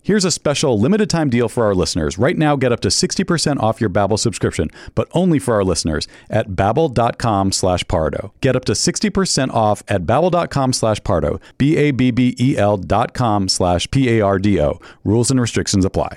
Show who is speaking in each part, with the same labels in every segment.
Speaker 1: Here's a special limited time deal for our listeners. Right now, get up to 60% off your Babbel subscription, but only for our listeners at babbel.com slash pardo. Get up to 60% off at babbel.com slash pardo, B-A-B-B-E-L E dot com slash P-A-R-D-O. Rules and restrictions apply.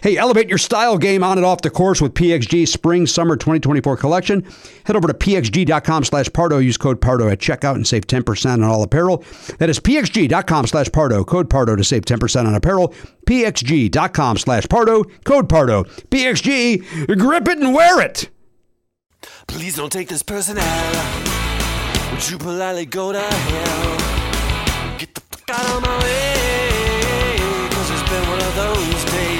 Speaker 2: Hey, elevate your style game on and off the course with PXG Spring Summer 2024 collection. Head over to pxg.com slash Pardo. Use code Pardo at checkout and save 10% on all apparel. That is pxg.com slash Pardo. Code Pardo to save 10% on apparel. pxg.com slash Pardo. Code Pardo. PXG, grip it and wear it.
Speaker 3: Please don't take this person out. Would you politely go to hell? Get the fuck out of my way. Cause it's been one of those days.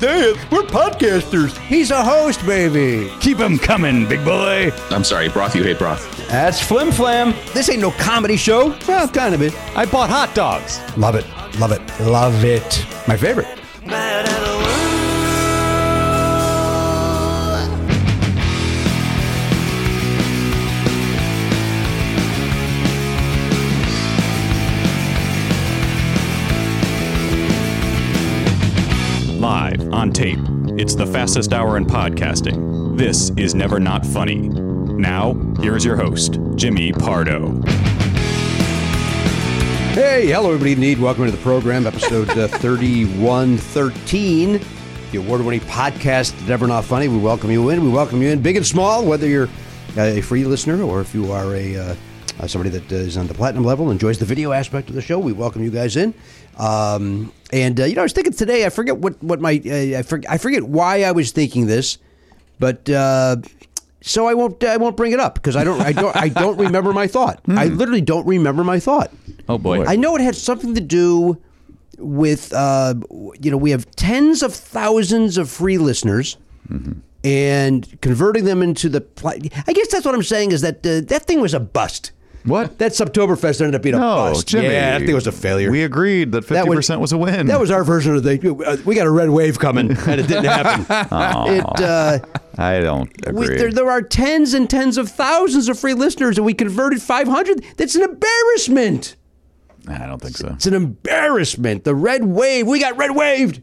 Speaker 4: Dance. We're podcasters.
Speaker 2: He's a host, baby.
Speaker 1: Keep him coming, big boy.
Speaker 5: I'm sorry, broth. You hate broth.
Speaker 4: That's flim flam.
Speaker 2: This ain't no comedy show. Well, kind of it.
Speaker 1: I bought hot dogs.
Speaker 2: Love it. Love it. Love it. My favorite.
Speaker 1: Live on tape. It's the fastest hour in podcasting. This is Never Not Funny. Now, here's your host, Jimmy Pardo.
Speaker 2: Hey, hello, everybody. Need welcome to the program, episode uh, 3113, the award winning podcast, Never Not Funny. We welcome you in. We welcome you in, big and small, whether you're uh, a free listener or if you are a. Uh, uh, somebody that is on the platinum level, enjoys the video aspect of the show. We welcome you guys in. Um, and uh, you know, I was thinking today. I forget what what my uh, I, forget, I forget why I was thinking this, but uh, so I won't I won't bring it up because I don't I don't I don't remember my thought. I literally don't remember my thought.
Speaker 6: Oh, boy.
Speaker 2: I know it had something to do with uh, you know we have tens of thousands of free listeners
Speaker 7: Mm-hmm.
Speaker 2: and converting them into the. Pla- I guess that's what I'm saying is that uh, that thing was a bust.
Speaker 7: What?
Speaker 2: That Septoberfest ended up being a
Speaker 7: No,
Speaker 2: bust.
Speaker 7: Oh, Jimmy.
Speaker 2: Oh, Yeah, that thing was a failure.
Speaker 7: We agreed that 50%
Speaker 2: That
Speaker 7: was, a win.
Speaker 2: That was our version of the. uh, we got a red wave coming, and it didn't happen. it. Uh,
Speaker 7: I don't
Speaker 2: we,
Speaker 7: agree.
Speaker 2: there, there are tens and tens of thousands of free listeners, and we converted 500. That's an embarrassment.
Speaker 7: I don't think so.
Speaker 2: It's an embarrassment. The red wave. We got red waved.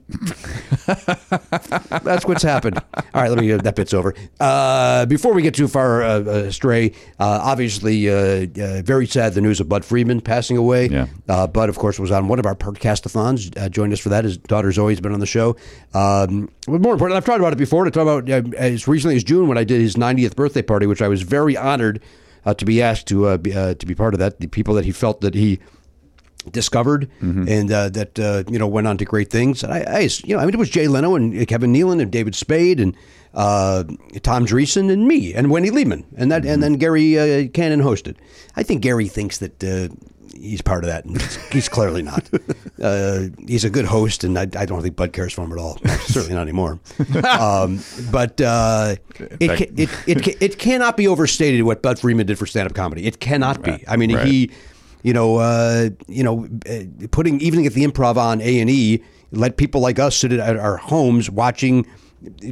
Speaker 2: That's what's happened. All right, let me. That bit's over. Uh, before we get too far uh, astray, uh, obviously, uh, uh, very sad the news of Bud Friedman passing away.
Speaker 7: Yeah.
Speaker 2: Uh, Bud, of course, was on one of our podcastathons. Uh, joined us for that. His daughter Zoe's been on the show. Um, but more important, I've talked about it before. To talk about uh, as recently as June when I did his 90th birthday party, which I was very honored uh, to be asked to uh, be, uh, to be part of that. The people that he felt that he discovered and uh, that uh, you know went on to great things. And I, I, you know, I mean, it was Jay Leno and Kevin Nealon and David Spade and uh, Tom Dreesen and me and Wendy Liebman and that and then Gary uh, Cannon hosted. I think Gary thinks that. Uh, He's part of that, and he's, he's clearly not. Uh, he's a good host, and I, I don't think Bud cares for him at all. Certainly not anymore. Um, but uh, it, ca- it, it, ca- it cannot be overstated what Bud Freeman did for stand-up comedy. It cannot be. I mean, he you know, uh, you know, uh, putting evening at the improv on A and E, let people like us sit at our homes watching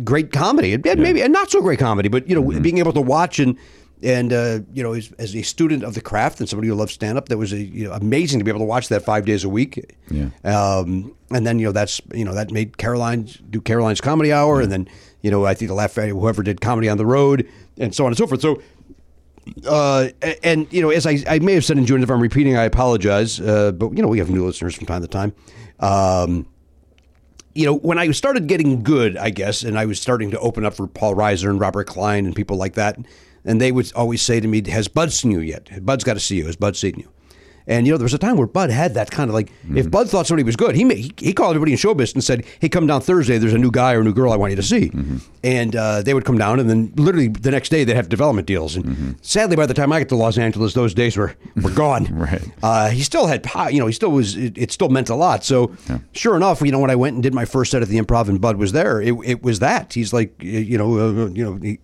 Speaker 2: great comedy, and and maybe and not so great comedy, but you know, being able to watch and and uh, you know, as, as a student of the craft and somebody who loves stand up, that was a, you know, amazing to be able to watch that five days a week.
Speaker 7: Yeah.
Speaker 2: Um, and then you know that's you know that made Caroline do Caroline's comedy hour, and then you know I think the laugh whoever did comedy on the road, and so on and so forth. So uh, and you know, as I, I may have said in June, if I'm repeating, I apologize. Uh, but you know, we have new listeners from time to time. Um, you know, when I started getting good, I guess, and I was starting to open up for Paul Reiser and Robert Klein and people like that, and they would always say to me, "Has Bud seen you yet? Bud's got to see you. Has Bud seen you?" And you know, there was a time where Bud had that kind of like, if Bud thought somebody was good, he, may, he he called everybody in showbiz and said, "Hey, come down Thursday. There's a new guy or a new girl I want you to see." And uh, they would come down, and then literally the next day they'd have development deals. And sadly, by the time I got to Los Angeles, those days were were gone.
Speaker 7: Right.
Speaker 2: Uh, he still had, po- you know, he still was. It, it still meant a lot. So, sure enough, you know, when I went and did my first set at the Improv and Bud was there, it, it was that. He's like, you know, uh, you know, he,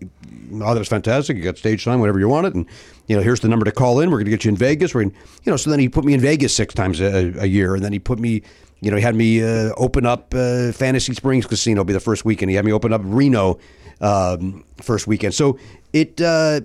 Speaker 2: oh, that was fantastic. You got stage time, whatever you want it, and you know, here's the number to call in. We're going to get you in Vegas. We're, gonna, you know, so then he put me in Vegas six times a, a year, and then he put me. You know, he had me uh, open up uh, Fantasy Springs Casino be the first weekend. He had me open up Reno um, first weekend. So it uh,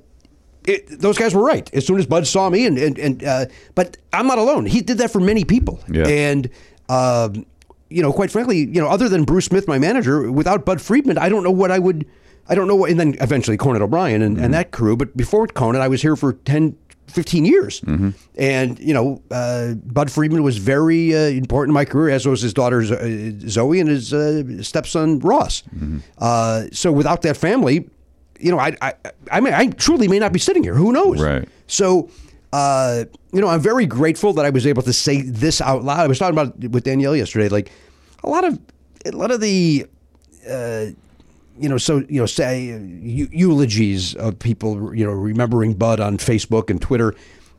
Speaker 2: it, those guys were right. As soon as Bud saw me, and and, and uh, but I'm not alone. He did that for many people,
Speaker 7: Yeah.
Speaker 2: and um, you know, quite frankly, you know, other than Bruce Smith, my manager, without Bud Friedman, I don't know what I would. I don't know what, and then eventually Conan O'Brien and, and that crew. But before Conan, I was here for 10, 15 years. And, you know, uh, Bud Friedman was very uh, important in my career, as was his daughter Z- uh, Zoe and his uh, stepson Ross. Uh, so without that family, you know, I I I, may, I truly may not be sitting here. Who knows?
Speaker 7: Right.
Speaker 2: So, uh, you know, I'm very grateful that I was able to say this out loud. I was talking about it with Danielle yesterday. Like a lot of a lot of the. Uh, you know, so you know, say uh, eu- eulogies of people, you know, remembering Bud on Facebook and Twitter.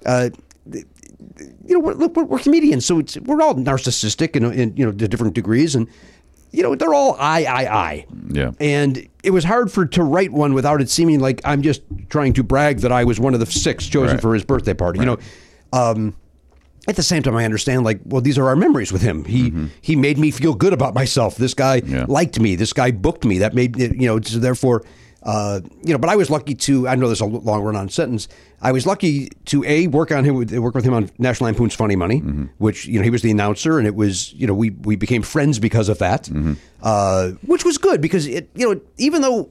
Speaker 2: Uh, you know, we're, look, we're, we're comedians, so it's, we're all narcissistic and, and you know to different degrees, and you know they're all I I I.
Speaker 7: Yeah.
Speaker 2: And it was hard for to write one without it seeming like I'm just trying to brag that I was one of the six chosen
Speaker 7: Right.
Speaker 2: for his birthday party. You know, um, at the same time, I understand like, well, these are our memories with him. He he made me feel good about myself. This guy
Speaker 7: Mm-hmm. Yeah.
Speaker 2: liked me. This guy booked me. That made you know. So therefore, uh, you know. But I was lucky to. I know there's a l- long run on sentence. I was lucky to a work on him with work with him on National Lampoon's Funny Money,
Speaker 7: Mm-hmm.
Speaker 2: which you know he was the announcer, and it was you know we we became friends because of that,
Speaker 7: Mm-hmm.
Speaker 2: uh, which was good because it you know even though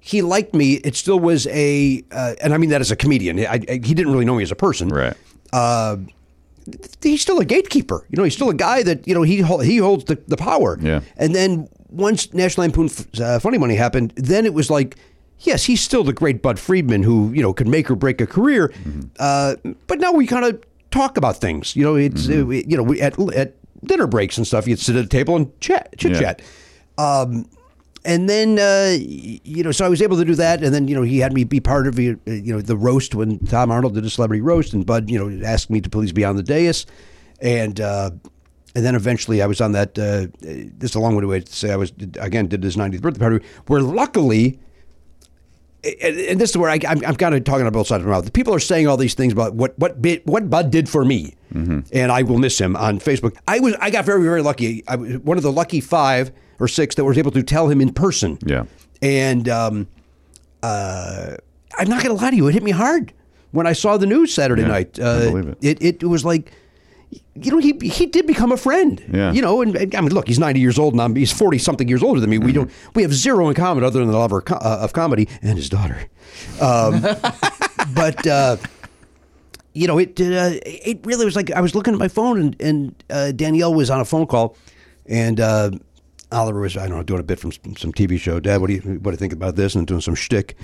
Speaker 2: he liked me, it still was a uh, and I mean that as a comedian. I, I, he didn't really know me as a person,
Speaker 7: Right.
Speaker 2: Uh, he's still a gatekeeper. You know, he's still a guy that you know he hol- he holds the, the power.
Speaker 7: Yeah.
Speaker 2: And then once National Lampoon uh, Funny Money happened, then it was like yes, he's still the great Bud Friedman who you know could make or break a career, uh, but now we kind of talk about things. You know, it's uh, we- you know we, at at dinner breaks and stuff, you'd sit at a table and chat, chit chat. Um, and then uh, y- you know, so I was able to do that, and then you know, he had me be part of the, uh, you know the roast when Tom Arnold did a celebrity roast, and Bud you know asked me to please be on the dais, and uh, and then eventually I was on that. Uh, uh, this is a long-winded way to say I was again did his 90th birthday party, where luckily and, and this is where I, I'm, I'm kind of talking on both sides of my mouth. People are saying all these things about what what bit, what Bud did for me,
Speaker 7: Mm-hmm.
Speaker 2: and I will miss him on Facebook. I was I got very very lucky. I was one of the lucky five or six that was able to tell him in person.
Speaker 7: Yeah.
Speaker 2: and um, uh, I'm not going to lie to you, it hit me hard when I saw the news Saturday
Speaker 7: Yeah,
Speaker 2: night.
Speaker 7: I
Speaker 2: Uh,
Speaker 7: believe it.
Speaker 2: it it was like. You know, he he did become a friend.
Speaker 7: Yeah.
Speaker 2: You know, and, and, I mean, look, he's ninety years old, and I'm, he's forty something years older than me. We don't we have zero in common other than the love of, co- uh, of comedy and his daughter. Um, but uh, you know, it uh, it really was like I was looking at my phone, and and uh, Danielle was on a phone call, and uh, Oliver was I don't know doing a bit from some, some TV show. Dad, what do you what do you think about this? And doing some shtick,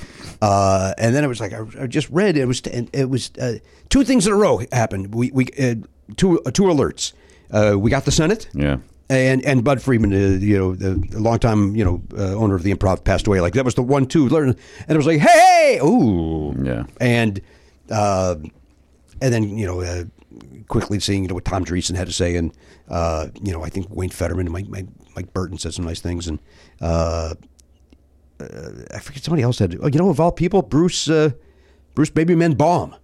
Speaker 2: uh, and then it was like I, I just read it was and it was uh, two things in a row happened. We we uh, two uh, two alerts. Uh, we got the Senate.
Speaker 7: Yeah.
Speaker 2: And and Bud Friedman, uh, you know, the, the longtime you know uh, owner of the Improv, passed away. Like that was the one two, and it was like, hey, hey, ooh,
Speaker 7: Yeah.
Speaker 2: and uh, and then you know uh, quickly seeing you know what Tom Dreesen had to say, and uh, you know I think Wayne Fetterman and Mike Mike, Mike Burton said some nice things, and uh, uh, I forget somebody else had. Oh, you know of all people, Bruce uh, Bruce Babyman Baum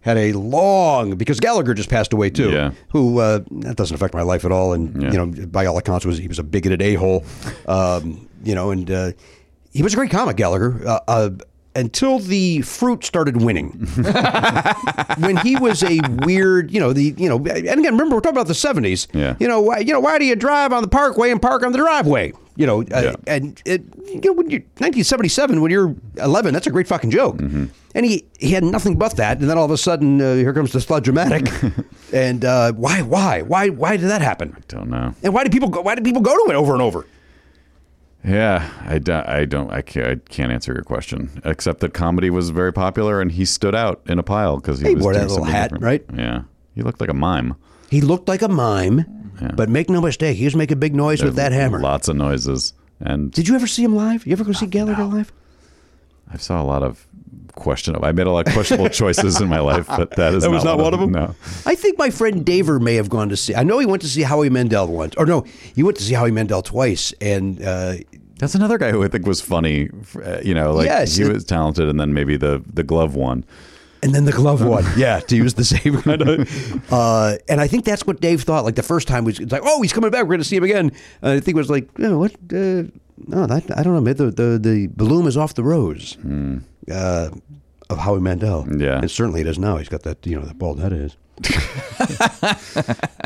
Speaker 2: had a long because Gallagher just passed away too.
Speaker 7: Yeah.
Speaker 2: Who uh, that doesn't affect my life at all, and
Speaker 7: Yeah.
Speaker 2: you know by all accounts was he was a bigoted a hole, um, you know, and uh, he was a great comic Gallagher uh, uh, until the fruit started winning. when he was a weird, you know, the you know, and again, remember we're talking about the seventies.
Speaker 7: Yeah.
Speaker 2: You know, why, you know, why do you drive on the parkway and park on the driveway? You know, uh,
Speaker 7: Yeah.
Speaker 2: and it, you know, when you're 1977, when you're 11, that's a great fucking joke.
Speaker 7: Mm-hmm.
Speaker 2: And he, he had nothing but that. And then all of a sudden, uh, here comes the sludge-o-matic. and uh, why, why, why, why did that happen?
Speaker 7: Don't know.
Speaker 2: And why do people go? Why do people go to it over and over?
Speaker 7: Yeah, I don't. I don't. I can't, I can't answer your question except that comedy was very popular, and he stood out in a pile because he,
Speaker 2: He
Speaker 7: was
Speaker 2: wore that
Speaker 7: doing
Speaker 2: little
Speaker 7: something
Speaker 2: hat,
Speaker 7: different.
Speaker 2: right?
Speaker 7: Yeah, he looked like a mime.
Speaker 2: He looked like a mime, but make no mistake, he was making big noise with that hammer.
Speaker 7: Lots of noises, and
Speaker 2: Did you ever see him live? You ever go see Gallagher live?
Speaker 7: I saw a lot of questionable. I made a lot of questionable choices in my life, but that is
Speaker 2: That was not one
Speaker 7: No,
Speaker 2: I think my friend Daver may have gone to see. I know he went to see Howie Mandel once, or no, he went to see Howie Mandel twice, and uh,
Speaker 7: that's another guy who I think was funny. uh, You know, like
Speaker 2: Yes,
Speaker 7: he
Speaker 2: it-
Speaker 7: was talented, and then maybe the the glove one.
Speaker 2: and then the glove one. Yeah, to use the same kind of. Uh, and I think that's what Dave thought. Like the first time was it's like, oh, he's coming back. We're going to see him again. And I think it was like, you know, what? Uh, no, that I don't know. Maybe the the, the bloom is off the rose. Uh, of Howie Mandel,
Speaker 7: Yeah.
Speaker 2: and certainly it is now. He's got that, you know, that bald head. It is.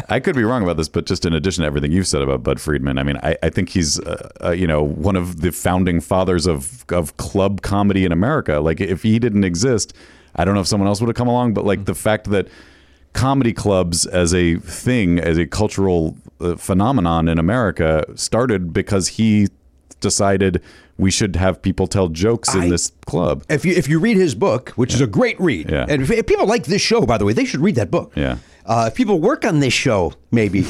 Speaker 7: I could be wrong about this, but just in addition to everything you've said about Bud Friedman, I mean, I, I think he's, uh, uh, you know, one of the founding fathers of of club comedy in America. Like, if he didn't exist, I don't know if someone else would have come along. But like the fact that comedy clubs as a thing, as a cultural uh, phenomenon in America, started because he decided we should have people tell jokes in
Speaker 2: I-
Speaker 7: this club.
Speaker 2: if you if you read his book, which is a great read,
Speaker 7: Yeah.
Speaker 2: and if, if people like this show, by the way, they should read that book.
Speaker 7: Yeah.
Speaker 2: Uh, if people work on this show, maybe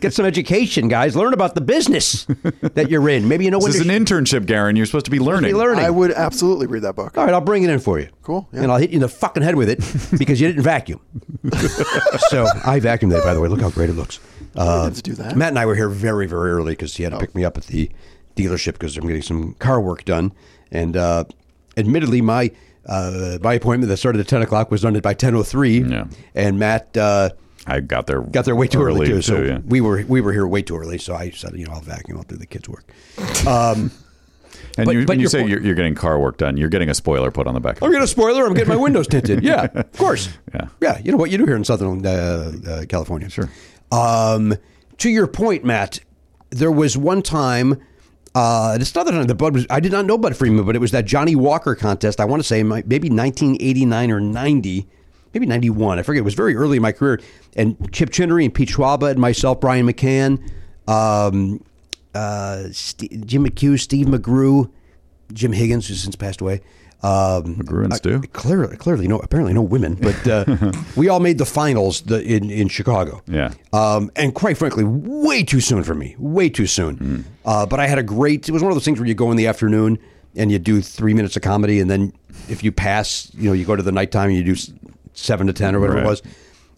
Speaker 2: get some education, guys. Learn about the business that you're in. Maybe you know what
Speaker 7: This is an internship, Garen. You're supposed to be learning.
Speaker 2: learning.
Speaker 6: I would absolutely read that book.
Speaker 2: All right, I'll bring it in for you.
Speaker 6: Cool, yeah.
Speaker 2: And I'll hit you in the fucking head with it because you didn't vacuum. so I vacuumed that, by the way. Look how great it looks. Uh,
Speaker 6: have to do that. Oh.
Speaker 2: Matt and I were here very, very early because he had to pick me up at the dealership because I'm getting some car work done. And uh, admittedly, my uh, my appointment that started at 10 o'clock was ended by 10.03.
Speaker 7: Yeah.
Speaker 2: And Matt uh,
Speaker 7: I got there.
Speaker 2: got there way too early, too. So
Speaker 7: yeah.
Speaker 2: we were we were here way too early. So I said, you know, I'll vacuum. I'll do the kids' work.
Speaker 7: And
Speaker 2: But-
Speaker 7: you,
Speaker 2: but
Speaker 7: when you
Speaker 2: your Oh,
Speaker 7: say
Speaker 2: point-
Speaker 7: you're, you're getting car work done, you're getting a spoiler put on the back. Of
Speaker 2: I'm
Speaker 7: it.
Speaker 2: getting a spoiler. I'm getting my windows tinted. Yeah, of course.
Speaker 7: Yeah.
Speaker 2: yeah. You know what you do here in Southern uh, uh, California. Sure. Um, to your point, Matt, there was one time. Uh, this other time the Bud was, I did not know Bud Freeman, but it was that Johnny Walker contest. I want to say my, maybe 1989 or 90, maybe 91. I forget. It was very early in my career. And Chip Chinnery and Pete Schwaba and myself, Brian McCann, um, uh, Ste Jim McHugh, Steve McGrew, Jim Higgins, who's since passed away. Um,
Speaker 7: McGruins do.
Speaker 2: Clearly, clearly, no. Apparently, no women. But uh, we all made the finals the, in in Chicago.
Speaker 7: Yeah.
Speaker 2: Um, and quite frankly, way too soon for me. Way too soon.
Speaker 7: Hmm.
Speaker 2: Uh, but I had a great. It was one of those things where you go in the afternoon and you do three minutes of comedy, and then if you pass, you know, you go to the nighttime and you do s- seven to ten or whatever
Speaker 7: Right.
Speaker 2: it was.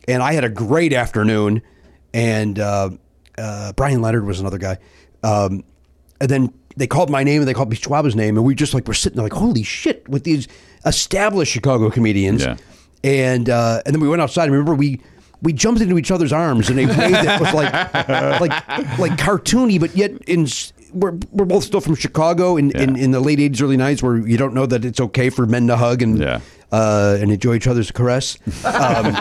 Speaker 2: And I had a great afternoon. And uh, uh, Brian Leonard was another guy. Um, and then they called my name and they called Beach Waba's name, and we just like were sitting there like, holy shit, with these established Chicago comedians.
Speaker 7: Yeah.
Speaker 2: And uh, and then we went outside. And remember, we we jumped into each other's arms in a way that was like like like cartoony, but yet in s- we're, we're both still from Chicago in, in,
Speaker 7: Yeah.
Speaker 2: in the late '80s, early '90s, where you don't know that it's okay for men to hug and
Speaker 7: Yeah.
Speaker 2: uh, and enjoy each other's caress. Um,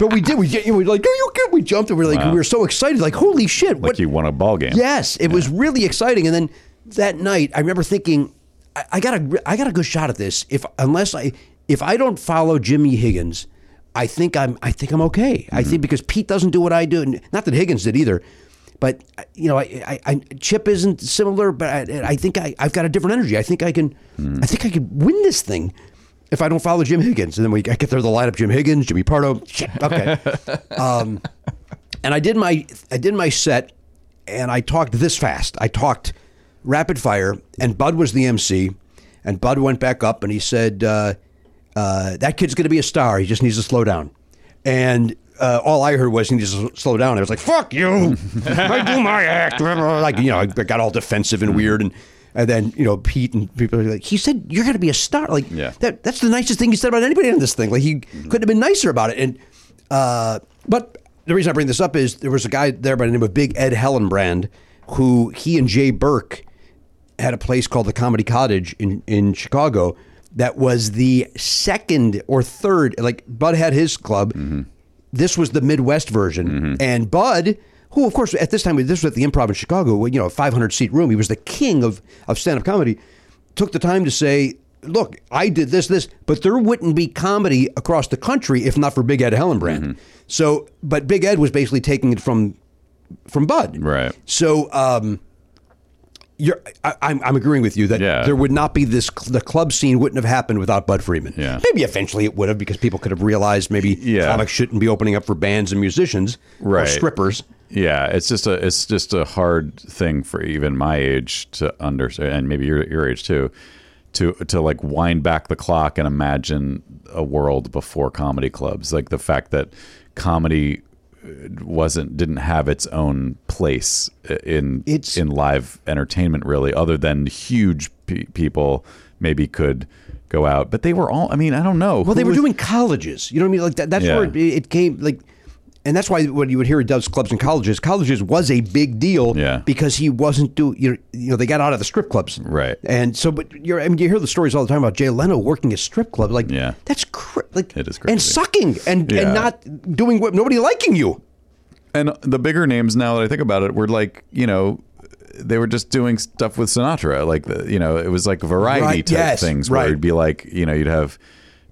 Speaker 2: but we did. We, you know, we were like, oh, you good? We jumped and we were like, we were so excited, like, holy shit!
Speaker 7: Like you won a ball game.
Speaker 2: Yes, it was really exciting. And then that night, I remember thinking, I, I got a, I got a good shot at this. If unless I, if I don't follow Jimmy Higgins, I think I'm, I think I'm okay. I think because Pete doesn't do what I do, and not that Higgins did either. But you know, I, I, I Chip isn't similar, but I, I think I, I've got a different energy. I think I can, I think I could win this thing. If I don't follow Jim Higgins, and then we I get there the lineup: Jim Higgins, Jimmy Pardo. Shit, okay, um, and I did my I did my set, and I talked this fast. I talked rapid fire, and Bud was the MC, and Bud went back up and he said, uh, uh, "That kid's going to be a star. He just needs to slow down." And uh, all I heard was he needs to s- slow down. I was like, "Fuck you! I do my act." Like you know, I got all defensive and weird and. And then you know Pete and people are like he said you're going to be a star like
Speaker 7: Yeah.
Speaker 2: that that's the nicest thing he said about anybody in this thing like he couldn't have been nicer about it and uh, but the reason I bring this up is there was a guy there by the name of Big Ed Hellenbrand who he and Jay Burke had a place called the Comedy Cottage in in Chicago that was the second or third like Bud had his club this was the Midwest version and Bud who of course at this time this was at the Improv in Chicago well, you know a 500 seat room he was the king of of stand up comedy took the time to say, look, I did this, this, but there wouldn't be comedy across the country if not for Big Ed Hellenbrand. So, but Big Ed was basically taking it from from Bud.
Speaker 7: Right.
Speaker 2: So, um, you're, I, I'm, I'm agreeing with you that
Speaker 7: Yeah.
Speaker 2: there would not be this. The club scene wouldn't have happened without Bud Friedman.
Speaker 7: Yeah.
Speaker 2: Maybe eventually it would have because people could have realized maybe
Speaker 7: Yeah.
Speaker 2: comics shouldn't be opening up for bands and musicians or
Speaker 7: Right.
Speaker 2: strippers.
Speaker 7: Yeah, it's just a it's just a hard thing for even my age to understand, and maybe your your age too, to to like wind back the clock and imagine a world before comedy clubs. Like the fact that comedy uh, wasn't didn't have its own place i- in
Speaker 2: It's-
Speaker 7: in live entertainment really, other than huge pe- people maybe could go out, but they were all. I mean, I don't know.
Speaker 2: Well, they were doing colleges. You know what I mean? Like that, that's
Speaker 7: Yeah.
Speaker 2: where it, it came. Like, and that's why what you would hear he does clubs and colleges. Colleges was a big deal.
Speaker 7: Yeah.
Speaker 2: Because he wasn't do you know, you know they got out of the strip clubs.
Speaker 7: Right.
Speaker 2: And so, but you're I mean you hear the stories all the time about Jay Leno working a strip club. Like,
Speaker 7: Yeah.
Speaker 2: that's cra- like
Speaker 7: It is
Speaker 2: and
Speaker 7: crazy.
Speaker 2: sucking and
Speaker 7: Yeah.
Speaker 2: and not doing what nobody liking you.
Speaker 7: and the bigger names now that I think about it were like you know they were just doing stuff with Sinatra like the, you know it was like variety
Speaker 2: Right,
Speaker 7: type
Speaker 2: yes,
Speaker 7: things
Speaker 2: right.
Speaker 7: where it'd be like you know you'd have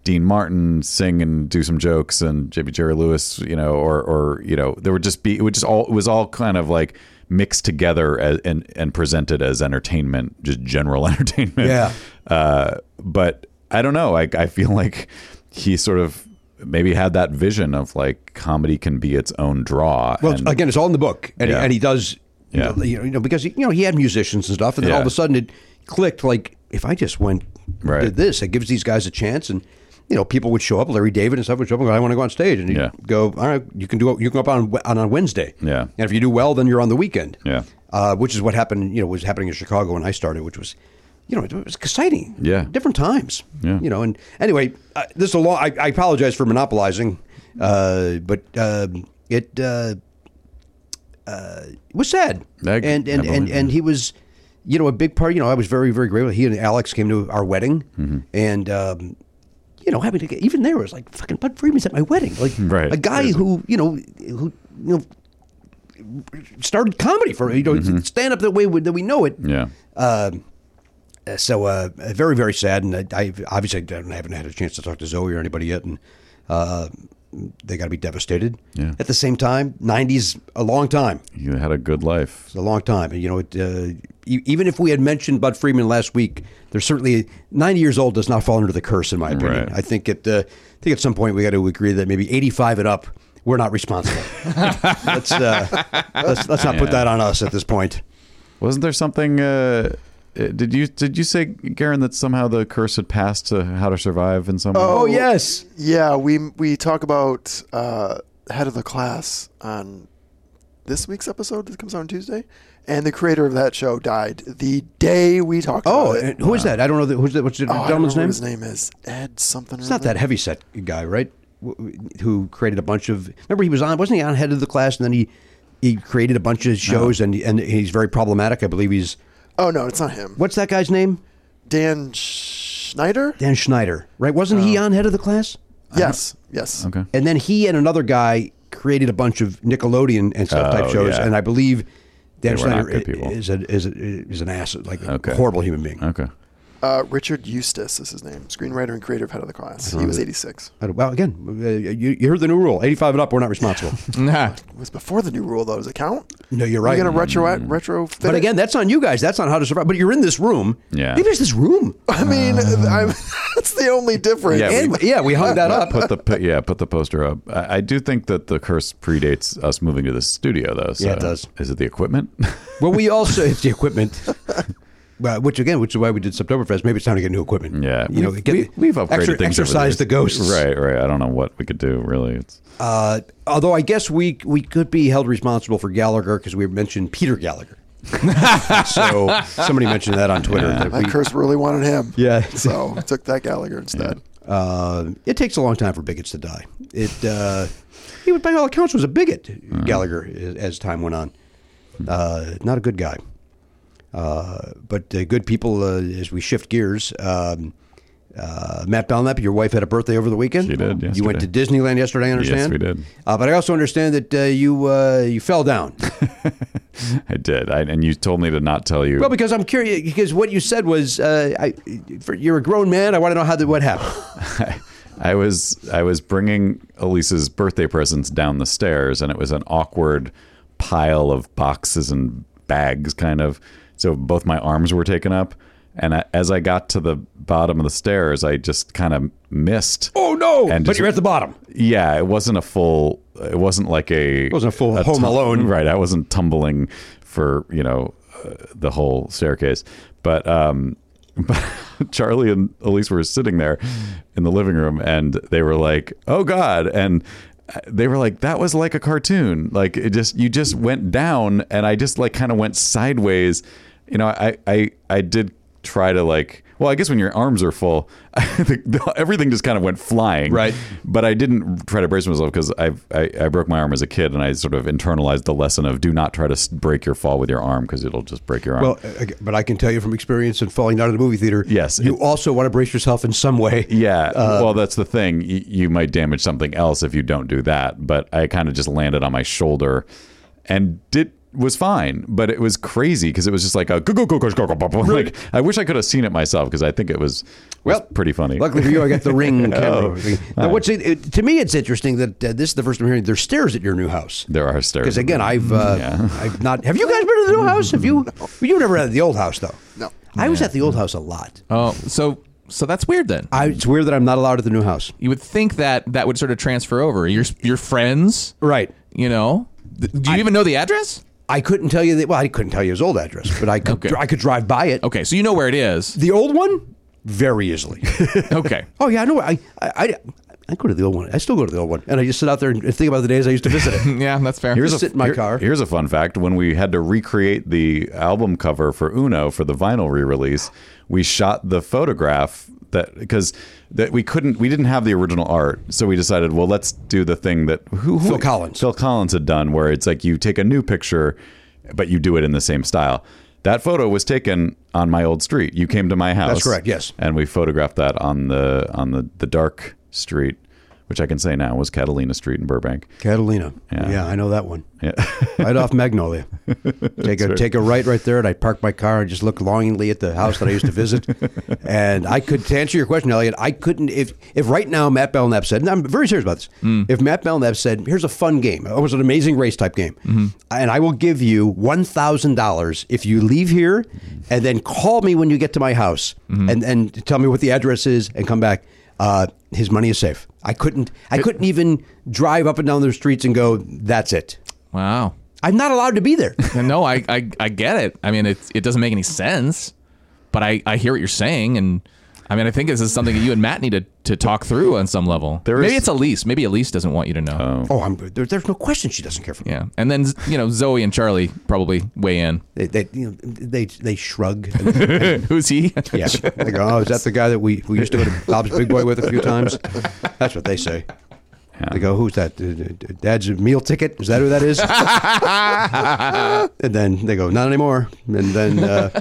Speaker 7: Dean Martin sing and do some jokes and JB Jerry Lewis you know or or you know there would just be it would just all it was all kind of like mixed together as, and and presented as entertainment just general entertainment
Speaker 2: Yeah.
Speaker 7: uh, but I don't know. I, I feel like he sort of maybe had that vision of like comedy can be its own draw.
Speaker 2: Well,
Speaker 7: and,
Speaker 2: again, it's all in the book, and,
Speaker 7: Yeah.
Speaker 2: he, and he does. you
Speaker 7: Yeah.
Speaker 2: know, You know, you know, because you know he had musicians and stuff, and then all of
Speaker 7: Yeah.
Speaker 2: a sudden it clicked. Like if I just went
Speaker 7: Right.
Speaker 2: did this, it gives these guys a chance, and you know people would show up. Larry David and stuff would show up and go, "I want to go on stage," and you
Speaker 7: Yeah.
Speaker 2: go, "All right, you can do you can go up on on on Wednesday."
Speaker 7: Yeah.
Speaker 2: and if you do well, then you're on the weekend.
Speaker 7: Yeah.
Speaker 2: uh, which is what happened. You know, was happening in Chicago when I started, which was. You know, it was exciting.
Speaker 7: Yeah.
Speaker 2: different times.
Speaker 7: Yeah.
Speaker 2: you know. And anyway, uh, this is a long. I, I apologize for monopolizing, uh, but um, it uh, was sad. and
Speaker 7: I- I
Speaker 2: and, and,
Speaker 7: believe
Speaker 2: and
Speaker 7: it.
Speaker 2: he was, you know, a big part. You know, I was very very grateful. He and Alex came to our wedding,
Speaker 7: Mm-hmm.
Speaker 2: and um, you know, having to get even there was like fucking Bud Freeman's at my wedding, like
Speaker 7: Right.
Speaker 2: a guy who you know who you know started comedy for you know stand up the way we- that we know it.
Speaker 7: Mm-hmm. yeah,
Speaker 2: Um, uh, so uh, very very sad, and I, I obviously I don't- I haven't had a chance to talk to Zoe or anybody yet, and uh, they got to be devastated.
Speaker 7: Yeah.
Speaker 2: At the same time, '90s a long time
Speaker 7: you had a good life.
Speaker 2: a long time. And, you know, it, uh, e- even if we had mentioned Bud Freeman last week, there's certainly 90 years old does not fall under the curse, in my opinion.
Speaker 7: Right.
Speaker 2: I think at uh, I think at some point we got to agree that maybe 85 and up, we're not responsible. let's, uh, let's let's not put that on us at this point.
Speaker 7: Wasn't there something? Uh, uh, did you did you say, Garen, that somehow the curse had passed to How to Survive in some way?
Speaker 2: Oh yes,
Speaker 6: Yeah, we we talk about uh, head of the class on this week's episode that comes out on Tuesday, and the creator of that show died the day we talked.
Speaker 2: Oh,
Speaker 6: about
Speaker 2: and
Speaker 6: it.
Speaker 2: who is that? I don't know. The, who's that? What's the
Speaker 6: Oh, I don't
Speaker 2: gentleman's
Speaker 6: remember
Speaker 2: name?
Speaker 6: What his name is Ed something.
Speaker 2: It's not that heavy set guy, right? W- w- Who created a bunch of? Remember, he was on. Wasn't he on head of the class? And then he he created a bunch of shows, and and he's very problematic. I believe he's
Speaker 6: Oh no, it's not him.
Speaker 2: what's that guy's name?
Speaker 6: Dan Schneider?
Speaker 2: Dan uh-huh. Schneider, right? Wasn't he
Speaker 7: Oh.
Speaker 2: on head of the class?
Speaker 6: yes, yes.
Speaker 7: Okay.
Speaker 2: And then he and another guy created a bunch of Nickelodeon and stuff type
Speaker 7: Oh,
Speaker 2: shows,
Speaker 7: yeah.
Speaker 2: and I believe Dan
Speaker 7: They were not
Speaker 2: Schneider
Speaker 7: good people.
Speaker 2: i- is a, is a, is an ass, like a
Speaker 7: Okay.
Speaker 2: horrible human being.
Speaker 7: Okay.
Speaker 6: Uh, Richard Eustace is his name. Screenwriter and creator of head of the class. He was 86.
Speaker 2: I don't- Well, again, uh, you, you heard the new rule: eighty-five and up, we're not responsible.
Speaker 8: Nah.
Speaker 6: It was before the new rule though. Does it count?
Speaker 2: no, you're
Speaker 6: Are
Speaker 2: right. Mm.
Speaker 6: you gonna retro retro?
Speaker 2: But again, that's on you guys. That's on how to survive. But you're in this room.
Speaker 7: Yeah.
Speaker 2: Maybe it's this room.
Speaker 6: I mean, I'm, that's the only difference.
Speaker 7: Yeah,
Speaker 2: And uh, yeah, we hung that up.
Speaker 7: Put the pi- yeah, put the poster up. I, I do think that the curse predates us moving to the studio, though. So
Speaker 2: Yeah, it does.
Speaker 7: Is it the equipment?
Speaker 2: Well, we also it's the equipment. Well, which again, which is why we did Septoberfest. Maybe it's time to get new equipment.
Speaker 7: yeah,
Speaker 2: you know,
Speaker 7: we've,
Speaker 2: get,
Speaker 7: we, we've upgraded
Speaker 2: exer-
Speaker 7: things. over
Speaker 2: Exercise
Speaker 7: years.
Speaker 2: the ghosts,
Speaker 7: Right, right. I don't know what we could do. Really, it's
Speaker 2: Uh, although I guess we we could be held responsible for Gallagher because we mentioned Peter Gallagher. so somebody mentioned that on Twitter. that
Speaker 6: That
Speaker 2: we-
Speaker 6: curse really wanted him.
Speaker 2: Yeah.
Speaker 6: So I took that Gallagher instead.
Speaker 2: uh, it takes a long time for bigots to die. It uh, he, was, by all accounts, was a bigot.
Speaker 7: Mm-hmm.
Speaker 2: Gallagher, as as time went on, uh, not a good guy. Uh, but uh, good people. Uh, as we shift gears, um, uh, Matt Belknap, your wife had a birthday over the weekend.
Speaker 7: She did,
Speaker 2: You went to
Speaker 7: yesterday.
Speaker 2: Disneyland yesterday. I understand.
Speaker 7: we did.
Speaker 2: Uh, but I also understand that uh, you uh, you fell down.
Speaker 7: I did. I, and you told me to not tell you.
Speaker 2: well, because I'm curious. Because what you said was, uh, I, for, you're a grown man. I want to know how the, what happened.
Speaker 7: I was I was bringing Elise's birthday presents down the stairs, and it was an awkward pile of boxes and bags, kind of. So both my arms were taken up, and I, as I got to the bottom of the stairs, I just kind of missed.
Speaker 2: oh no!
Speaker 7: And
Speaker 2: but
Speaker 7: just-
Speaker 2: you're at the bottom.
Speaker 7: Yeah, it wasn't a full. It wasn't like a. It
Speaker 2: wasn't a full Home Alone.
Speaker 7: right? I wasn't tumbling for you know uh, the whole staircase, but um, but Charlie and Elise were sitting there in the living room, and they were like, "Oh God!" and uh, they were like that was like a cartoon like it just you just went down and i just like kind of went sideways you know i i i did try to like well i guess when your arms are full the, everything just kind of went flying
Speaker 2: Right.
Speaker 7: but i didn't try to brace myself because I, I i broke my arm as a kid and i sort of internalized the lesson of do not try to s- break your fall with your arm because it'll just break your arm
Speaker 2: Well, uh, ag- but I can tell you from experience in falling down in the movie theater.
Speaker 7: Yes,
Speaker 2: you
Speaker 7: it-
Speaker 2: also want to brace yourself in some way.
Speaker 7: yeah
Speaker 2: uh,
Speaker 7: well that's the thing y- you might damage something else if you don't do that but i kind of just landed on my shoulder and did was fine but it was crazy because it was just like a go go go go go go, go go. like i wish i could have seen it myself because i think it was, was pretty funny Oh,
Speaker 2: Luckily for you, I got the ring camera. now, what's it, it- to me? It's interesting that uh, this is the first time hearing there's stairs at your new house.
Speaker 7: there are stairs
Speaker 2: Because again, I've uh, I've not. Have you guys been to the new house? Have you? You never had the old house though.
Speaker 6: No.
Speaker 2: I was at the old house a lot.
Speaker 8: Oh, so so that's weird then.
Speaker 2: I, it's weird that I'm not allowed at the new house.
Speaker 8: you would think that that would sort of transfer over. Your your friends,
Speaker 2: Right.
Speaker 8: You know, Th- do you even know the address?
Speaker 2: I couldn't tell you that. Well, I couldn't tell you his old address, but I could.
Speaker 8: Okay.
Speaker 2: I could drive by it.
Speaker 8: Okay, so you know where it is.
Speaker 2: The old one, very easily.
Speaker 8: Okay.
Speaker 2: Oh yeah, I know. I I, I I go to the old one. I still go to the old one, and I just sit out there and think about the days I used to visit it.
Speaker 8: yeah, that's fair.
Speaker 2: Here's sit in my car.
Speaker 7: Here's a fun fact: when we had to recreate the album cover for Uno for the vinyl re-release, we shot the photograph that because that we couldn't, we didn't have the original art, so we decided, well, let's do the thing that who, who
Speaker 2: Phil Collins.
Speaker 7: Phil Collins had done, where it's like you take a new picture, but you do it in the same style. That photo was taken on my old street. You came to my house.
Speaker 2: correct, yes.
Speaker 7: And we photographed that on the on the the dark street. which I can say now was Catalina Street in Burbank.
Speaker 2: Catalina.
Speaker 7: Yeah.
Speaker 2: Yeah. I know that one.
Speaker 7: Yeah.
Speaker 2: Right off Magnolia. Take a take a right right there, and I park my car and just look longingly at the house that I used to visit. and I could to answer your question, Elliot. I couldn't if if right now Matt Belknap said, and I'm very serious about this. If Matt Belknap said, "Here's a fun game. It was an amazing race type game, and I will give you one thousand dollars if you leave here, and then call me when you get to my house, and and tell me what the address is, and come back." uh, his money is safe. I couldn't. I couldn't even drive up and down those streets and go. That's it.
Speaker 8: Wow.
Speaker 2: I'm not allowed to be there.
Speaker 8: No, I, I, I get it. I mean, it, it doesn't make any sense, but I, I hear what you're saying. And I mean, I think this is something that you and Matt need to, to talk through on some level.
Speaker 7: There
Speaker 8: Maybe
Speaker 7: is-
Speaker 8: it's Elise. Maybe Elise doesn't want you to know.
Speaker 2: oh, I'm. There, there's no question. She doesn't care for me.
Speaker 8: Yeah. And then, you know, Zoe and Charlie probably weigh in.
Speaker 2: They, they, you know, they, they shrug.
Speaker 8: Who's he?
Speaker 2: yeah. They go, oh, is that the guy that we, we used to go to Bob's Big Boy with a few times? That's what they say. They go, who's that? Uh, uh, Dad's meal ticket? Is that who that is? and then they go, not anymore. And then uh,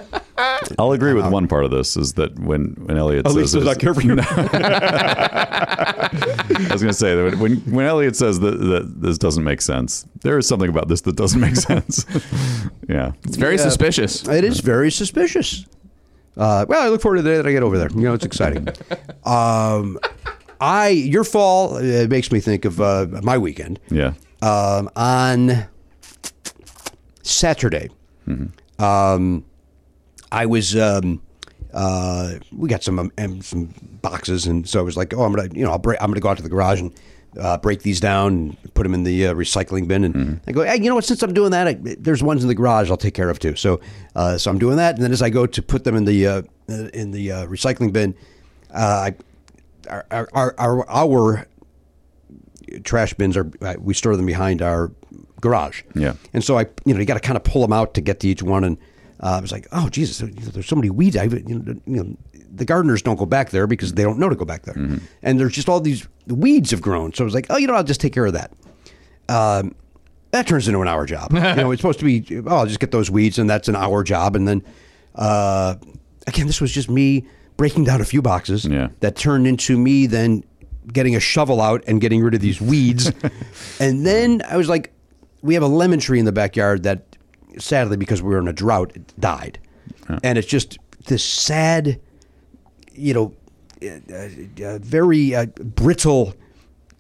Speaker 7: I'll agree with one part of this is that when when Elliot says Uh, it's-
Speaker 1: for you.
Speaker 7: I was going to say that when when Elliot says that, that this doesn't make sense, there is something about this that doesn't make sense. yeah,
Speaker 8: It's very suspicious.
Speaker 2: it is very suspicious. Uh, well, I look forward to the day that I get over there. You know, it's exciting. um, I Your fall uh, makes me think of uh, my weekend.
Speaker 7: yeah.
Speaker 2: um, on Saturday. Um, I was um, uh, we got some um, um, some boxes, and so I was like, oh, I'm gonna you know I'll break, I'm gonna go out to the garage and uh, break these down and put them in the uh, recycling bin. And I go, hey, you know what? Since I'm doing that, I, there's ones in the garage I'll take care of too. So uh, so I'm doing that, and then as I go to put them in the uh, in the uh, recycling bin, uh, I our our, our, our, our trash bins are uh, we store them behind our garage.
Speaker 7: Yeah.
Speaker 2: And so I, you know, you got to kind of pull them out to get to each one. And uh, I was like, oh Jesus, there- you know, there's so many weeds. I, you know, you know, the gardeners don't go back there because they don't know to go back there. And there's just all these weeds have grown. So I was like, oh, you know, I'll just take care of that. Um, that turns into an hour job. you know, it's supposed to be. Oh, I'll just get those weeds, and that's an hour job. And then, uh, again, this was just me breaking down a few boxes
Speaker 7: Yeah.
Speaker 2: that turned into me then getting a shovel out and getting rid of these weeds. and then I was like, we have a lemon tree in the backyard that sadly, because we were in a drought, it died. And it's just this sad, you know, uh, uh, very uh, brittle,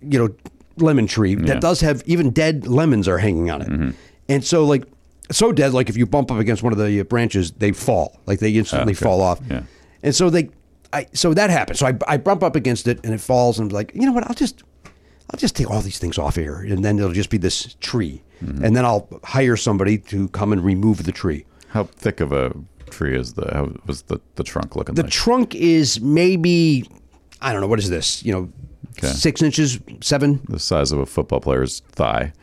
Speaker 2: you know, lemon tree that does have even dead lemons are hanging on it.
Speaker 7: Mm-hmm.
Speaker 2: And so, like, so dead, like if you bump up against one of the uh, branches, they fall. Like they instantly
Speaker 7: okay.
Speaker 2: fall off.
Speaker 7: Yeah.
Speaker 2: And so they, I so that happened. So I, I bump up against it and it falls and I'm like, you know what? I'll just, I'll just take all these things off here and then it'll just be this tree.
Speaker 7: Mm-hmm.
Speaker 2: And then I'll hire somebody to come and remove the tree.
Speaker 7: How thick of a tree is the how was the, the trunk looking
Speaker 2: The
Speaker 7: like?
Speaker 2: trunk is maybe, I don't know, what is this? You know,
Speaker 7: Okay.
Speaker 2: six inches, seven?
Speaker 7: the size of a football player's thigh,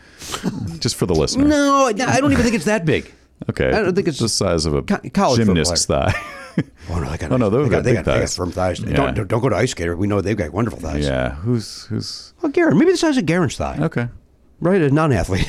Speaker 7: just for the listener.
Speaker 2: No, no, I don't even think it's that big.
Speaker 7: Okay,
Speaker 2: I don't think it's
Speaker 7: the size of a
Speaker 2: co- college
Speaker 7: gymnast's
Speaker 2: football
Speaker 7: thigh.
Speaker 2: Oh no, they got.
Speaker 7: Oh, no, those
Speaker 2: they
Speaker 7: got
Speaker 2: got, they got,
Speaker 7: big
Speaker 2: they got
Speaker 7: thighs.
Speaker 2: firm thighs.
Speaker 7: Yeah.
Speaker 2: Don't, don't don't go to ice skater. We know they've got wonderful thighs.
Speaker 7: yeah, who's who's
Speaker 2: Well, Garrett, maybe the size of Garen's thigh.
Speaker 7: okay?
Speaker 2: Right, a non-athlete.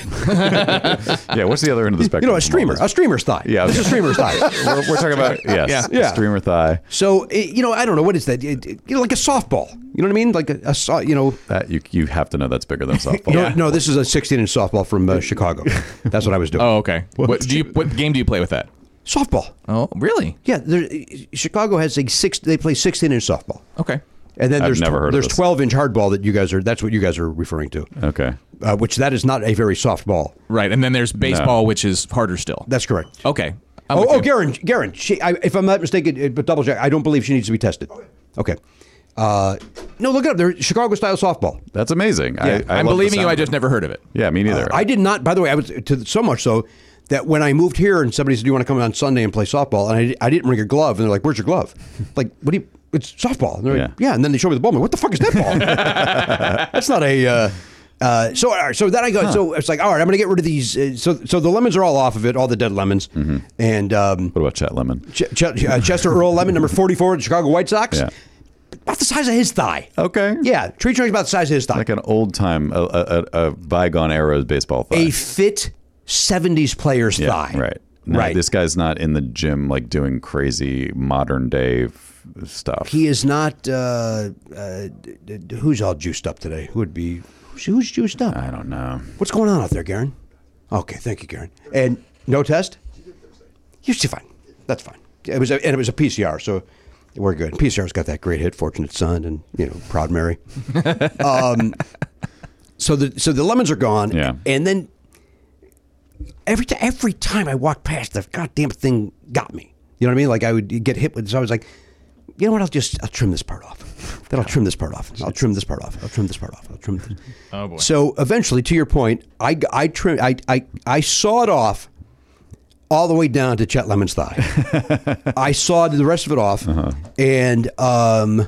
Speaker 7: Yeah, what's the other end of the
Speaker 2: you
Speaker 7: spectrum?
Speaker 2: know, a
Speaker 7: from all
Speaker 2: streamer,
Speaker 7: this?
Speaker 2: a streamer's thigh.
Speaker 7: Yeah,
Speaker 2: this
Speaker 7: okay.
Speaker 2: is a streamer's thigh.
Speaker 7: We're, we're talking about yes,
Speaker 8: Yeah.
Speaker 2: Yeah.
Speaker 7: streamer thigh.
Speaker 2: So it, you know, I don't know what is that. It, it- you know, like a softball. You know what I mean? Like a, a so- you know.
Speaker 7: That you you have to know that's bigger than softball.
Speaker 2: No, no, this is a 16-inch softball from uh, Chicago. That's what I was doing.
Speaker 8: Oh, okay. What do you? What game do you play with that?
Speaker 2: Softball.
Speaker 8: Oh, really?
Speaker 2: Yeah, there, Chicago has a six. They play 16-inch softball.
Speaker 8: Okay.
Speaker 2: And then
Speaker 7: I've
Speaker 2: there's
Speaker 7: never heard of
Speaker 2: there's
Speaker 7: this.
Speaker 2: 12-inch hardball that you guys are. That's what you guys are referring to,
Speaker 7: Okay,
Speaker 2: uh, which that is not a very soft ball.
Speaker 8: Right. And then there's baseball, which is harder still.
Speaker 2: That's correct.
Speaker 8: okay. I'm
Speaker 2: Oh,
Speaker 8: with
Speaker 2: oh,
Speaker 8: you.
Speaker 2: Garen, Garen. She, I, if I'm not mistaken, uh, but double check. I don't believe she needs to be tested. Okay. Uh, no, look it up. There, Chicago style softball.
Speaker 7: that's amazing.
Speaker 8: Yeah,
Speaker 7: I, I
Speaker 8: I'm
Speaker 7: love the
Speaker 8: believing you.
Speaker 7: sound
Speaker 8: I
Speaker 7: of
Speaker 8: just
Speaker 7: it.
Speaker 8: never heard of it.
Speaker 7: Yeah, me neither.
Speaker 2: Uh, I did not. By the way, I was to the, so much so that when I moved here and somebody said, "Do you want to come on Sunday and play softball?" and I, I didn't bring a glove, and they're like, "Where's your glove?" like, what do you? It's softball. And they're like,
Speaker 7: Yeah.
Speaker 2: yeah. And then they show me the ball. I'm like, what the fuck is that ball? That's not a. Uh, uh, so, all right, so then I go. So it's like, all right, I'm going to get rid of these. Uh, so, so the lemons are all off of it, all the dead lemons,
Speaker 7: Mm-hmm.
Speaker 2: and um,
Speaker 7: what about Chet Lemon?
Speaker 2: Ch- Ch- uh, Chester Earl Lemon, number 44, the Chicago White Sox.
Speaker 7: Yeah.
Speaker 2: About the size of his thigh.
Speaker 7: Okay.
Speaker 2: Yeah, tree trunk's about the size of his thigh.
Speaker 7: Like an old time, a, a, a- a bygone era baseball thigh.
Speaker 2: a fit 70s player's
Speaker 7: yeah,
Speaker 2: thigh.
Speaker 7: Right. No,
Speaker 2: Right.
Speaker 7: This guy's not in the gym like doing crazy modern day f- stuff.
Speaker 2: He is not. Uh, uh, d- d- who's all juiced up today? Who would be? Who's, who's juiced up?
Speaker 7: I don't know.
Speaker 2: What's going on out there, Garen? Okay, thank you, Garen. And no test? You're still fine. That's fine. It was a, and it was a PCR, so we're good. PCR's got that great hit, "Fortunate Son," and you know, "Proud Mary." um, so the so the lemons are gone.
Speaker 7: Yeah.
Speaker 2: And then every time every time I walked past, the goddamn thing got me. You know what I mean? Like I would get hit with. So I was like, you know what? I'll just I'll trim this part off. Then I'll trim this part off. I'll trim this part off. I'll trim this part off. I'll trim. This. Oh boy. So eventually, to your point, I I trim I I I sawed off all the way down to Chet Lemon's thigh. I sawed the rest of it off,
Speaker 7: Uh-huh.
Speaker 2: and um, uh,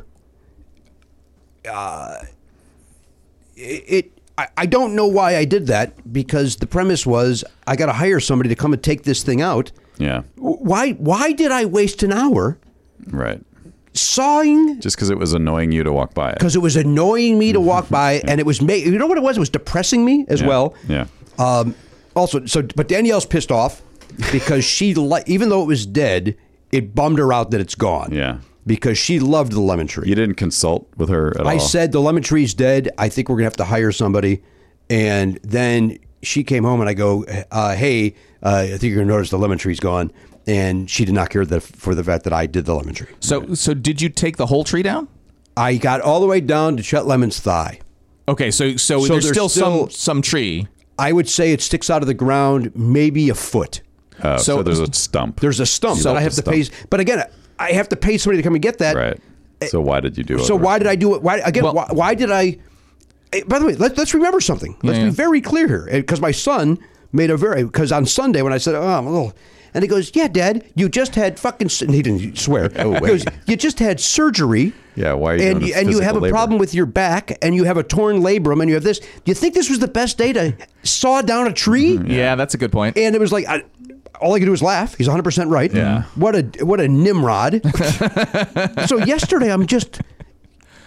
Speaker 2: it. it I, I don't know why I did that because the premise was I got to hire somebody to come and take this thing out.
Speaker 7: Yeah.
Speaker 2: W- Why? Why did I waste an hour
Speaker 7: Right.
Speaker 2: sawing
Speaker 7: Just because it was annoying you to walk by it.
Speaker 2: because it was annoying me to walk by, and it was ma- you know what it was? It was depressing me as
Speaker 7: Yeah.
Speaker 2: well.
Speaker 7: Yeah.
Speaker 2: Um, also, so but Danielle's pissed off because she li- even though it was dead, it bummed her out that it's gone.
Speaker 7: Yeah.
Speaker 2: because she loved the lemon tree.
Speaker 7: You didn't consult with her at all.
Speaker 2: I said the lemon tree's dead. I think we're gonna have to hire somebody. And then she came home, and I go, uh, "Hey, uh, I think you're gonna notice the lemon tree's gone." And she did not care that for the fact that I did the lemon tree.
Speaker 8: So so did you take the whole tree down?
Speaker 2: I got all the way down to Chet Lemon's thigh.
Speaker 8: Okay, so so,
Speaker 2: So
Speaker 8: there's,
Speaker 2: there's
Speaker 8: still,
Speaker 2: still-
Speaker 8: some some tree.
Speaker 2: I would say it sticks out of the ground maybe a foot.
Speaker 7: Oh, so,
Speaker 8: so-
Speaker 7: there's a stump.
Speaker 2: There's a stump
Speaker 7: So
Speaker 2: that I have to
Speaker 7: the
Speaker 2: pay. But again, I have to pay somebody to come and get that.
Speaker 7: right. So why did you do it?
Speaker 2: Eh, So why did I do it? Why again?
Speaker 8: Well-
Speaker 2: why, why did I? Eh, By the way, let, let's remember something. Let's
Speaker 8: Yeah,
Speaker 2: be
Speaker 8: yeah.
Speaker 2: very clear here, because my son made a very because on Sunday when I said, "Oh, I'm a little," and he goes, "Yeah, Dad, you just had fucking," s-" and he didn't swear. oh, wait. "You just had surgery."
Speaker 7: Yeah, why are you
Speaker 2: and
Speaker 7: doing
Speaker 2: you,
Speaker 7: a
Speaker 2: and you
Speaker 7: physical
Speaker 2: have a
Speaker 7: labor?
Speaker 2: problem with your back, and you have a torn labrum, and you have this. Do you think this was the best day to saw down a tree?
Speaker 7: Mm-hmm.
Speaker 8: Yeah, that's a good point.
Speaker 2: and it was like I, all I could do was laugh. He's 100 percent right.
Speaker 7: Yeah.
Speaker 2: What a what a nimrod. so yesterday I'm just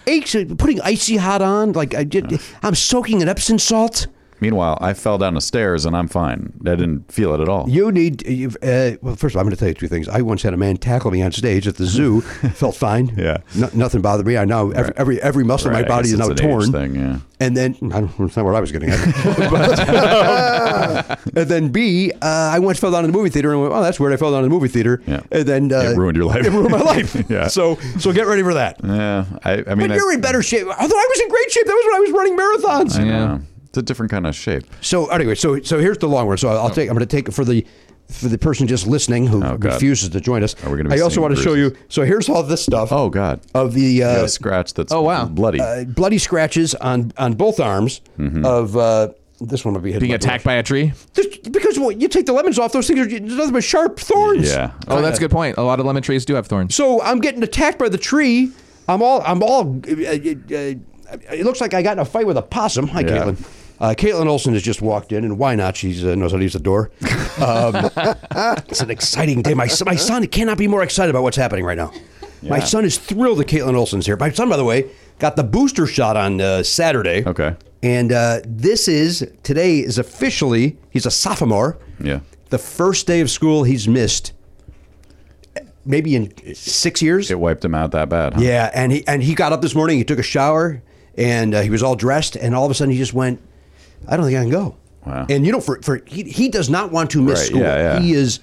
Speaker 2: aches, putting icy hot on. Like I did, I'm soaking in Epsom salt.
Speaker 7: Meanwhile, I fell down the stairs and I'm fine. I didn't feel it at all.
Speaker 2: You need. you've, Uh, well, first of all, I'm going to tell you two things. I once had a man tackle me on stage at the zoo. Felt fine.
Speaker 7: Yeah.
Speaker 2: No, nothing bothered me. I now every every, every muscle
Speaker 7: Right,
Speaker 2: in
Speaker 7: I
Speaker 2: my body
Speaker 7: guess
Speaker 2: is now
Speaker 7: it's an
Speaker 2: torn.
Speaker 7: age thing, yeah.
Speaker 2: And then I don't that's not what I was getting at. But- and then B, uh, I once fell down in the movie theater and went, oh, that's weird. I fell down in the movie theater.
Speaker 7: Yeah.
Speaker 2: And then uh,
Speaker 7: It ruined your life.
Speaker 2: It ruined my life.
Speaker 7: Yeah.
Speaker 2: So so get ready for that.
Speaker 7: yeah. I, I mean,
Speaker 2: but you're
Speaker 7: I,
Speaker 2: in better shape. Although I was in great shape. That was when I was running marathons.
Speaker 7: yeah. It's a different kind of shape.
Speaker 2: So anyway, so so here's the long one. So
Speaker 7: Oh.
Speaker 2: I'll take. I'm going to take it for the for the person just listening who
Speaker 7: God.
Speaker 2: refuses to join us.
Speaker 7: Are we gonna be
Speaker 2: I also
Speaker 7: seeing
Speaker 2: want to show you.
Speaker 7: bruises?
Speaker 2: So here's all this stuff.
Speaker 7: Oh, God.
Speaker 2: Of the
Speaker 7: I
Speaker 2: uh,
Speaker 7: got a scratch that's
Speaker 8: Oh, wow.
Speaker 7: bloody.
Speaker 2: uh, bloody scratches on on both arms
Speaker 7: Mm-hmm.
Speaker 2: of uh, this one would be hit
Speaker 8: Being
Speaker 2: by-
Speaker 8: attacked by a tree.
Speaker 2: This- because well, you take the lemons off; those things are there's nothing but sharp thorns.
Speaker 7: yeah.
Speaker 8: Oh, that's a good point. A lot of lemon trees do have thorns.
Speaker 2: So I'm getting attacked by the tree. I'm all. I'm all. Uh, uh, uh, it looks like I got in a fight with a possum. Hi,
Speaker 7: Yeah.
Speaker 2: Caitlin. Uh, Caitlin Olson has just walked in, and why not? She uh, knows how to use the door. Um, it's an exciting day. My, son- my son cannot be more excited about what's happening right now. My son is thrilled that Caitlin Olson's here. My son, by the way, got the booster shot on uh, Saturday.
Speaker 7: Okay.
Speaker 2: And uh, this is today is officially he's a sophomore.
Speaker 7: Yeah.
Speaker 2: The first day of school he's missed, maybe in six years.
Speaker 7: It wiped him out that bad. Huh?
Speaker 2: Yeah, and he and he got up this morning. He took a shower, and uh, he was all dressed. And all of a sudden, he just went, "I don't think I can go."
Speaker 7: Wow.
Speaker 2: And you know, for for he, he does not want to miss
Speaker 7: Right,
Speaker 2: school.
Speaker 7: yeah, yeah.
Speaker 2: He is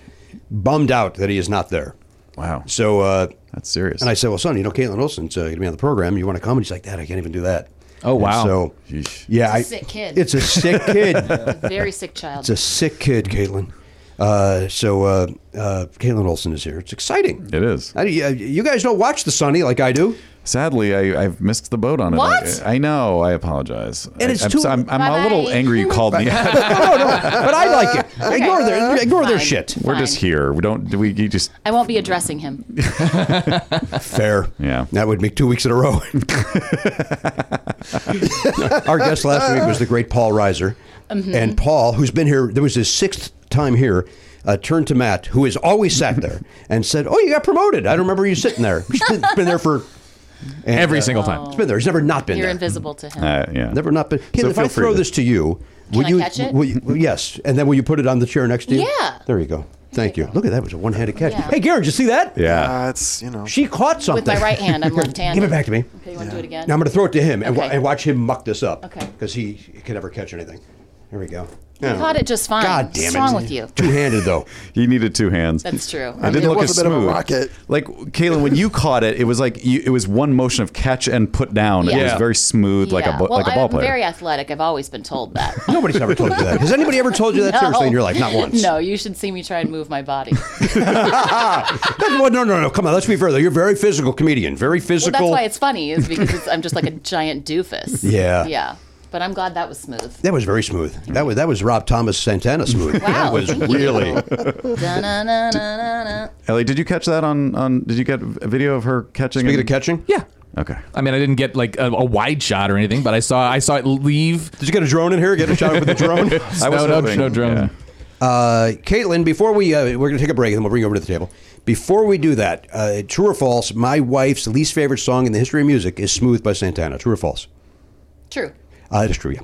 Speaker 2: bummed out that he is not there.
Speaker 7: Wow.
Speaker 2: So uh,
Speaker 7: That's serious.
Speaker 2: and I said, "Well, son, you know, Caitlin Olsen's uh, going to be on the program. You want to come?" And he's like, "Dad, I can't even do that."
Speaker 8: Oh,
Speaker 2: And
Speaker 8: wow.
Speaker 2: so
Speaker 7: Yeesh.
Speaker 2: yeah,
Speaker 9: It's a
Speaker 2: I-
Speaker 9: sick kid.
Speaker 2: It's a sick kid.
Speaker 9: Very sick child.
Speaker 2: It's a sick kid, Caitlin. Uh, so uh, uh, Caitlin Olsen is here. It's exciting.
Speaker 7: It is.
Speaker 2: I, you- you guys don't watch the Sunny like I do.
Speaker 7: Sadly, I, I've missed the boat on it.
Speaker 9: What?
Speaker 7: I, I know. I apologize.
Speaker 2: And
Speaker 7: I,
Speaker 2: it's
Speaker 7: I'm,
Speaker 2: too-
Speaker 7: so- I'm, I'm a
Speaker 9: Bye-bye.
Speaker 7: little angry you called me.
Speaker 2: no, no, no, but I like it. Ignore their ignore their
Speaker 9: Fine.
Speaker 2: shit.
Speaker 7: We're just
Speaker 9: Fine.
Speaker 7: here. We don't. do We you just.
Speaker 9: I won't be addressing him.
Speaker 2: Fair.
Speaker 7: Yeah.
Speaker 2: That would make two weeks in a row. Our guest last week was the great Paul Reiser.
Speaker 9: Mm-hmm.
Speaker 2: And Paul, who's been here, there was his sixth time here, uh, turned to Matt, who has always sat there, and said, Oh, you got promoted. I don't remember you sitting there. He's been, been there for. and,
Speaker 8: Every
Speaker 2: uh,
Speaker 8: single time.
Speaker 2: He's been there. He's never not been
Speaker 9: You're
Speaker 2: there.
Speaker 9: invisible to him.
Speaker 7: Uh, yeah.
Speaker 2: Never not been. Caitlin, if
Speaker 7: feel
Speaker 2: I
Speaker 7: free
Speaker 2: throw
Speaker 7: to-
Speaker 2: this to you,
Speaker 9: Can I
Speaker 2: you,
Speaker 9: catch it?
Speaker 2: will you- Yes. And then will you put it on the chair next to you?
Speaker 9: Yeah.
Speaker 2: There you go. Thank you. Look at that. It was a one-handed catch.
Speaker 9: Yeah.
Speaker 2: Hey, Gary, did you see that?
Speaker 7: Yeah.
Speaker 6: Uh, it's you know.
Speaker 2: She caught something.
Speaker 9: With my right hand, I'm left-handed.
Speaker 2: Give it back to me.
Speaker 9: Okay, you want to do it again?
Speaker 2: Now I'm going to throw it to him and, wa-
Speaker 9: Okay.
Speaker 2: and watch him muck this up.
Speaker 9: Okay.
Speaker 2: Because he can never catch anything. Here we go.
Speaker 9: You caught it just fine.
Speaker 2: God damn
Speaker 9: What's
Speaker 2: it.
Speaker 9: wrong with you?
Speaker 2: Two-handed though.
Speaker 7: He needed two hands.
Speaker 9: That's true.
Speaker 7: It didn't
Speaker 6: It
Speaker 7: look
Speaker 6: was
Speaker 7: as
Speaker 6: a bit of a
Speaker 7: smooth.
Speaker 6: rocket.
Speaker 7: Like Caitlin, when you caught it, it was like you, it was one motion of catch and put down. It was
Speaker 9: Yeah.
Speaker 7: very smooth, like a
Speaker 9: Yeah.
Speaker 7: bu-
Speaker 9: well,
Speaker 7: like a ball
Speaker 9: I'm
Speaker 7: player.
Speaker 9: very athletic. I've always been told that.
Speaker 2: Nobody's ever told you that. Has anybody ever told you that seriously in your life? Not once.
Speaker 9: No, you should see me try and move my body.
Speaker 2: That's- well, no, no, no. Come on. Let's be fair though. You're a very physical comedian. Very
Speaker 9: well,
Speaker 2: physical.
Speaker 9: that's why it's funny, is because it's, I'm just like a giant doofus.
Speaker 2: Yeah.
Speaker 9: Yeah. But I'm glad that was smooth.
Speaker 2: that was very smooth. That was that was Rob Thomas Santana smooth. That
Speaker 9: Wow,
Speaker 2: was
Speaker 9: thank you.
Speaker 2: really.
Speaker 9: Da-na-na-na-na-na.
Speaker 7: Ellie, did you catch that on on? Did you get a video of her catching?
Speaker 2: Speaking
Speaker 7: and-
Speaker 2: of catching,
Speaker 8: Yeah.
Speaker 7: Okay.
Speaker 8: I mean, I didn't get like a, a wide shot or anything, but I saw I saw it leave.
Speaker 2: did you get a drone in here? Get a shot with a drone.
Speaker 7: I was
Speaker 8: no, no,
Speaker 7: hoping-
Speaker 8: no drone.
Speaker 7: yeah.
Speaker 2: Uh, Caitlin, before we uh, we're going to take a break and then we'll bring you over to the table. Before we do that, uh, true or false? My wife's least favorite song in the history of music is "Smooth" by Santana. True or false?
Speaker 9: True.
Speaker 2: Uh, it is true. Yeah,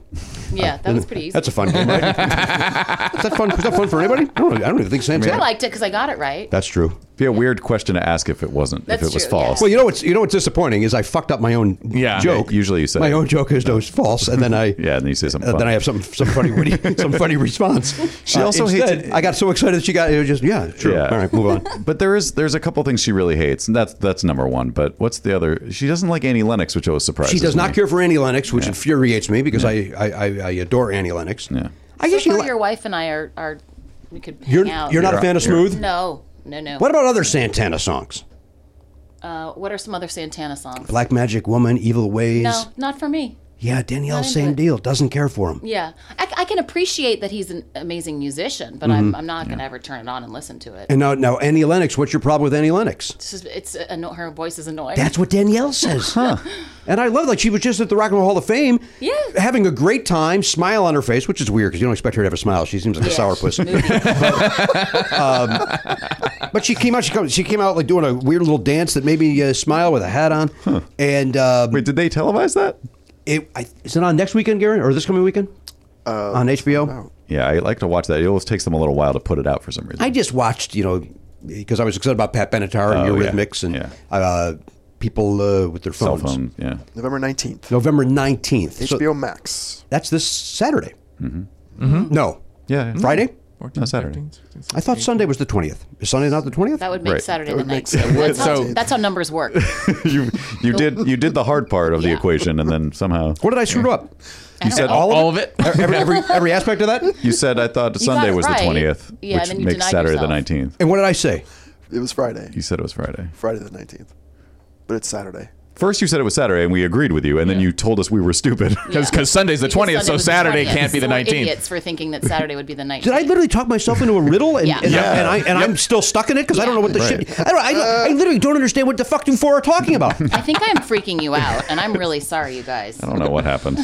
Speaker 9: Yeah, that was pretty easy.
Speaker 2: that's a fun game, right? is that fun? Is that fun for anybody? I don't, know. I don't even think Santana.
Speaker 9: I liked it because I got it right.
Speaker 2: That's true.
Speaker 7: Be a weird question to ask if it wasn't
Speaker 9: That's
Speaker 7: if it was
Speaker 9: true,
Speaker 7: false.
Speaker 2: Well, you know what's you know what's disappointing is I fucked up my own
Speaker 8: Yeah.
Speaker 2: joke.
Speaker 7: Yeah, usually you say
Speaker 2: my
Speaker 7: it.
Speaker 2: own joke is no, it's false, and then I
Speaker 7: Yeah, and then you say something
Speaker 2: uh, then
Speaker 7: funny.
Speaker 2: I have some some funny witty, some funny response. She
Speaker 7: also hates it.
Speaker 2: I got so excited that she got it was just yeah true.
Speaker 7: Uh, Yeah.
Speaker 2: All right, move on.
Speaker 7: But there is there's a couple things she really hates, and that's that's number one. But what's the other? She doesn't like Annie Lennox, which always surprises.
Speaker 2: She does not
Speaker 7: me.
Speaker 2: care for Annie Lennox, which infuriates me because I, I, I, I adore Annie Lennox.
Speaker 7: Yeah.
Speaker 2: I guess you
Speaker 9: Somehow
Speaker 2: li-
Speaker 9: your wife and I are, are we could hang
Speaker 2: you're,
Speaker 9: out.
Speaker 2: you're not a fan of Smooth?
Speaker 9: No, no, no.
Speaker 2: What about other Santana songs?
Speaker 9: uh, what are some other Santana songs?
Speaker 2: Black Magic Woman, Evil Ways.
Speaker 9: No, not for me.
Speaker 2: Yeah, Danielle,
Speaker 9: into
Speaker 2: same
Speaker 9: it.
Speaker 2: deal. Doesn't care for him.
Speaker 9: Yeah, I, I can appreciate that he's an amazing musician, but I'm, I'm not going to ever turn it on and listen to it.
Speaker 2: Mm-hmm. And now, now Annie Lennox, what's your problem with Annie Lennox?
Speaker 9: it's just, it's uh, anno- her voice is annoying.
Speaker 2: That's what Danielle says. And I love like she was just at the Rock and Roll Hall of Fame,
Speaker 9: Yeah.
Speaker 2: having a great time, smile on her face, which is weird because you don't expect her to have a smile. She seems like a
Speaker 9: Yeah,
Speaker 2: sour puss.
Speaker 9: she's
Speaker 2: But she came out. She, come, she came out like doing a weird little dance that made me uh, smile with a hat on. And um,
Speaker 7: Wait, did they televise that?
Speaker 2: it I, is it on next weekend, Gary, or this coming weekend on HBO?
Speaker 7: Yeah, I like to watch that. It always takes them a little while to put it out for some reason.
Speaker 2: I just watched, you know, because I was excited about Pat Benatar and
Speaker 7: Oh, yeah.
Speaker 2: Eurythmics and
Speaker 7: Yeah.
Speaker 2: uh, people uh, with their
Speaker 7: Cell
Speaker 2: phones.
Speaker 7: phone. Yeah.
Speaker 6: November nineteenth.
Speaker 2: November nineteenth.
Speaker 6: HBO Max.
Speaker 2: that's this Saturday. Mm-hmm. No,
Speaker 7: Yeah.
Speaker 8: Mm.
Speaker 7: yeah.
Speaker 2: Friday.
Speaker 7: No, Saturday.
Speaker 2: I thought Sunday was the twentieth. Is Sunday not the twentieth?
Speaker 9: That would make
Speaker 7: Right.
Speaker 9: Saturday the
Speaker 6: would make
Speaker 9: night. That's, how,
Speaker 8: So-
Speaker 9: that's how numbers work.
Speaker 7: you you did you did the hard part of the
Speaker 9: Yeah.
Speaker 7: equation, and then somehow
Speaker 2: What did I screw up?
Speaker 7: you said
Speaker 8: All, all of it.
Speaker 2: Every, every, every aspect of that.
Speaker 7: You said I thought Sunday
Speaker 9: it
Speaker 7: was
Speaker 9: right.
Speaker 7: the twentieth,
Speaker 9: Yeah, and
Speaker 7: which
Speaker 9: then you
Speaker 7: makes
Speaker 9: denied
Speaker 7: Saturday the
Speaker 9: yourself.
Speaker 7: nineteenth.
Speaker 2: And what did I say?
Speaker 6: It was Friday.
Speaker 7: You said it was Friday.
Speaker 6: Friday the nineteenth, but it's Saturday.
Speaker 7: First, you said it was Saturday, and we agreed with you, and then you told us we were stupid.
Speaker 8: Because Sunday's the
Speaker 9: Because
Speaker 8: twentieth,
Speaker 9: Sunday
Speaker 8: so
Speaker 9: was the
Speaker 8: Saturday
Speaker 9: 20th,
Speaker 8: can't be the
Speaker 9: so we're
Speaker 8: nineteenth.
Speaker 9: Idiots for thinking that Saturday would be the nineteenth.
Speaker 2: Did I literally talk myself into a riddle and,
Speaker 9: Yeah.
Speaker 2: and,
Speaker 8: Yeah.
Speaker 2: I, and, I, am still stuck in it because I don't know what the
Speaker 7: Right.
Speaker 2: shit. I, don't, I, I
Speaker 8: Uh,
Speaker 2: literally don't understand what the fuck you four are talking about.
Speaker 9: I think I'm freaking you out, and I'm really sorry, you guys.
Speaker 7: I don't know what happened.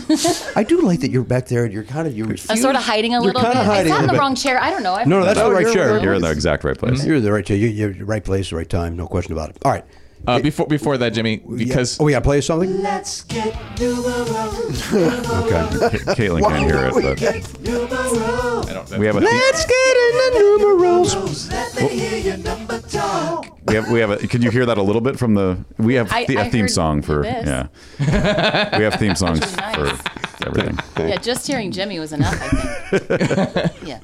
Speaker 2: I do like that you're back there and you're kind of you're.
Speaker 9: I'm sort of hiding a little
Speaker 2: kinda
Speaker 9: bit. I
Speaker 2: hiding a
Speaker 9: sat in the
Speaker 2: bit.
Speaker 9: wrong chair. I don't know. I
Speaker 2: No, no, that's
Speaker 7: No,
Speaker 2: the right
Speaker 7: Oh, you're-
Speaker 2: chair.
Speaker 7: You're in the exact right place.
Speaker 2: You're in the right chair. You- You're, the right place, right time. No question about it. All right.
Speaker 8: Uh, before before that, Jimmy, because
Speaker 2: oh yeah, play us something.
Speaker 10: Let's get numero,
Speaker 9: Mm-hmm.
Speaker 7: Ca- Caitlin
Speaker 6: Why
Speaker 7: can't hear
Speaker 6: don't we
Speaker 7: it,
Speaker 6: get-
Speaker 10: numero.
Speaker 8: I don't,
Speaker 7: but we have a
Speaker 2: Let's get in the numerals.
Speaker 10: Let me hear your number talk.
Speaker 7: we have we have a. Can you hear that a little bit from the? We have
Speaker 9: I-
Speaker 7: the-
Speaker 9: I
Speaker 7: a theme
Speaker 9: heard
Speaker 7: song for
Speaker 9: this.
Speaker 7: yeah. we have theme songs
Speaker 9: Nice.
Speaker 7: for everything.
Speaker 9: Yeah, just hearing Jimmy was enough. I think. yeah.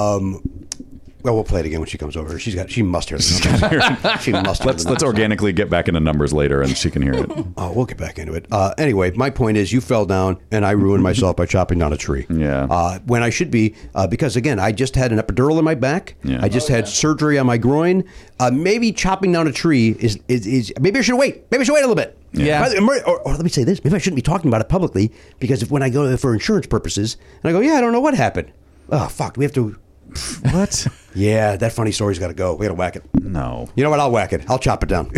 Speaker 2: Well, we'll play it again when she comes over. She's got. She must hear the numbers. she must. Hear
Speaker 7: Let's
Speaker 2: the
Speaker 7: let's
Speaker 2: numbers.
Speaker 7: organically get back into numbers later, and she can hear it.
Speaker 2: Oh, we'll get back into it. Uh, anyway, my point is, you fell down, and I ruined myself by chopping down a tree.
Speaker 7: Yeah.
Speaker 2: Uh, when I should be, uh, because again, I just had an epidural in my back.
Speaker 7: Yeah.
Speaker 2: I just had surgery on my groin. Uh, maybe chopping down a tree is, is is maybe I should wait. Maybe I should wait a little bit.
Speaker 8: Yeah.
Speaker 2: By the- Or, or let me say this: maybe I shouldn't be talking about it publicly because if when I go for insurance purposes and I go, yeah, I don't know what happened. Oh fuck, we have to.
Speaker 7: What?
Speaker 2: Yeah, that funny story's got to go. We got to whack it.
Speaker 7: No.
Speaker 2: You know what? I'll whack it. I'll chop it down.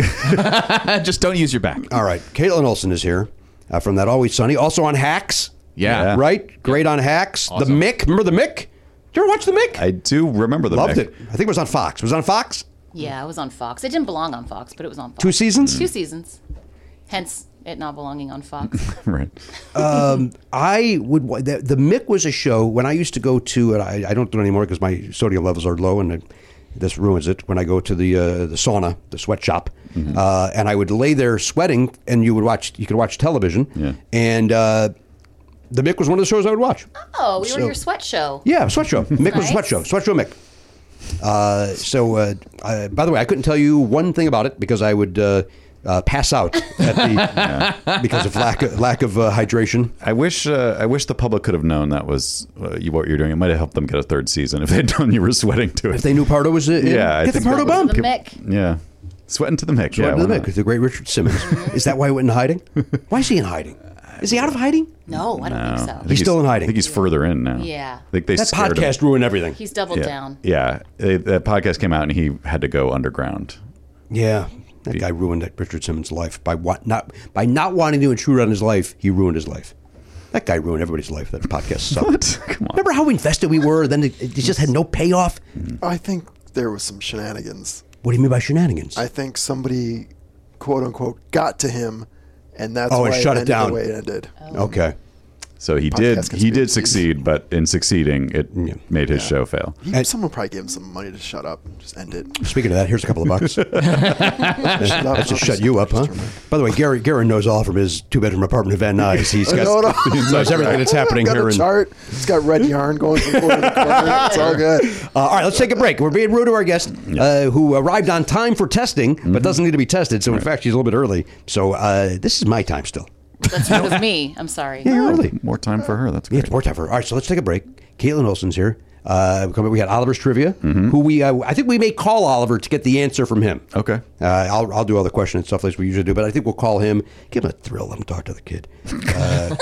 Speaker 8: just don't use your back.
Speaker 2: All right, Caitlin Olson is here uh, from that Always Sunny, also on Hacks.
Speaker 8: Yeah. Yeah.
Speaker 2: right. Great on Hacks.
Speaker 8: Awesome.
Speaker 2: The Mick. Remember the Mick? Did you ever watch the Mick?
Speaker 7: I do remember the
Speaker 2: loved
Speaker 7: Mick.
Speaker 2: it. I think it was on Fox. Was it on Fox?
Speaker 9: Yeah, I was on Fox. It didn't belong on Fox, but it was on Fox.
Speaker 2: Two seasons?
Speaker 9: Two seasons. Hence, it not belonging on Fox.
Speaker 7: right.
Speaker 2: um, I would. wa- The, the Mick was a show when I used to go to, and I, I don't do it anymore because my sodium levels are low, and it, this ruins it. When I go to the uh, the sauna, the sweatshop, uh, and I would lay there sweating, and you would watch. You could watch television,
Speaker 7: Yeah.
Speaker 2: and uh, the Mick was one of the shows I would watch.
Speaker 9: oh, we were
Speaker 2: So-
Speaker 9: your sweat show.
Speaker 2: Yeah, sweat show. Mick was a sweat
Speaker 9: Nice.
Speaker 2: show. Sweat show Mick. Uh, so, uh, uh, by the way, I couldn't tell you one thing about it because I would uh, uh, pass out at the, because of lack of, lack of uh, hydration.
Speaker 7: I wish uh, I wish the public could have known that was uh, you, what you're doing. It might have helped them get a third season if they'd known you were sweating to it.
Speaker 2: If they knew Pardo was in,
Speaker 7: yeah, I
Speaker 2: get the
Speaker 7: think that
Speaker 2: Pardo
Speaker 7: would-
Speaker 2: bump.
Speaker 9: The Mick.
Speaker 7: Yeah, sweating to the mic.
Speaker 2: Went
Speaker 7: yeah,
Speaker 2: to
Speaker 7: why
Speaker 2: the
Speaker 7: not?
Speaker 2: Mick with the great Richard Simmons. Is that why he went in hiding? Why is he in hiding? Is he out of hiding?
Speaker 9: No, I don't
Speaker 7: No, I
Speaker 9: think so.
Speaker 7: think
Speaker 2: He's still in hiding.
Speaker 7: I think he's further in now.
Speaker 9: Yeah.
Speaker 7: I think they
Speaker 2: That
Speaker 7: scared him.
Speaker 2: podcast ruined everything.
Speaker 9: He's doubled
Speaker 7: Yeah.
Speaker 9: down.
Speaker 7: Yeah, They- that podcast came out and he had to go underground.
Speaker 2: Yeah, that guy ruined that Richard Simmons' life by what not by not wanting to intrude on his life. He ruined his life. That guy ruined everybody's life. That podcast sucked.
Speaker 7: Come on.
Speaker 2: Remember how invested we were? Then it, it just had no payoff.
Speaker 6: I think there was some shenanigans.
Speaker 2: What do you mean by shenanigans?
Speaker 6: I think somebody, quote unquote, got to him, and that's
Speaker 2: Oh,
Speaker 6: why
Speaker 2: and shut it
Speaker 6: ended
Speaker 2: down.
Speaker 6: the way it ended.
Speaker 2: okay.
Speaker 7: So he did. He did
Speaker 6: conspiracies.
Speaker 7: succeed, but in succeeding, it
Speaker 2: Yeah.
Speaker 7: made his show fail.
Speaker 6: He-
Speaker 2: And-
Speaker 6: someone probably gave him some money to shut up and just end it.
Speaker 2: Speaking of that, here's a couple of bucks.
Speaker 6: Shut up,
Speaker 2: That should
Speaker 6: I'll
Speaker 2: shut
Speaker 6: just-
Speaker 2: you up, huh? By the way, Gary Gary knows all from his two bedroom apartment in Van Nuys. He's got
Speaker 6: No, no.
Speaker 2: he knows everything that's happening
Speaker 6: got
Speaker 2: here.
Speaker 6: a
Speaker 2: in-
Speaker 6: chart. It's got red yarn going from corner to corner. It's all good.
Speaker 2: Uh, all right, let's take a break. We're being rude to our guest uh, who arrived on time for testing,
Speaker 6: Mm-hmm.
Speaker 2: but doesn't need to be tested. So, in fact, she's a little bit early. So, uh, this is my time still.
Speaker 9: That's it was me. I'm sorry.
Speaker 2: Yeah, you're early.
Speaker 7: More time for her. That's
Speaker 2: Yeah,
Speaker 7: great.
Speaker 2: it's more time for her. All right, so let's take a break. Caitlin Olsen's here. Uh, we come back- we had Oliver's trivia,
Speaker 7: Mm-hmm.
Speaker 2: who we uh, I think we may call Oliver to get the answer from him.
Speaker 7: Okay.
Speaker 2: uh, I'll, I'll do all the question and stuff like we usually do, but I think we'll call him, give him a thrill, let him talk to the kid. Uh,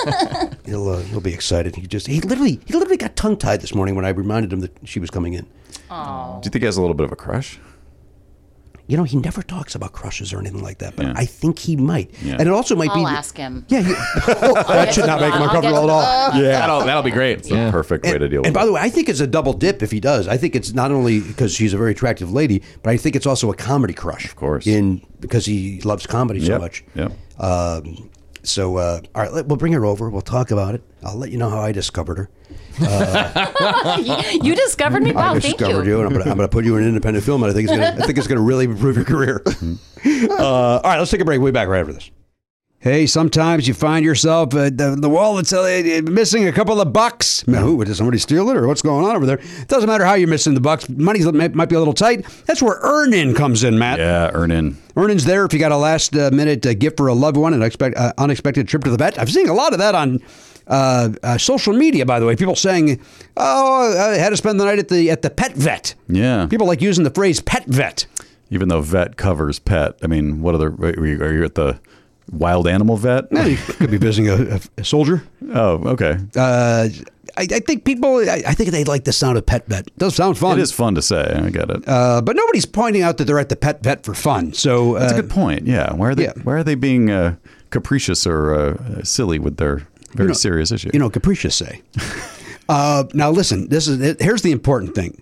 Speaker 2: he'll uh, he'll be excited. He just he literally he literally got tongue tied this morning when I reminded him that she was coming in.
Speaker 7: Do you think he has a little bit of a crush?
Speaker 2: You know, he never talks about crushes or anything like that, but
Speaker 7: Yeah.
Speaker 2: I think he might,
Speaker 7: Yeah.
Speaker 2: and it also might be.
Speaker 9: I'll ask him.
Speaker 2: Yeah, you, that should not make him
Speaker 9: I'll get
Speaker 2: uncomfortable at all.
Speaker 9: the-
Speaker 8: Yeah, that'll that'll be great. Yeah.
Speaker 7: Perfect way to deal with.
Speaker 2: And by
Speaker 7: it.
Speaker 2: the way, I think it's a double dip if he does. I think it's not only because she's a very attractive lady, but I think it's also a comedy crush, of
Speaker 7: course.
Speaker 2: in because he loves comedy so
Speaker 7: Yep,
Speaker 2: much.
Speaker 7: yep.
Speaker 2: Um, so uh, all right, let, we'll bring her over. We'll talk about it. I'll let you know how I discovered her.
Speaker 9: you, you discovered me. Wow,
Speaker 2: I
Speaker 9: thank
Speaker 2: discovered
Speaker 9: you.
Speaker 2: you, and I'm gonna, I'm gonna put you in an independent film. And I think it's gonna, I think it's gonna really improve your career. uh, all right, let's take a break. We'll be back right after this.
Speaker 1: Mm-hmm. Hey, sometimes you find yourself uh, the, the wallet's uh, uh, missing a couple of bucks. Man, who, did somebody steal it or what's going on over there? Doesn't matter how you're missing the bucks. Money might might be a little tight. That's where earn in comes in, Matt.
Speaker 7: yeah, earn in.
Speaker 1: Earnings there if you got a last uh, minute uh, gift for a loved one, an expect, uh, unexpected trip to the vet. I've seen a lot of that on uh, uh, social media, by the way. People saying, "Oh, I had to spend the night at the at the pet vet."
Speaker 7: Yeah.
Speaker 1: people like using the phrase "pet vet."
Speaker 7: Even though vet covers pet, I mean, what other? Are you, are you at the wild animal vet?
Speaker 1: Eh, you could be visiting a, a- a soldier.
Speaker 7: oh, okay.
Speaker 1: Uh, I, I think people. I, I think they like the sound of pet vet. Does sound fun.
Speaker 7: it is fun to say. I get it.
Speaker 1: Uh, but nobody's pointing out that they're at the pet vet for fun. So uh,
Speaker 7: That's a good point. Yeah. Why are they?
Speaker 1: yeah.
Speaker 7: Why are they being uh, capricious or uh, silly with their very serious issue?
Speaker 1: you know, capricious say. uh, now listen, this is here's the important thing.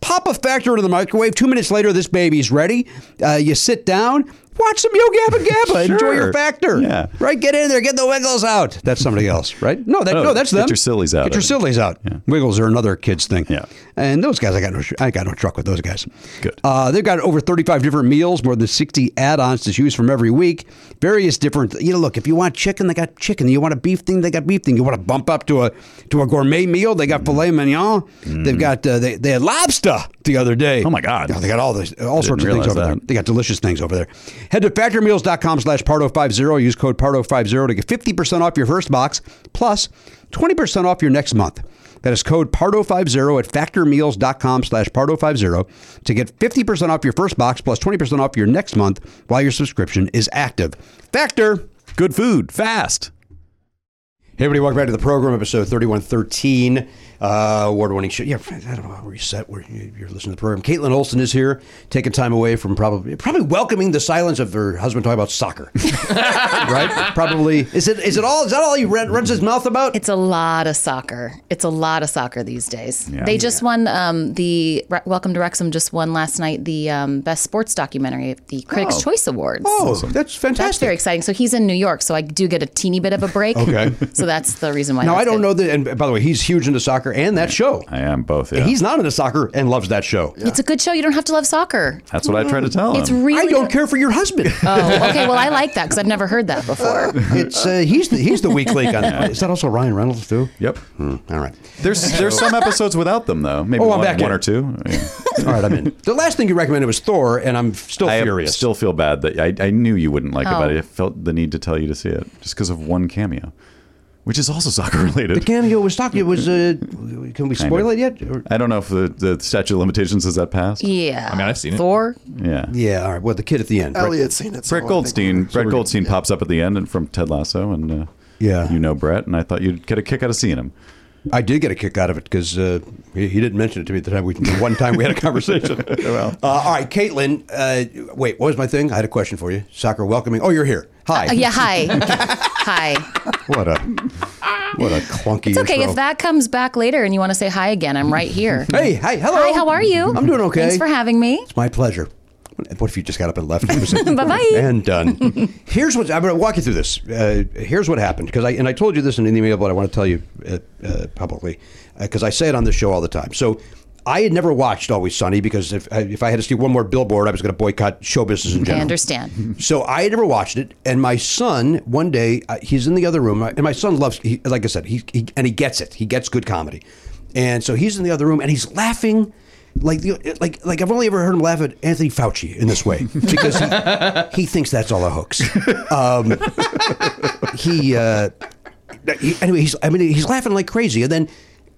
Speaker 1: Pop a Factor into the microwave. Two minutes later, this baby's ready. Uh, you sit down, watch some Yo Gabba Gabba. Enjoy your
Speaker 7: Sure.
Speaker 1: Factor.
Speaker 7: Yeah.
Speaker 1: Right? Get in there, get the wiggles out. That's somebody else, right? No, that,
Speaker 7: Oh,
Speaker 1: no that's
Speaker 7: get
Speaker 1: them.
Speaker 7: your sillies out,
Speaker 1: Get your
Speaker 7: I think.
Speaker 1: sillies out. Wiggles are another kid's thing.
Speaker 7: Yeah.
Speaker 1: And those guys, I got no, I got no truck with those guys.
Speaker 7: Good.
Speaker 1: Uh, they've got over 35 different meals, more than 60 add-ons to choose from every week. Various different, you know, look, if you want chicken, they got chicken. You want a beef thing, they got beef thing. You want to bump up to a to a gourmet meal, they got filet mignon. They've got uh, they, they had lobster the other day.
Speaker 7: Mm. Oh, my God.
Speaker 1: Yeah, they got all this all sorts of
Speaker 7: didn't
Speaker 1: things
Speaker 7: realize
Speaker 1: over there.
Speaker 7: that.
Speaker 1: um, They got delicious things over there. Head to factormeals.com slash pardo50. Use code pardo50 to get 50% off your first box plus 20% off your next month. That is code pardo50 at factormeals.com slash pardo50 to get 50% off your first box plus 20% off your next month while your subscription is active. Factor.
Speaker 7: Good food, fast.
Speaker 2: Hey, everybody, welcome back to the program, episode 3113, uh, award winning show. Yeah, I don't know how reset where you- you're listening to the program. Caitlin Olsen is here, taking time away from probably probably welcoming the silence of her husband talking about soccer. right? Probably. Is it is it all? Is that all he run- runs his mouth about?
Speaker 9: It's a lot of soccer. It's a lot of soccer these days. They just won um, the Re- Welcome to Wrexham just won last night the um, best sports documentary at the Critics' Choice Awards.
Speaker 2: oh, that's
Speaker 9: That's
Speaker 2: fantastic.
Speaker 9: very exciting. So he's in New York, so I do get a teeny bit of a break.
Speaker 2: Okay.
Speaker 9: So that's the reason why.
Speaker 2: now,
Speaker 9: that's
Speaker 2: I don't
Speaker 9: good.
Speaker 2: know that. And by the way, he's huge into soccer and that show.
Speaker 7: I am both. Yeah.
Speaker 2: He's not into soccer and loves that show.
Speaker 9: It's a good show. You don't have to love soccer.
Speaker 7: That's what I try to tell him.
Speaker 9: It's really.
Speaker 2: I don't care for your husband.
Speaker 9: Oh, okay. Well, I like that because I've never heard that before.
Speaker 2: it's uh, he's the he's the weak link on that. Is that also Ryan Reynolds too?
Speaker 7: Yep.
Speaker 2: Hmm, all right.
Speaker 7: There's there's some episodes without them though. Maybe
Speaker 2: Oh,
Speaker 7: one
Speaker 2: I'm back
Speaker 7: one
Speaker 2: in.
Speaker 7: or two. Yeah.
Speaker 2: All right, I'm in. The last thing you recommended was Thor, and I'm still
Speaker 7: I
Speaker 2: furious.
Speaker 7: still feel bad that I, I knew you wouldn't like it,
Speaker 9: Oh.
Speaker 7: but I felt the need to tell you to see it just because of one cameo, which is also soccer
Speaker 2: the
Speaker 7: related.
Speaker 2: cameo was talking. It was. Uh, can we spoil it
Speaker 7: of.
Speaker 2: yet? Or-
Speaker 7: I don't know if the, the statute of limitations has that passed.
Speaker 9: Yeah.
Speaker 8: I mean, I've seen it.
Speaker 9: Thor.
Speaker 7: Yeah.
Speaker 2: yeah. All right. Well, the kid at the end. right?
Speaker 6: Elliot's seen it. so I
Speaker 7: Brett
Speaker 6: think
Speaker 7: Goldstein.
Speaker 6: we're-
Speaker 7: Brett Goldstein pops up at the end and from Ted Lasso, and uh,
Speaker 2: Yeah.
Speaker 7: you know Brett, and I thought you'd get a kick out of seeing him.
Speaker 2: I did get a kick out of it because uh, he, he didn't mention it to me at the time. We the one time we had a conversation. uh, all right, Caitlin. Uh, wait, what was my thing? I had a question for you. Soccer welcoming. Oh, you're here. Hi.
Speaker 9: Uh, yeah. Hi. hi.
Speaker 2: What a what a clunky.
Speaker 9: It's okay
Speaker 2: intro.
Speaker 9: if that comes back later and you want to say hi again. I'm right here.
Speaker 2: Hey, hi, hello.
Speaker 9: Hi. How are you?
Speaker 2: I'm doing okay.
Speaker 9: Thanks for having me.
Speaker 2: It's my pleasure. What if you just got up and left?
Speaker 9: Bye-bye.
Speaker 2: And done. Here's what I'm going to walk you through this. Uh, here's what happened because I and I told you this in an email, but I want to tell you uh, uh, publicly because I say it on this show all the time. So. I had never watched Always Sunny because if I, if I had to see one more billboard, I was going to boycott show business in
Speaker 9: I
Speaker 2: general.
Speaker 9: understand.
Speaker 2: So I had never watched it, and my son one day uh, he's in the other room, and my son loves, he, like I said, he, he and he gets it. He gets good comedy, and so he's in the other room and he's laughing. Like, the- like, like I've only ever heard him laugh at Anthony Fauci in this way because he, he thinks that's all a hoax. Um, he, uh, he- anyway, he's I mean he's laughing like crazy, and then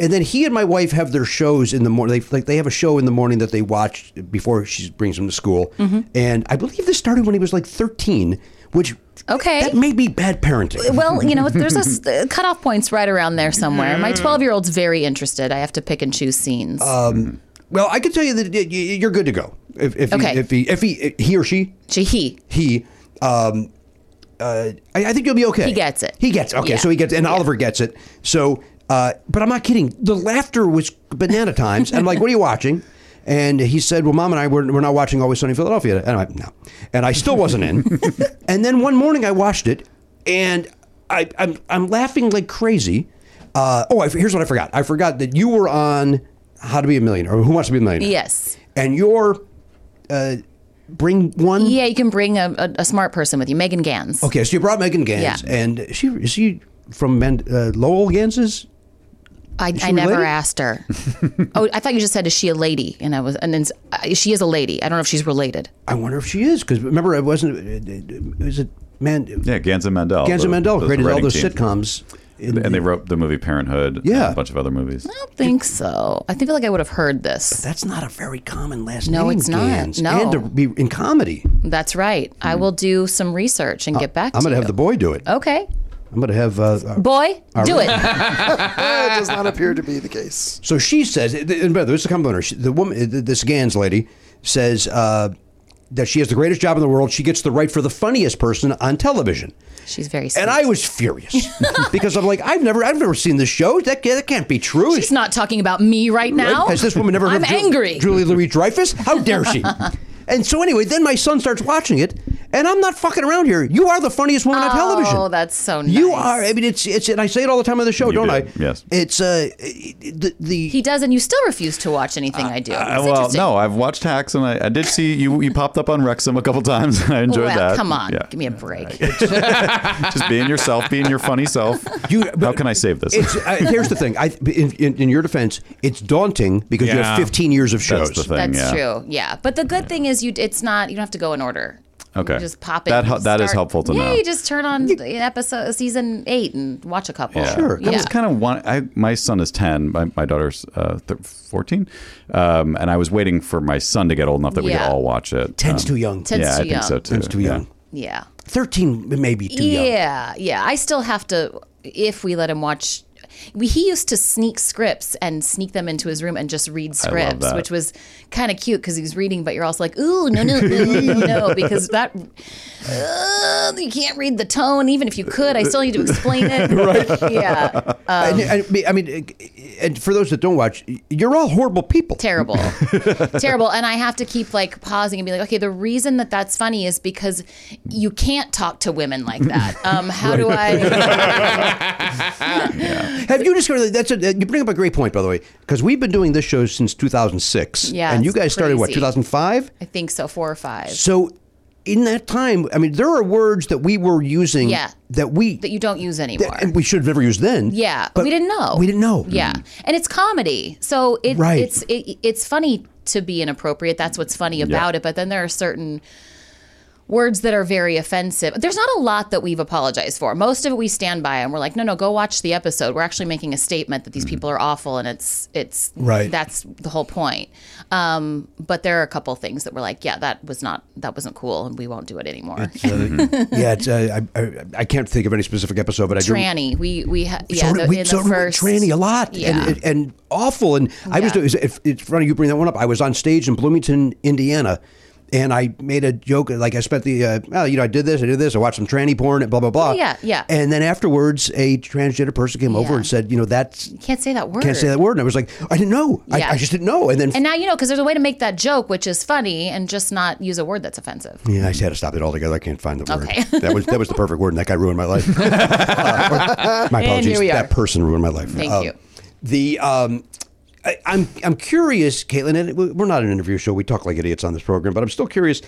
Speaker 2: and then he and my wife have their shows in the morning. They like they have a show in the morning that they watch before she brings him to school,
Speaker 9: Mm-hmm.
Speaker 2: and I believe this started when he was like thirteen, which
Speaker 9: Okay.
Speaker 2: that may be bad parenting.
Speaker 9: Well, you know, there's a s- uh, cutoff points right around there somewhere. My
Speaker 2: Mm.
Speaker 9: 12 year old's very interested. I have to pick and choose scenes.
Speaker 2: Uh, Um, Well, I can tell you that y- y- you're good to go if if,
Speaker 9: Okay.
Speaker 2: he, if he if he he or she
Speaker 9: Gee, he.
Speaker 2: he. Um, uh, I, I think you'll be okay.
Speaker 9: He gets it.
Speaker 2: He gets it. okay.
Speaker 9: Yeah.
Speaker 2: So he gets, and Oliver gets it. So, uh, but I'm not kidding. The laughter was banana times. I'm like, what are you watching? And he said, well, mom and I we're, we're not watching Always Sunny in Philadelphia. And I'm like, no. And I still wasn't in. and then one morning I watched it, and I, I'm I'm laughing like crazy. Uh, oh, I, here's what I forgot. I forgot that you were on How to Be a Millionaire or Who Wants to Be a Millionaire.
Speaker 9: Yes.
Speaker 2: And your uh, bring one.
Speaker 9: Yeah, you can bring a, a, a smart person with you, Megan Gans.
Speaker 2: Okay, so you brought Megan Gans,
Speaker 9: Yeah.
Speaker 2: and she is she from Men, uh, Lowell Gans's?
Speaker 9: I,
Speaker 2: she
Speaker 9: I never
Speaker 2: related?
Speaker 9: asked her. oh, I thought you just said, "Is she a lady?" And I was, and then s- uh, she is a lady. I don't know if she's related.
Speaker 2: I wonder if she is because remember I wasn't. uh, Is it man?
Speaker 7: Yeah, Gans and Mandel.
Speaker 2: Gans
Speaker 7: the-
Speaker 2: and Mandel
Speaker 7: the
Speaker 2: created all
Speaker 7: writing
Speaker 2: those
Speaker 7: team.
Speaker 2: sitcoms. in-
Speaker 7: And they wrote the movie Parenthood.
Speaker 2: Yeah.
Speaker 7: And a bunch of other movies.
Speaker 9: I don't think so. I think like I would have heard this.
Speaker 2: that's not a very common last name.
Speaker 9: No, it's not.
Speaker 2: Gans,
Speaker 9: No.
Speaker 2: and to be in comedy,
Speaker 9: That's right. I will do some research and get back.
Speaker 2: Mm. Uh, I'm
Speaker 9: to
Speaker 2: going to
Speaker 9: you.
Speaker 2: have the boy do it.
Speaker 9: Okay,
Speaker 2: I'm going to have. Uh, uh,
Speaker 9: boy, do it.
Speaker 6: That does not appear to be the case.
Speaker 2: so she says, and by the way, this is a compliment. She- The woman, this Gans lady, says uh, that she has the greatest job in the world. She gets the right for the funniest person on television.
Speaker 9: She's very. Sweet.
Speaker 2: And I was furious because I'm like, I've never, I've never seen this show. That, that can't be true.
Speaker 9: She's not talking about me right now.
Speaker 2: Has this woman never heard
Speaker 9: I'm
Speaker 2: of Ju-
Speaker 9: angry.
Speaker 2: Julie Louis Dreyfus? How dare she? and so anyway, then my son starts watching it, and I'm not fucking around here. You are the funniest woman on television.
Speaker 9: Oh, that's so nice.
Speaker 2: You are. I mean, it's it's, and I say it all the time on the show,
Speaker 7: You
Speaker 2: don't
Speaker 7: do,
Speaker 2: I?
Speaker 7: yes.
Speaker 2: It's uh, the the
Speaker 9: He does, and you still refuse to watch anything I do.
Speaker 7: Uh,
Speaker 9: It's
Speaker 7: well,
Speaker 9: interesting.
Speaker 7: no, I've watched Hacks, and I, I did see you. You popped up on Wrexham a couple times, and I enjoyed
Speaker 9: well,
Speaker 7: that.
Speaker 9: Come on,
Speaker 7: Yeah.
Speaker 9: give me a break.
Speaker 7: just being yourself, being your funny self.
Speaker 2: You-
Speaker 7: How
Speaker 2: but-
Speaker 7: can I save this?
Speaker 2: It's, uh, here's the thing. I, in, in, in your defense, it's daunting because you
Speaker 8: Yeah.
Speaker 2: have 15 years of shows.
Speaker 7: That's the thing. yeah.
Speaker 9: That's true. Yeah, but the good thing is you. It's not. You don't have to go in order.
Speaker 7: Okay.
Speaker 9: You just pop it.
Speaker 7: That
Speaker 9: you
Speaker 7: hel-
Speaker 9: just
Speaker 7: that is helpful to
Speaker 9: yeah,
Speaker 7: know.
Speaker 9: you just turn on the episode season eight and watch a couple.
Speaker 7: Yeah.
Speaker 2: Sure.
Speaker 7: I
Speaker 9: Yeah.
Speaker 7: was kind of one. I, my son is ten. My, my daughter's uh, th- fourteen, um, and I was waiting for my son to get old enough that we could
Speaker 9: Yeah.
Speaker 7: all watch it.
Speaker 2: Ten's
Speaker 7: Um,
Speaker 2: too young.
Speaker 9: Ten's
Speaker 7: yeah,
Speaker 9: too
Speaker 7: I think
Speaker 9: young.
Speaker 7: so too.
Speaker 2: Ten's too young.
Speaker 9: yeah.
Speaker 2: 13 may be too young.
Speaker 9: Yeah, yeah. I still have to if we let him watch. We, he used to sneak scripts and sneak them into his room and just read scripts,
Speaker 7: that.
Speaker 9: which was kind of cute because he was reading, but you're also like, ooh, no, no, no, no, no, because that uh, you can't read the tone. Even if you could, I still need to explain it. right? Yeah,
Speaker 2: And-
Speaker 9: Um,
Speaker 2: and- I mean- I mean, and for those that don't watch, you're all horrible people.
Speaker 9: terrible, terrible. And I have to keep like pausing and be like, okay, the reason that that's funny is because you can't talk to women like that. Um, how do I?
Speaker 2: Have you discovered that's a, you bring up a great point by the way because we've been doing this show since 2006.
Speaker 9: Yeah,
Speaker 2: and you
Speaker 9: it's
Speaker 2: guys started what
Speaker 9: crazy.
Speaker 2: 2005.
Speaker 9: I think so, four or five.
Speaker 2: So in that time, I mean, there are words that we were using
Speaker 9: Yeah.
Speaker 2: that we
Speaker 9: that you don't use anymore.
Speaker 2: that- and we should have never used then.
Speaker 9: yeah,
Speaker 2: but
Speaker 9: we didn't know.
Speaker 2: We didn't know. Mm-hmm.
Speaker 9: Yeah, and it's comedy, so it,
Speaker 2: Right.
Speaker 9: it's it, it's funny to be inappropriate. That's what's funny about it. But then there are certain words that are very offensive. There's not a lot that we've apologized for. Most of it we stand by, and we're like, no, no, go watch the episode. We're actually making a statement that these people are awful, and it's it's
Speaker 2: Mm-hmm. Right.
Speaker 9: That's the whole point. Um, but there are a couple things that we're like, yeah, that was not that wasn't cool, and we won't do it anymore.
Speaker 2: uh, yeah. It's, uh, I, I, I can't think of any specific episode, but I do.
Speaker 9: tranny, we we ha- yeah,
Speaker 2: so
Speaker 9: the,
Speaker 2: did we
Speaker 9: in the
Speaker 2: so did we
Speaker 9: first
Speaker 2: tranny a lot
Speaker 9: Yeah.
Speaker 2: and, and, and awful. And I was
Speaker 9: Yeah.
Speaker 2: doing, it's- it's funny you bring that one up. I was on stage in Bloomington, Indiana, and I made a joke like I spent the, uh, well, you know, I did this, I did this, I watched some tranny porn, and blah blah blah.
Speaker 9: Oh, yeah, yeah.
Speaker 2: And then afterwards, a transgender person came over
Speaker 9: Yeah.
Speaker 2: and said, you know, that's
Speaker 9: Can't say that word.
Speaker 2: can't say that word. And I was like, I didn't know. I,
Speaker 9: Yeah.
Speaker 2: I just didn't know. And then
Speaker 9: And now you know because there's a way to make that joke, which is funny, and just not use a word that's offensive.
Speaker 2: Yeah, I just had to stop it altogether. I can't find the word.
Speaker 9: Okay.
Speaker 2: that was that was the perfect word, and that guy ruined my life. Uh, my apologies.
Speaker 9: here we
Speaker 2: That
Speaker 9: are.
Speaker 2: person ruined my life.
Speaker 9: Thank you.
Speaker 2: The um, I, I'm I'm curious, Caitlin. And we- we're not an interview show. We talk like idiots on this program, but I'm still curious.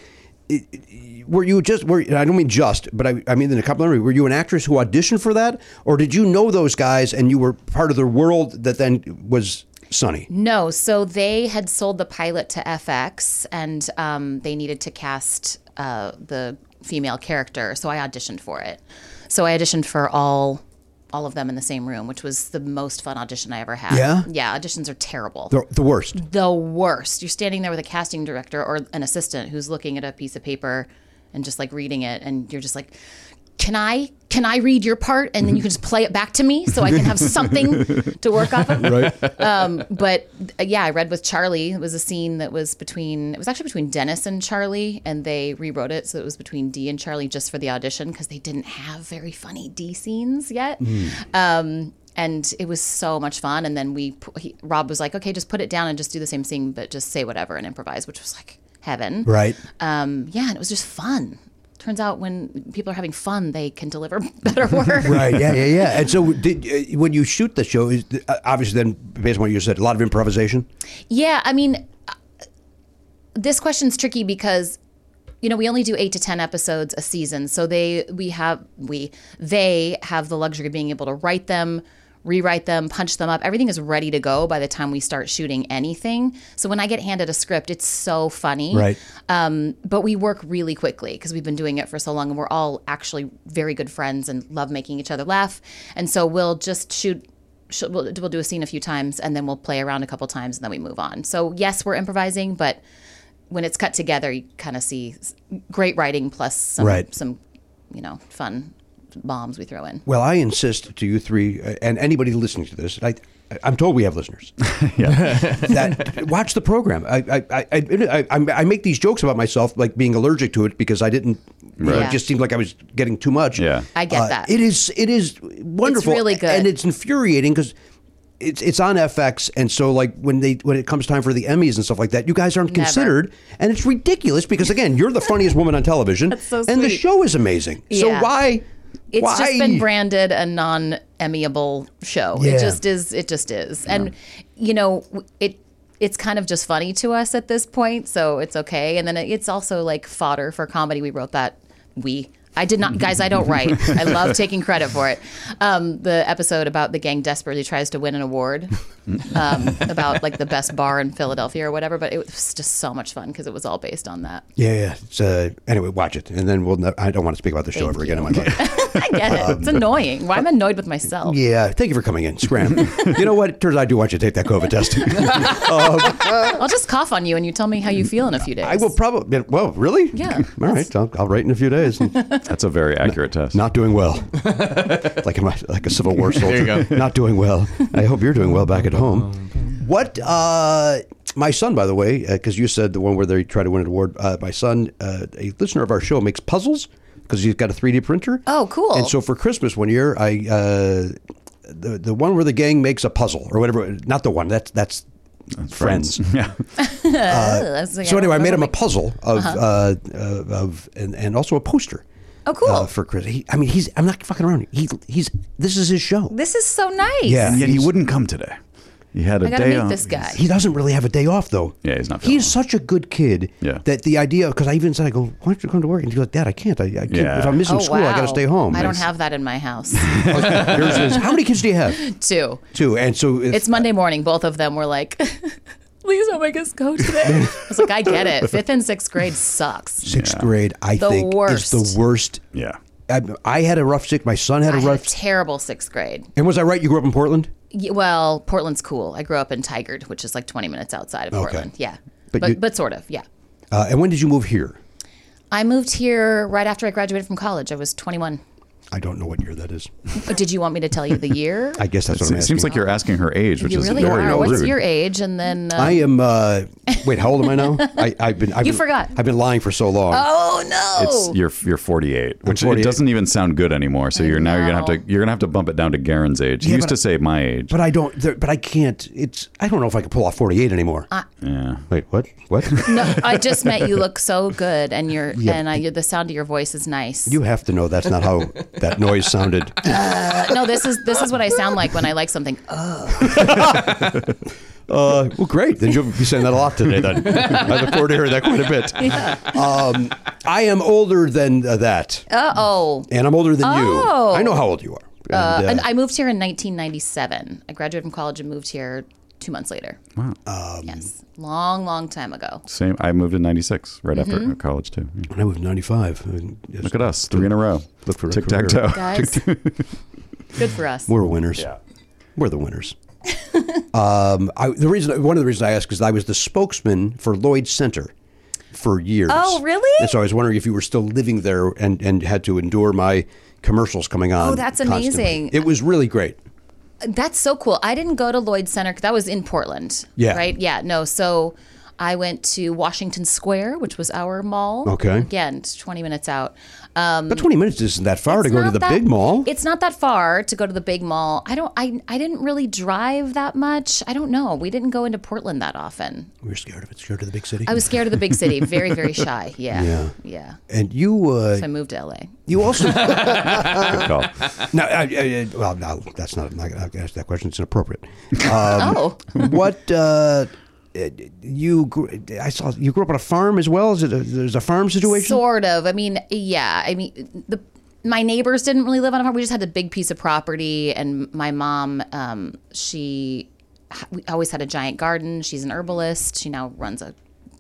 Speaker 2: i- i- Were you just? Were and I don't mean just, but I, I mean in a complimentary. Were you an actress who auditioned for that, or did you know those guys and you were part of their world that then was Sunny?
Speaker 9: No, so they had sold the pilot to FX, and um, they needed to cast uh, the female character, so I auditioned for it. So I auditioned for all all of them in the same room, which was the most fun audition I ever had.
Speaker 2: Yeah?
Speaker 9: yeah, auditions are terrible.
Speaker 2: The, the worst.
Speaker 9: the worst. You're standing there with a casting director or an assistant who's looking at a piece of paper and just like reading it, and you're just like, "Can I? Can I read your part?" And then you can just play it back to me so I can have something to work off of. Right. Um, but uh, yeah, I read with Charlie. It was a scene that was between. It was actually between Dennis and Charlie, and they rewrote it so it was between D and Charlie just for the audition because they didn't have very funny D scenes yet
Speaker 2: Hmm.
Speaker 9: Um, and it was so much fun. And then we, pu- he, Rob was like, okay, just put it down and just do the same thing, but just say whatever and improvise, which was like heaven.
Speaker 2: Right.
Speaker 9: Um, yeah, and it was just fun. turns out when people are having fun, they can deliver better work.
Speaker 2: Right. Yeah. Yeah. Yeah. And so, did, uh, when you shoot the show, is uh, obviously then based on what you said, a lot of improvisation.
Speaker 9: Yeah, I mean, uh, this question's tricky because you know we only do eight to ten episodes a season, so they we have we they have the luxury of being able to write them. Rewrite them, punch them up. Everything is ready to go by the time we start shooting anything. So when I get handed a script, it's so funny.
Speaker 2: Right.
Speaker 9: Um, but we work really quickly because we've been doing it for so long and we're all actually very good friends and love making each other laugh. And so we'll just shoot, sh- we'll, we'll do a scene a few times and then we'll play around a couple times and then we move on. So, yes, we're improvising, but when it's cut together, you kind of see s- great writing plus some,
Speaker 2: Right.
Speaker 9: some, you know, fun bombs we throw in.
Speaker 2: Well, I insist to you three uh, and anybody listening to this. I, I'm told we have listeners. that watch the program. I I, I, I, I I make these jokes about myself, like being allergic to it because I didn't. you know,
Speaker 9: Right.
Speaker 2: It just seemed like I was getting too much.
Speaker 7: Yeah.
Speaker 9: I get
Speaker 2: Uh,
Speaker 9: that.
Speaker 2: It is. It is wonderful.
Speaker 9: really good.
Speaker 2: and it's infuriating because. It's, it's on FX, and so like when they when it comes time for the Emmys and stuff like that, you guys aren't
Speaker 9: Never.
Speaker 2: considered, and it's ridiculous because again, you're the funniest woman on television,
Speaker 9: so
Speaker 2: and the
Speaker 9: sweet.
Speaker 2: show is amazing. So
Speaker 9: Yeah.
Speaker 2: why?
Speaker 9: It's
Speaker 2: why?
Speaker 9: just been branded a non emmyable show.
Speaker 2: Yeah.
Speaker 9: It just is. It just is. And you know, w- it it's kind of just funny to us at this point, so it's okay. And then it- it's also like fodder for comedy. We wrote that. We. I did not, guys. I don't write. I love taking credit for it. Um, the episode about the gang desperately tries to win an award um, about like the best bar in Philadelphia or whatever, but it was just so much fun because it was all based on that.
Speaker 2: Yeah, yeah. It's, uh, anyway, watch it, and then we'll. Ne- I don't want to speak about the show
Speaker 9: Thank
Speaker 2: ever again in my life.
Speaker 9: I get it. It's annoying. Why am I annoyed with myself?
Speaker 2: yeah, thank you for coming in, Scram. you know what? Turns out I do want you to take that COVID test.
Speaker 9: I'll just cough on you and you tell me how you feel in a few days.
Speaker 2: I will probably. Well, really?
Speaker 9: Yeah.
Speaker 2: All right. I'll, I'll write in a few days.
Speaker 7: That's a very accurate test.
Speaker 2: Not doing well. like in my, like a Civil War soldier.
Speaker 8: There you go.
Speaker 2: Not doing well. I hope you're doing well back at home. What? Uh, my son, by the way, because you said the one where they try to win an award. Uh, my son, uh, a listener of our show, makes puzzles because he's got a 3D printer.
Speaker 9: Oh, cool.
Speaker 2: And so for Christmas one year, I uh, the the one where the gang makes a puzzle or whatever. Not the one. That's that's. Friends.
Speaker 7: yeah.
Speaker 9: Ugh, that's like-
Speaker 2: So anyway, I made him a
Speaker 9: like-
Speaker 2: puzzle of uh of, of and, and also a poster.
Speaker 9: Uh-huh. Oh, cool.
Speaker 2: Uh, for Chris, he, I mean, he's. I'm not fucking around. He he's. This is his show.
Speaker 9: This is so nice.
Speaker 2: Yeah.
Speaker 7: Yet he wouldn't come today. He had a
Speaker 9: I gotta
Speaker 7: day
Speaker 9: meet
Speaker 7: off.
Speaker 9: this guy.
Speaker 2: He doesn't really have a day off though.
Speaker 7: Yeah, he's not feeling
Speaker 2: He's such a good kid.
Speaker 7: Yeah.
Speaker 2: That the idea because I even said I go, why don't you come to work? And he goes, Dad, I can't. I, I can't.
Speaker 7: Yeah.
Speaker 2: If I'm missing
Speaker 9: Oh,
Speaker 2: school, I got
Speaker 9: wow.
Speaker 2: to stay home.
Speaker 9: I don't have that in my house,
Speaker 2: Yours is- How many kids do you have?
Speaker 9: too.
Speaker 2: Two. And so
Speaker 9: It's Monday morning. Both of them were like, please don't make us go today. I was like, I get it. Fifth and sixth grade sucks.
Speaker 2: sixth grade. I
Speaker 9: The
Speaker 2: think is
Speaker 9: worst.
Speaker 2: the worst.
Speaker 7: Yeah.
Speaker 2: I, I had a rough sixth. My son had a
Speaker 9: I had a
Speaker 2: rough.
Speaker 9: terrible sixth grade.
Speaker 2: and was I right? You grew up in Portland,
Speaker 9: Y- Well, Portland's cool. I grew up in Tigard, which is like 20 minutes outside of Portland. Yeah.
Speaker 2: But
Speaker 9: But, but,
Speaker 2: you-
Speaker 9: sort of, yeah.
Speaker 2: uh, and when did you move here?
Speaker 9: I moved here right after I graduated from college. I was 21.
Speaker 2: I don't know what year that is.
Speaker 9: Did you want me to tell you the year?
Speaker 2: I guess that's what I'm
Speaker 7: It
Speaker 2: asking.
Speaker 7: seems like you're asking her age, which
Speaker 9: You
Speaker 7: is
Speaker 9: really
Speaker 7: very
Speaker 9: are.
Speaker 7: rude.
Speaker 9: What's your age? And then uh,
Speaker 2: I am. Uh, wait, how old am I now? I, I've been. I've
Speaker 9: You
Speaker 2: been-
Speaker 9: forgot.
Speaker 2: I've been lying for so long.
Speaker 9: oh no,
Speaker 7: It's you're you're 48, which
Speaker 2: 48.
Speaker 7: it doesn't even sound good anymore. So you're now you're gonna have to
Speaker 9: know.
Speaker 7: you're gonna have to bump it down to Garen's age. He used to say my age.
Speaker 2: But I don't. There, but I can't. It's. I don't know if I can pull off 48 anymore.
Speaker 7: yeah.
Speaker 2: wait, what? What?
Speaker 9: no, I just met you. Look so good, and you're and I, you the sound of your voice is nice.
Speaker 2: you have to know that's not how that noise sounded.
Speaker 9: no, this is this is what I sound like when I like something. Ugh.
Speaker 2: Uh, well, great. Then you'll be saying that a lot today. Then I look forward to hearing that quite a bit. Um, I am older than uh, that,
Speaker 9: Uh oh.
Speaker 2: and I'm older than
Speaker 9: Oh.
Speaker 2: you. I know how old you are. And,
Speaker 9: Uh, and
Speaker 2: uh,
Speaker 9: I moved here in 1997. I graduated from college and moved here two months later. Wow. yes, long, long time ago.
Speaker 7: Same. I moved in '96, right
Speaker 9: Mm-hmm.
Speaker 7: after college too. Yeah.
Speaker 2: when I was 95. I mean, yes,
Speaker 7: Look at us, three in a row.
Speaker 2: Look for a
Speaker 7: tic tac toe.
Speaker 9: Guys, good for us.
Speaker 2: We're winners. We're the winners. um, I, the reason, one of the reasons I asked is I was the spokesman for Lloyd Center for years.
Speaker 9: Oh, really?
Speaker 2: And so I was wondering if you were still living there and, and had to endure my commercials coming on.
Speaker 9: Oh, that's
Speaker 2: constantly.
Speaker 9: amazing.
Speaker 2: It was really great.
Speaker 9: That's so cool. I didn't go to Lloyd Center. 'cause That was in Portland.
Speaker 2: Yeah.
Speaker 9: Right. Yeah. No. So I went to Washington Square, which was our mall.
Speaker 2: Okay.
Speaker 9: Again, it's 20 minutes out. Um,
Speaker 2: But 20 minutes isn't that far to
Speaker 9: it's
Speaker 2: go to
Speaker 9: not
Speaker 2: the
Speaker 9: that-
Speaker 2: big mall.
Speaker 9: It's not that far to go to the big mall. I don't. I I didn't really drive that much. I don't know. We didn't go into Portland that often.
Speaker 2: We're scared of it. Scared of the big city.
Speaker 9: I was scared of the big city. Very very shy. Yeah. Yeah.
Speaker 2: and you, uh,
Speaker 9: So I moved to LA.
Speaker 2: you also.
Speaker 7: Good call.
Speaker 2: no, I, I, I- well, no, that's not. I'm not going to ask that question. It's inappropriate. Um,
Speaker 9: oh.
Speaker 2: what uh, you? gr- I saw you grew up on a farm as well. Is it? A, there's a farm situation.
Speaker 9: Sort of. I mean, yeah. I mean, the my neighbors didn't really live on a farm. We just had a big piece of property, and my mom, um, she we always had a giant garden. She's an herbalist. She now runs a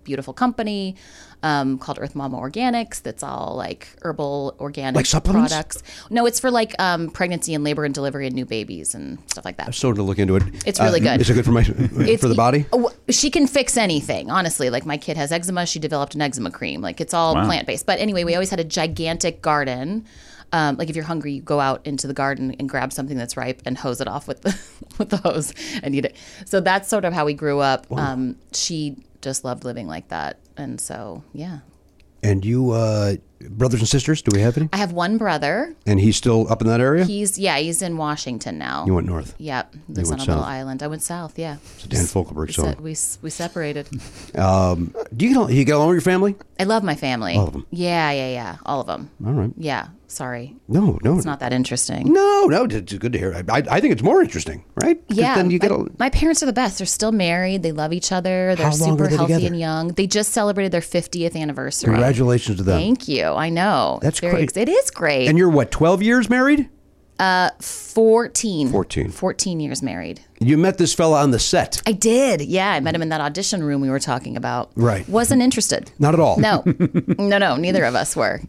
Speaker 9: beautiful company um, called Earth Mama Organics. That's all like herbal organic
Speaker 2: Like supplements?
Speaker 9: products. No, it's for like um, pregnancy and labor and delivery and new babies and stuff like that.
Speaker 2: sort of look into it.
Speaker 9: It's really good.
Speaker 2: Is it good for my
Speaker 9: It's-
Speaker 2: for the body?
Speaker 9: Oh, She can fix anything, honestly. Like my kid has eczema, she developed an eczema cream. Like it's all plant based. But anyway, we always had a gigantic garden. Um, like if you're hungry, you go out into the garden and grab something that's ripe and hose it off with the with the hose and eat it. So that's sort of how we grew up. Um, she just loved living like that, and so yeah.
Speaker 2: And you, uh, brothers and sisters, do we have any?
Speaker 9: I have one brother.
Speaker 2: And he's still up in that area.
Speaker 9: He's yeah, he's in Washington now.
Speaker 2: you went north.
Speaker 9: Yep, lives on
Speaker 2: went
Speaker 9: a little
Speaker 2: south.
Speaker 9: island. I went south. Yeah,
Speaker 2: Dan Fogelberg
Speaker 9: we,
Speaker 2: song.
Speaker 9: se- we s- we separated.
Speaker 2: Do you get along, you get along with your family?
Speaker 9: I love my family.
Speaker 2: All of 'em.
Speaker 9: Yeah, yeah, yeah. All of them.
Speaker 2: All right.
Speaker 9: Yeah. Sorry.
Speaker 2: No, no,
Speaker 9: It's not that interesting.
Speaker 2: no, no. It's good to hear. I, I, I think it's more interesting, right? 'Cause
Speaker 9: Yeah.
Speaker 2: Then you get.
Speaker 9: my,
Speaker 2: al-
Speaker 9: my parents are the best. They're still married. They love each other. They're
Speaker 2: How long
Speaker 9: super
Speaker 2: are they
Speaker 9: healthy
Speaker 2: together?
Speaker 9: and young. They just celebrated their 50th anniversary.
Speaker 2: Congratulations to them.
Speaker 9: Thank you. I know.
Speaker 2: That's
Speaker 9: Very
Speaker 2: great.
Speaker 9: ex- It is great.
Speaker 2: And you're what? Twelve years married?
Speaker 9: 14.
Speaker 2: 14.
Speaker 9: 14 years married.
Speaker 2: You met this fella on the set.
Speaker 9: I did. Yeah. I met him in that audition room we were talking about.
Speaker 2: Right.
Speaker 9: Wasn't interested.
Speaker 2: Not at all.
Speaker 9: No, no, no. Neither of us were.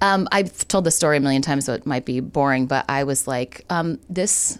Speaker 9: Um, I've told the story a million times, so it might be boring. But I was like, um, this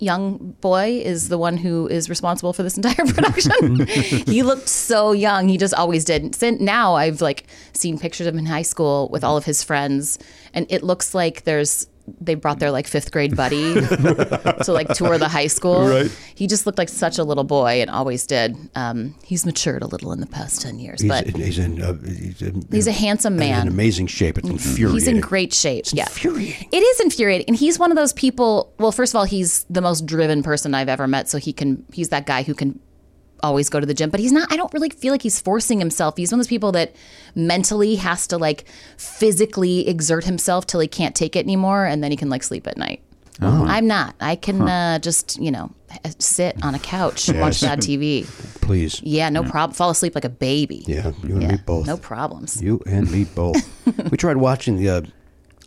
Speaker 9: young boy is the one who is responsible for this entire production. he looked so young. He just always did. Since now, I've like seen pictures of him in high school with all of his friends, and it looks like there's. They brought their like fifth grade buddy to like tour the high school. Right. He just looked like such a little boy and always did. Um, he's matured a little in the past ten years,
Speaker 2: He's,
Speaker 9: but
Speaker 2: he's in. Uh, he's in
Speaker 9: He's a handsome
Speaker 2: in
Speaker 9: man.
Speaker 2: amazing shape. It's infuriating.
Speaker 9: He's in great shape. yeah.
Speaker 2: infuriating.
Speaker 9: It is infuriating. And he's one of those people, well, first of all, he's the most driven person I've ever met, so he can he's that guy who can always go to the gym, but he's not I don't really feel like he's forcing himself. He's one of those people that mentally has to like physically exert himself till he can't take it anymore and then he can like sleep at night.
Speaker 2: Oh.
Speaker 9: I'm not. I can uh, just, you know, h- sit on a couch and watch bad TV.
Speaker 2: Please.
Speaker 9: Yeah, no problem. Fall asleep like a baby.
Speaker 2: Yeah, you and
Speaker 9: Yeah,
Speaker 2: me both.
Speaker 9: No problems.
Speaker 2: You and me both. we tried watching the. Uh,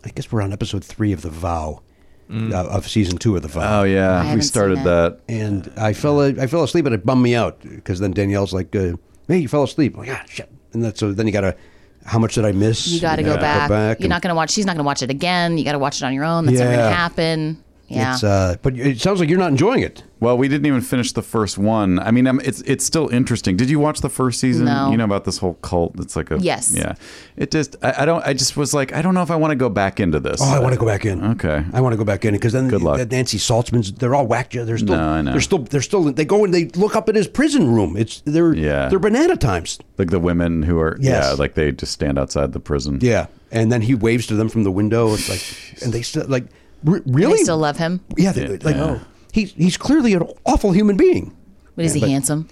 Speaker 2: I guess we're on episode three of the Vow, uh, of season two of the Vow,
Speaker 7: Oh yeah, we
Speaker 9: haven't
Speaker 7: started
Speaker 9: seen
Speaker 7: that.
Speaker 9: it.
Speaker 2: and I fell I fell asleep and it bummed me out because then Danielle's like, uh, "Hey, you fell asleep." I'm like, ah, shit. And that, so then you gotta, how much did I miss?
Speaker 9: You got to go,
Speaker 2: gotta
Speaker 9: back. You're
Speaker 2: and
Speaker 9: not going to watch. She's not going to watch it again. You got to watch it on your own. That's never
Speaker 2: Yeah.
Speaker 9: going to happen. Yeah.
Speaker 2: It's, uh, but it sounds like you're not enjoying it.
Speaker 7: Well, we didn't even finish the first one. I mean, um, it's it's still interesting. Did you watch the first season?
Speaker 9: No.
Speaker 7: You know about this whole cult. It's like a
Speaker 9: Yes.
Speaker 7: Yeah. It just I, I don't I just was like I don't know if I want to go back into this.
Speaker 2: Oh, I want to go back in.
Speaker 7: Okay.
Speaker 2: I want to go back in because then
Speaker 7: Good luck.
Speaker 2: the- Nancy Saltzman's they're all whacked. They're still
Speaker 7: No, I know.
Speaker 2: they're still they're still they go and they look up in his prison room. It's they're
Speaker 7: Yeah.
Speaker 2: they're banana times.
Speaker 7: like the women who are
Speaker 2: Yes.
Speaker 7: yeah like they just stand outside the prison.
Speaker 2: Yeah, and then he waves to them from the window. It's like, and they still like re-
Speaker 9: I
Speaker 2: really
Speaker 9: still love him.
Speaker 2: Yeah, they, like
Speaker 7: Yeah.
Speaker 2: he's he's clearly an awful human being.
Speaker 9: But is he handsome?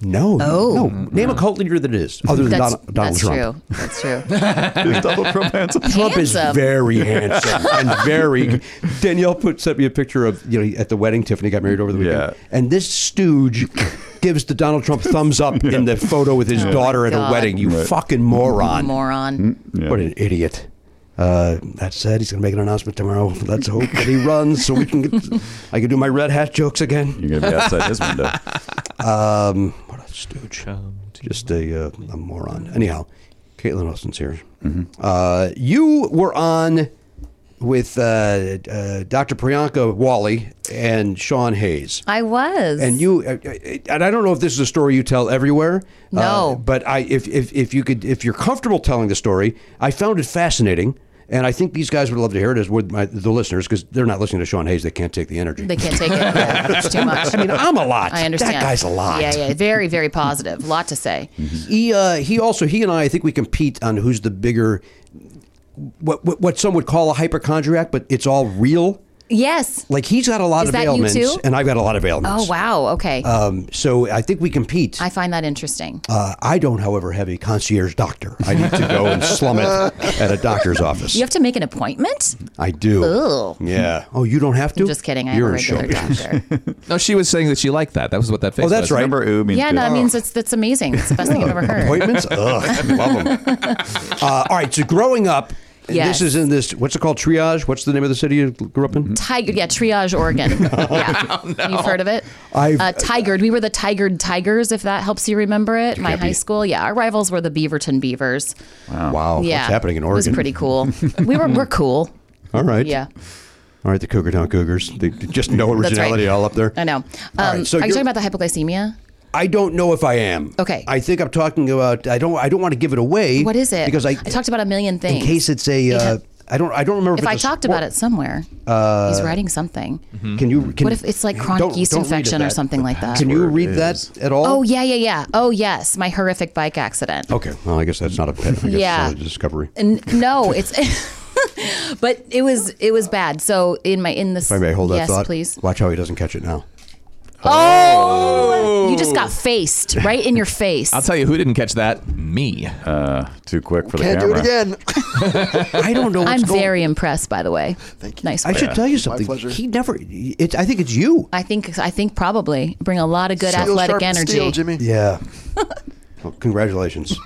Speaker 2: No,
Speaker 9: Oh.
Speaker 2: no. Name a cult leader that is other than
Speaker 9: That's,
Speaker 2: Donald, Donald
Speaker 9: that's
Speaker 2: Trump.
Speaker 9: true. That's true.
Speaker 7: Is Donald Trump handsome?
Speaker 2: Trump is
Speaker 9: Handsome.
Speaker 2: very handsome and very. Danielle put sent me a picture of you know at the wedding. Tiffany got married over the weekend,
Speaker 7: Yeah.
Speaker 2: and this stooge gives the Donald Trump thumbs up in the photo with his daughter at a
Speaker 9: God.
Speaker 2: wedding. You fucking moron! Hmm?
Speaker 9: Moron.
Speaker 7: Yeah.
Speaker 2: What an idiot. Uh, that said, he's going to make an announcement tomorrow. Let's hope that he runs so we can get, I can do my red hat jokes again.
Speaker 7: You're gonna be outside his window.
Speaker 2: Um, what a stooge. Just a, uh, a moron. Anyhow, Caitlin Austin's here. Uh, you were on with uh, uh, Dr. Priyanka Wally and Sean Hayes.
Speaker 9: I was.
Speaker 2: And you, uh, uh, and I don't know if this is a story you tell everywhere. uh,
Speaker 9: No.
Speaker 2: but I, if, if if you could, if you're comfortable telling the story, I found it fascinating, And I think these guys would love to hear it as would my, the listeners because they're not listening to Sean Hayes. They can't take the energy.
Speaker 9: They can't take it. Yeah, it's too much.
Speaker 2: I mean, I'm a lot.
Speaker 9: I understand.
Speaker 2: That guy's a lot.
Speaker 9: Yeah, yeah. Very, very positive. Lot to say.
Speaker 2: He uh, he also he and I, I think we compete on who's the bigger what what, what some would call a hypochondriac, but it's all real.
Speaker 9: Yes.
Speaker 2: Like he's got a lot
Speaker 9: Is
Speaker 2: of
Speaker 9: that you
Speaker 2: ailments,
Speaker 9: too?
Speaker 2: and I've got a lot of ailments.
Speaker 9: Oh wow. Okay.
Speaker 2: Um, so I think we compete.
Speaker 9: I find that interesting.
Speaker 2: Uh, I don't, however, have a concierge doctor. I need to go and slum it at a doctor's office.
Speaker 9: You have to make an appointment.
Speaker 2: I do.
Speaker 9: Ugh.
Speaker 2: Yeah. Oh, you don't have to.
Speaker 9: Just kidding. I
Speaker 2: You're
Speaker 9: am a
Speaker 2: in show
Speaker 9: regular
Speaker 2: business.
Speaker 9: doctor.
Speaker 8: No, she was saying that she liked that. That was what that face
Speaker 2: Oh, that's
Speaker 8: was.
Speaker 2: right.
Speaker 7: Remember, ooh means
Speaker 9: yeah,
Speaker 7: good.
Speaker 9: no, that means it's that's amazing. It's the best thing I've ever heard.
Speaker 2: Appointments? Ugh, love them. Uh, all right. So growing up, and
Speaker 9: Yes.
Speaker 2: this is in this. What's it called? Triage. What's the name of the city you grew up in?
Speaker 9: Tiger, yeah, Triage, Oregon. yeah, you've heard of it.
Speaker 2: Oh, I've-
Speaker 9: uh, tigered. We were the Tigered Tigers, if that helps you remember it. My
Speaker 2: can't
Speaker 9: high
Speaker 2: be-
Speaker 9: school, yeah, our rivals were the Beaverton Beavers.
Speaker 2: Wow. Oh,
Speaker 9: yeah,
Speaker 2: What's happening in Oregon?
Speaker 9: It was pretty cool. we were we're cool.
Speaker 2: All right.
Speaker 9: Yeah,
Speaker 2: All right. The Cougar Town Cougars. They they just no
Speaker 9: right.
Speaker 2: originality all up there.
Speaker 9: I know. Um,
Speaker 2: All right, so
Speaker 9: are you
Speaker 2: you're-
Speaker 9: talking about the hypoglycemia?
Speaker 2: I don't know if I am.
Speaker 9: Okay.
Speaker 2: I think I'm talking about. I don't. I don't want to give it away.
Speaker 9: What is it?
Speaker 2: Because I,
Speaker 9: talked about a million
Speaker 2: in
Speaker 9: things.
Speaker 2: case it's a.
Speaker 9: Yeah.
Speaker 2: Uh, I don't. I don't remember.
Speaker 9: if
Speaker 2: it's
Speaker 9: I
Speaker 2: a
Speaker 9: talked
Speaker 2: sport.
Speaker 9: about it somewhere,
Speaker 2: Uh,
Speaker 9: he's writing something.
Speaker 2: Can you? Can,
Speaker 9: What if it's like chronic
Speaker 2: don't-
Speaker 9: yeast
Speaker 2: don't read it
Speaker 9: infection or
Speaker 2: that.
Speaker 9: something like that?
Speaker 2: Can you read that at all?
Speaker 9: Oh yeah, yeah, yeah. Oh yes, my horrific bike accident.
Speaker 2: Okay. Well, I guess that's not a pet. I guess it's
Speaker 9: Yeah.
Speaker 2: not a discovery.
Speaker 9: N- no, it's. but it was it was bad. So in my in this.
Speaker 2: If I may hold that
Speaker 9: yes,
Speaker 2: thought.
Speaker 9: please.
Speaker 2: Watch how he doesn't catch it now.
Speaker 9: Oh, you just got faced
Speaker 2: Oh.
Speaker 9: right in your face.
Speaker 8: I'll tell you who didn't catch that. Me.
Speaker 7: Too quick for the
Speaker 6: Can't do
Speaker 7: camera.
Speaker 6: it again.
Speaker 2: I don't know. What's
Speaker 9: I'm
Speaker 2: going-
Speaker 9: very impressed, by the way. Thank you. Nice.
Speaker 2: I
Speaker 9: work.
Speaker 2: should tell you something.
Speaker 6: pleasure.
Speaker 2: He never. It, I think it's you.
Speaker 9: I think I think probably bring a lot of good
Speaker 6: Steel
Speaker 9: athletic
Speaker 6: sharp
Speaker 9: energy.
Speaker 6: Steel, Jimmy.
Speaker 2: Yeah. well, congratulations.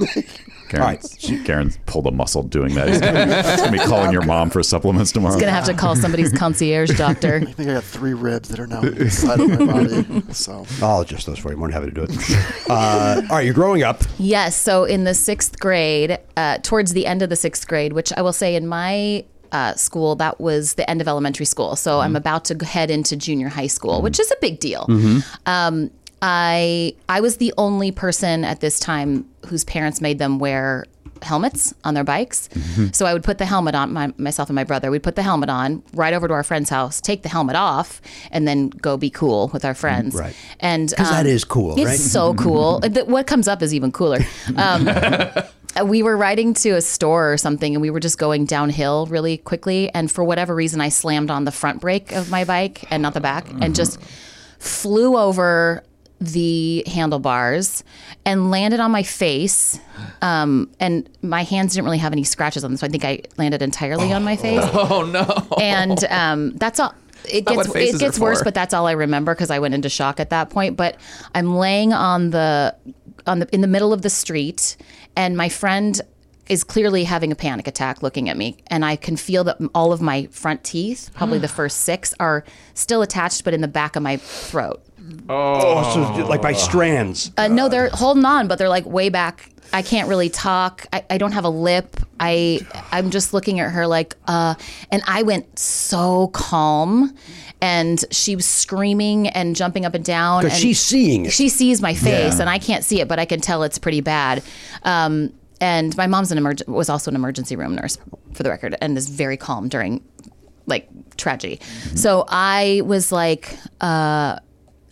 Speaker 7: Karen, Karen pulled a muscle doing that. He's gonna be, he's gonna be calling your mom for supplements tomorrow.
Speaker 9: Gonna have to call somebody's concierge doctor.
Speaker 6: I think I got three ribs that are now inside of my body. So
Speaker 2: I'll adjust those for you. I'm more than happy to do it. Uh, all right. You're growing up.
Speaker 9: Yes. So in the sixth grade, uh, towards the end of the sixth grade, which I will say in my uh, school, that was the end of elementary school. So I'm about to head into junior high school, which is a big deal. Um, I I was the only person at this time whose parents made them wear helmets on their bikes. So I would put the helmet on my, myself and my brother. We'd put the helmet on, ride over to our friend's house, take the helmet off, and then go be cool with our friends.
Speaker 2: Right.
Speaker 9: And um,
Speaker 2: that is cool,
Speaker 9: It's
Speaker 2: right? Mm-hmm.
Speaker 9: so cool. The- what comes up is even cooler. Um, uh, we were riding to a store or something, and we were just going downhill really quickly. And for whatever reason, I slammed on the front brake of my bike and not the back, and just
Speaker 2: Mm-hmm.
Speaker 9: flew over the handlebars and landed on my face. Um, and my hands didn't really have any scratches on them, so I think I landed entirely on my face.
Speaker 8: Oh no.
Speaker 9: and um, that's all. It
Speaker 8: not
Speaker 9: gets
Speaker 8: what
Speaker 9: it
Speaker 8: faces are
Speaker 9: gets worse,
Speaker 8: for.
Speaker 9: but that's all I remember because I went into shock at that point. But I'm laying on the on the in the middle of the street, and my friend is clearly having a panic attack looking at me and i can feel that all of my front teeth probably the first six are still attached but in the back of my throat
Speaker 2: Oh, so like by strands.
Speaker 9: uh, no, they're holding on, but they're like way back. I can't really talk. I, I don't have a lip. I I'm just looking at her like, uh, and I went so calm, and she was screaming and jumping up and down.
Speaker 2: Because
Speaker 9: and
Speaker 2: she's seeing it.
Speaker 9: She sees my face, and I can't see it, but I can tell it's pretty bad. Um, and my mom's an emerg- was also an emergency room nurse, for the record, and is very calm during like tragedy. So I was like, uh,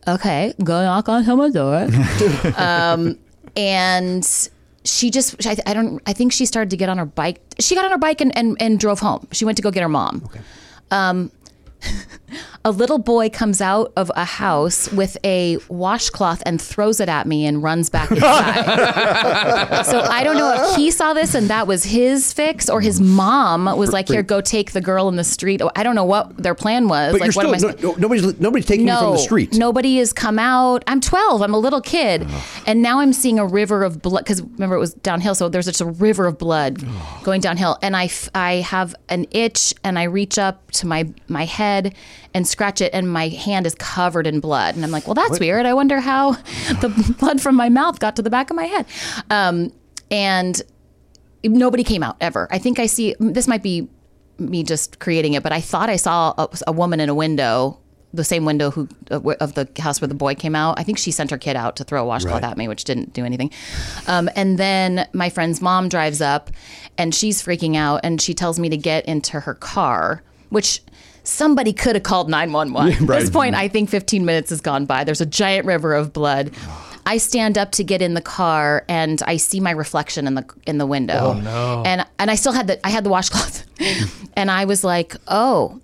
Speaker 9: okay, go knock on someone's door. um, and she just, I, I don't, I think she started to get on her bike. She got on her bike and, and, and drove home. She went to go get her mom. Um, a little boy comes out of a house with a washcloth and throws it at me and runs back inside. so I don't know if he saw this and that was his fix or his mom was like, here, go take the girl in the street. I don't know what their plan was.
Speaker 2: But
Speaker 9: like,
Speaker 2: you're
Speaker 9: what
Speaker 2: still
Speaker 9: am I
Speaker 2: no, no- nobody's nobody's taking you from the street.
Speaker 9: Nobody has come out. I'm 12. I'm a little kid, and now I'm seeing a river of blood. Because remember, it was downhill, so there's just a river of blood going downhill. And I, f- I have an itch, and I reach up to my my head and scratch it, and my hand is covered in blood. And I'm like, well, that's weird. I wonder how the blood from my mouth got to the back of my head. Um, and nobody came out ever. I think I see this might be me just creating it, but I thought I saw a, a woman in a window the same window who uh, wh- of the house where the boy came out. I think she sent her kid out to throw a washcloth
Speaker 2: Right.
Speaker 9: at me, which didn't do anything. Um, and then my friend's mom drives up, and she's freaking out, and she tells me to get into her car, which. Somebody could have called 911. At this point, I think 15 minutes has gone by. There's a giant river of blood. I stand up to get in the car and I see my reflection in the in the window. Oh no. And and I still had the I had the washcloth. and I was like, "Oh,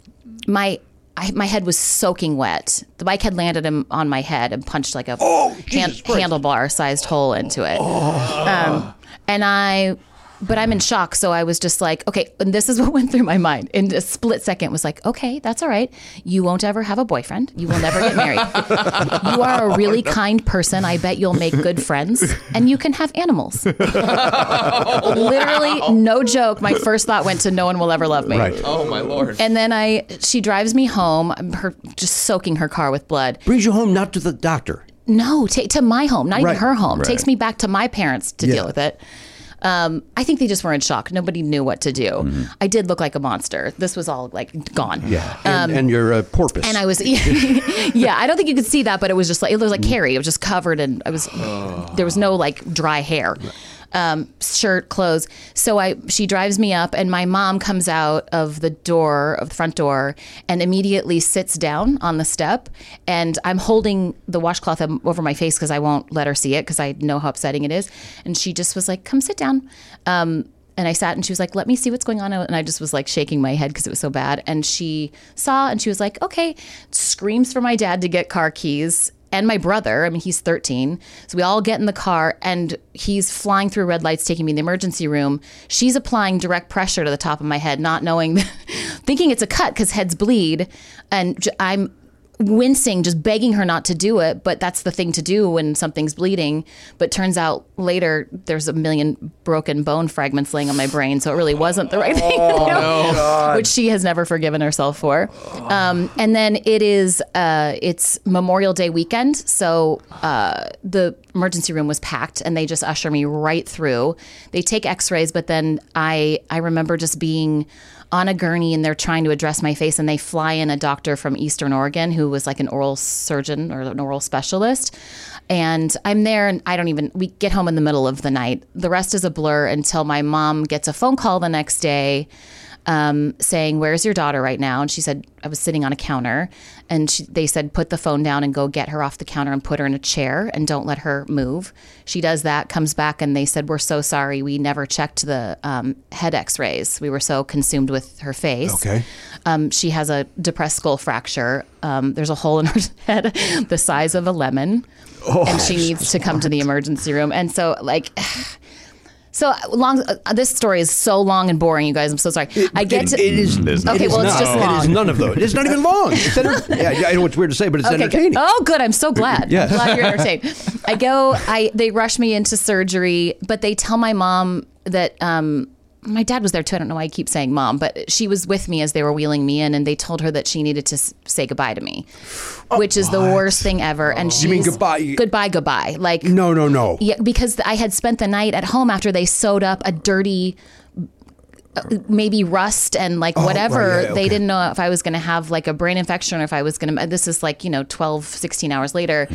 Speaker 9: my I, my head was soaking wet. The bike had landed in, on my head and punched like a hand, handlebar sized hole into it. Um, and I, but I'm in shock. So I was just like, okay, and this is what went through my mind in a split second was like, okay, that's all right. You won't ever have a boyfriend. You will never get married. you are a really kind person. I bet you'll make good friends and you can have animals. Literally, no joke. My first thought went to no one will ever love me.
Speaker 2: Right.
Speaker 8: Oh my lord.
Speaker 9: And then I, she drives me home. I'm her just soaking her car with blood.
Speaker 2: Brings you home, not to the doctor.
Speaker 9: No, ta to my home, not
Speaker 2: Right.
Speaker 9: even her home.
Speaker 7: Right.
Speaker 9: Takes me back to my parents to
Speaker 2: Yeah.
Speaker 9: deal with it. Um, I think they just were in shock. Nobody knew what to do. I did look like a monster. This was all like gone.
Speaker 2: Mm-hmm. Yeah. And, and your uh, porpoise.
Speaker 9: Um, And I was, yeah, I don't think you could see that, but it was just like, it was like Carrie. It was just covered and I was, there was no like dry hair, um, shirt, clothes. So I, she drives me up and my mom comes out of the door, of the front door, and immediately sits down on the step. And I'm holding the washcloth um, over my face because I won't let her see it because I know how upsetting it is. And she just was like, come sit down. Um, and I sat and she was like, let me see what's going on. And I just was like shaking my head because it was so bad. And she saw and she was like, okay, screams for my dad to get car keys and my brother. I mean, he's 13. So we all get in the car and he's flying through red lights, taking me in the emergency room. She's applying direct pressure to the top of my head, not knowing, thinking it's a cut because heads bleed. And j- I'm wincing, just begging her not to do it. But that's the thing to do when something's bleeding. But turns out later there's a million broken bone fragments laying on my brain, so it really wasn't the right thing, to do, which she has never forgiven herself for. Um, and then it is uh, it's Memorial Day weekend, so uh, the emergency room was packed, and they just usher me right through. They take X-rays, but then I I remember just being on a gurney and they're trying to address my face and they fly in a doctor from Eastern Oregon who was like an oral surgeon or an oral specialist. And I'm there and I don't even we get home in the middle of the night. The rest is a blur until my mom gets a phone call the next day um, saying, "Where's your daughter right now?" And she said, "I was sitting on a counter." And she, they said, "Put the phone down and go get her off the counter and put her in a chair and don't let her move." She does that, comes back, and they said, "We're so sorry. We never checked the um, head X-rays. We were so consumed with her face."
Speaker 2: Okay.
Speaker 9: Um, she has a depressed skull fracture. Um, there's a hole in her head the size of a lemon,
Speaker 2: Oh,
Speaker 9: and she needs to come to the emergency room. And so, like. So long. Uh, this story is so long and boring, you guys. I'm so sorry. I get
Speaker 2: it,
Speaker 9: to.
Speaker 2: it is. It is
Speaker 9: Okay, well, it's
Speaker 2: not.
Speaker 9: just
Speaker 2: It is
Speaker 9: long.
Speaker 2: none of those. It's not even long. It's enter- yeah, yeah, I know it's weird to say, but it's
Speaker 9: Okay, good.
Speaker 2: entertaining.
Speaker 9: Oh, good. I'm so glad.
Speaker 7: Yes.
Speaker 9: I'm glad you're entertained. I go. I they rush me into surgery, but they tell my mom that um, my dad was there too. I don't know why I keep saying mom, but she was with me as they were wheeling me in, and they told her that she needed to s- say goodbye to me, which is the worst thing ever. And she's,
Speaker 2: Oh, mean goodbye-
Speaker 9: Goodbye, goodbye. Like
Speaker 2: No, no, no.
Speaker 9: yeah, because I had spent the night at home after they sewed up a dirty, uh, maybe rust and like whatever.
Speaker 2: Oh, right, yeah, okay.
Speaker 9: They didn't know if I was going to have like a brain infection or if I was going to. This is like, you know, 12, 16 hours later.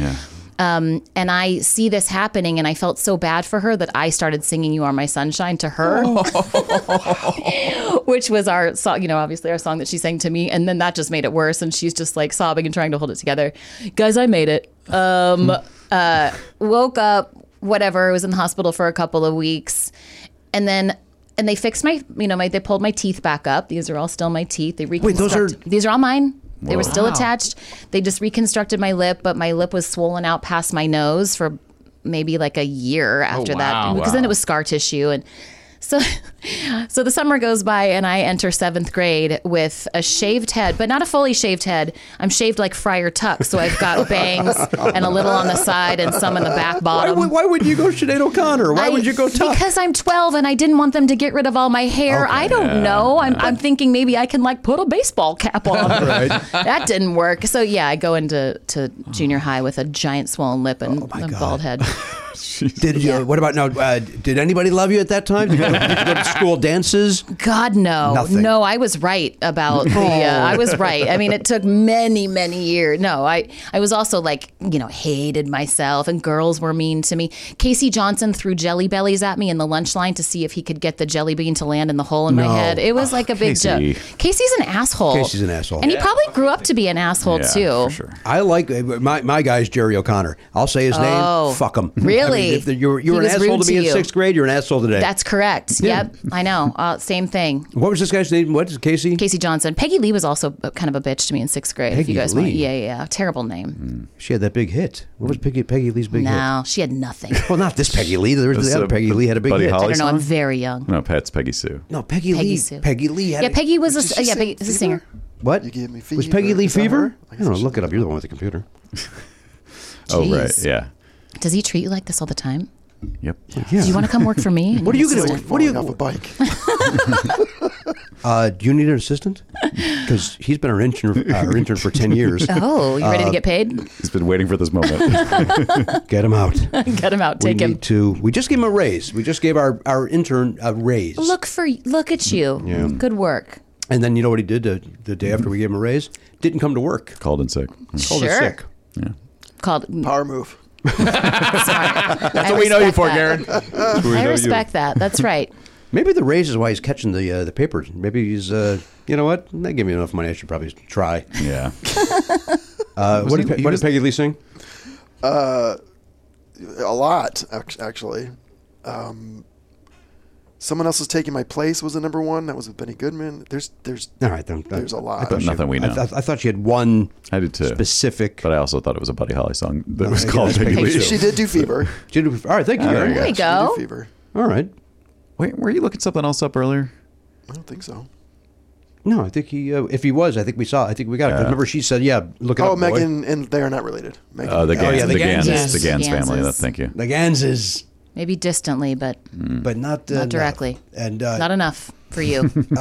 Speaker 9: Um, and I see this happening, and I felt so bad for her that I started singing "You Are My Sunshine" to her,
Speaker 2: Oh.
Speaker 9: which was our song. You know, obviously our song that she sang to me, and then that just made it worse. And she's just like sobbing and trying to hold it together. Guys, I made it. Um, uh, woke up, whatever. Was in the hospital for a couple of weeks, and then. And they fixed my, you know, my they pulled my teeth back up. These are all still my teeth. They
Speaker 2: those
Speaker 9: reconstructed.
Speaker 2: are-
Speaker 9: These are all mine. They were still attached. They just reconstructed my lip, but my lip was swollen out past my nose for maybe like a year after
Speaker 8: wow.
Speaker 9: that because then
Speaker 8: Wow.
Speaker 9: it was scar tissue and so so the summer goes by and I enter 7th grade with a shaved head, but not a fully shaved head. I'm shaved like Friar Tuck, so I've got bangs and a little on the side and some in the back
Speaker 2: Why,
Speaker 9: bottom.
Speaker 2: would- why would you go Sinead O'Connor? Why
Speaker 9: um, I-
Speaker 2: would you go tough?
Speaker 9: Because I'm 12 and I didn't want them to get rid of all my hair. I don't know. I'm, I'm thinking maybe I can like put a baseball cap on. That didn't
Speaker 2: Oh
Speaker 9: work. So yeah, I go into to junior high with a giant swollen lip and a bald head.
Speaker 2: Did you, what about now? Uh, did anybody love you at that time? Did you go to, did you go to school dances?
Speaker 9: God, no,
Speaker 2: Nothing.
Speaker 9: no. I was right about the. Uh, I was right. I mean, it took many, many years. No, I, I was also like, you know, hated myself, and girls were mean to me. Casey Johnson threw jelly bellies at me in the lunch line to see if he could get the jelly bean to land in the hole in my head. It was like a big
Speaker 7: Casey.
Speaker 9: joke. Casey's an asshole.
Speaker 2: Ah, Casey's an asshole.
Speaker 9: and he probably grew up to be an asshole
Speaker 7: Yeah,
Speaker 9: too.
Speaker 7: for sure.
Speaker 2: I like uh, my my guy's Jerry O'Connor. I'll say his
Speaker 9: Oh.
Speaker 2: name. Fuck him.
Speaker 9: Really?
Speaker 2: if the- you're you're
Speaker 9: He
Speaker 2: an
Speaker 9: was
Speaker 2: asshole
Speaker 9: rude
Speaker 2: to me
Speaker 9: to
Speaker 2: in
Speaker 9: you.
Speaker 2: sixth grade. You're an asshole today.
Speaker 9: That's correct. Yep, I know. Uh, same thing.
Speaker 2: what was this guy's name? What is Casey?
Speaker 9: Casey Johnson. Peggy Lee was also a- kind of a bitch to me in sixth grade. if
Speaker 2: Peggy
Speaker 9: you guys want,
Speaker 2: Lee?
Speaker 9: yeah, yeah, yeah, terrible name.
Speaker 2: She had that big hit. What was Peggy Peggy Lee's big hit?
Speaker 9: No, she had nothing.
Speaker 2: Well, not this Peggy Lee. There was
Speaker 7: This,
Speaker 2: the other
Speaker 7: uh,
Speaker 2: Peggy Lee had a big
Speaker 7: Buddy
Speaker 2: hit.
Speaker 7: Holly?
Speaker 9: I don't know. I'm
Speaker 7: song?
Speaker 9: very young.
Speaker 7: No, Pat's Peggy Sue.
Speaker 2: No, Peggy,
Speaker 9: Peggy
Speaker 2: Lee.
Speaker 9: Sue.
Speaker 2: Peggy Lee had
Speaker 9: Yeah,
Speaker 2: a-
Speaker 9: Peggy was a
Speaker 6: she
Speaker 9: yeah,
Speaker 6: say
Speaker 9: Peggy was a
Speaker 6: fever?
Speaker 9: singer.
Speaker 2: What?
Speaker 6: You gave me
Speaker 2: Was
Speaker 6: fever.
Speaker 2: Peggy Lee
Speaker 6: Is that
Speaker 2: fever?
Speaker 6: her? I
Speaker 2: I
Speaker 6: guess
Speaker 2: don't know.
Speaker 6: she-
Speaker 2: Look it up. You're the one with the computer.
Speaker 7: Oh right,
Speaker 9: Jeez.
Speaker 7: yeah,
Speaker 9: Does he treat you like this all the time?
Speaker 7: yep.
Speaker 9: Do you want to come work for me?
Speaker 2: What are you
Speaker 6: It's
Speaker 2: going to
Speaker 6: like
Speaker 2: What are
Speaker 6: falling off a
Speaker 2: you?
Speaker 6: bike?
Speaker 2: Uh, do you need an assistant? Because he's been our intern, our intern for 10 years.
Speaker 9: Oh, you
Speaker 2: Uh,
Speaker 9: ready to get paid?
Speaker 7: He's been waiting for this moment.
Speaker 2: Get him out.
Speaker 9: Get him out.
Speaker 2: we
Speaker 9: Take him.
Speaker 2: need to. We just gave him a raise. We just gave our, our intern a raise.
Speaker 9: Look for look at you. Good work.
Speaker 2: And then you know what he did the, the day after we gave him a raise? Didn't come to work.
Speaker 7: Called in sick.
Speaker 2: Called in
Speaker 9: sure.
Speaker 2: sick.
Speaker 9: Called.
Speaker 6: Power move.
Speaker 9: That's
Speaker 8: what we know you for, Garrett.
Speaker 9: I respect that. That's right.
Speaker 2: Maybe the raise is why he's catching the uh, the papers. Maybe he's uh, you know what? They give me enough money. I should probably try.
Speaker 7: Yeah.
Speaker 2: Uh, what,
Speaker 7: he-
Speaker 2: did, Pe-
Speaker 7: he
Speaker 2: what
Speaker 7: was-
Speaker 2: did Peggy Lee sing?
Speaker 6: A lot, act- actually. Um, someone else was taking my place was the number one. That was with Benny Goodman. There's, there's,
Speaker 2: All right, then, then-
Speaker 6: There's a
Speaker 2: I
Speaker 6: lot.
Speaker 2: thought
Speaker 6: But
Speaker 2: she-
Speaker 7: nothing we
Speaker 2: I
Speaker 7: know.
Speaker 2: thought- I thought she had one
Speaker 7: I did too.
Speaker 2: specific.
Speaker 7: But I also thought it was a Buddy Holly song that was
Speaker 2: yeah,
Speaker 7: called
Speaker 2: that's
Speaker 7: Peggy
Speaker 2: Peggy
Speaker 7: Lee.
Speaker 2: Sue.
Speaker 6: she did do fever.
Speaker 2: Did- All right, thank you. Gary.
Speaker 9: There you go.
Speaker 6: She did fever.
Speaker 2: All right.
Speaker 7: Wait, were you looking something else up earlier?
Speaker 6: I don't think so.
Speaker 2: No, I think he. Uh, if he was, I think we saw. I think we got it. 'Cause Remember, she said, "Yeah, look it up,
Speaker 6: Oh,
Speaker 2: boy.
Speaker 6: Megan and they are not related. Megan.
Speaker 7: Uh, the Gans,
Speaker 2: yeah,
Speaker 7: the,
Speaker 2: the
Speaker 7: Gans,
Speaker 9: Ganses.
Speaker 7: the Gans
Speaker 9: Ganses.
Speaker 7: family. That, thank you.
Speaker 2: The Ganses,
Speaker 9: Maybe distantly, but
Speaker 2: but not uh,
Speaker 9: not directly.
Speaker 2: And uh,
Speaker 9: not enough for you.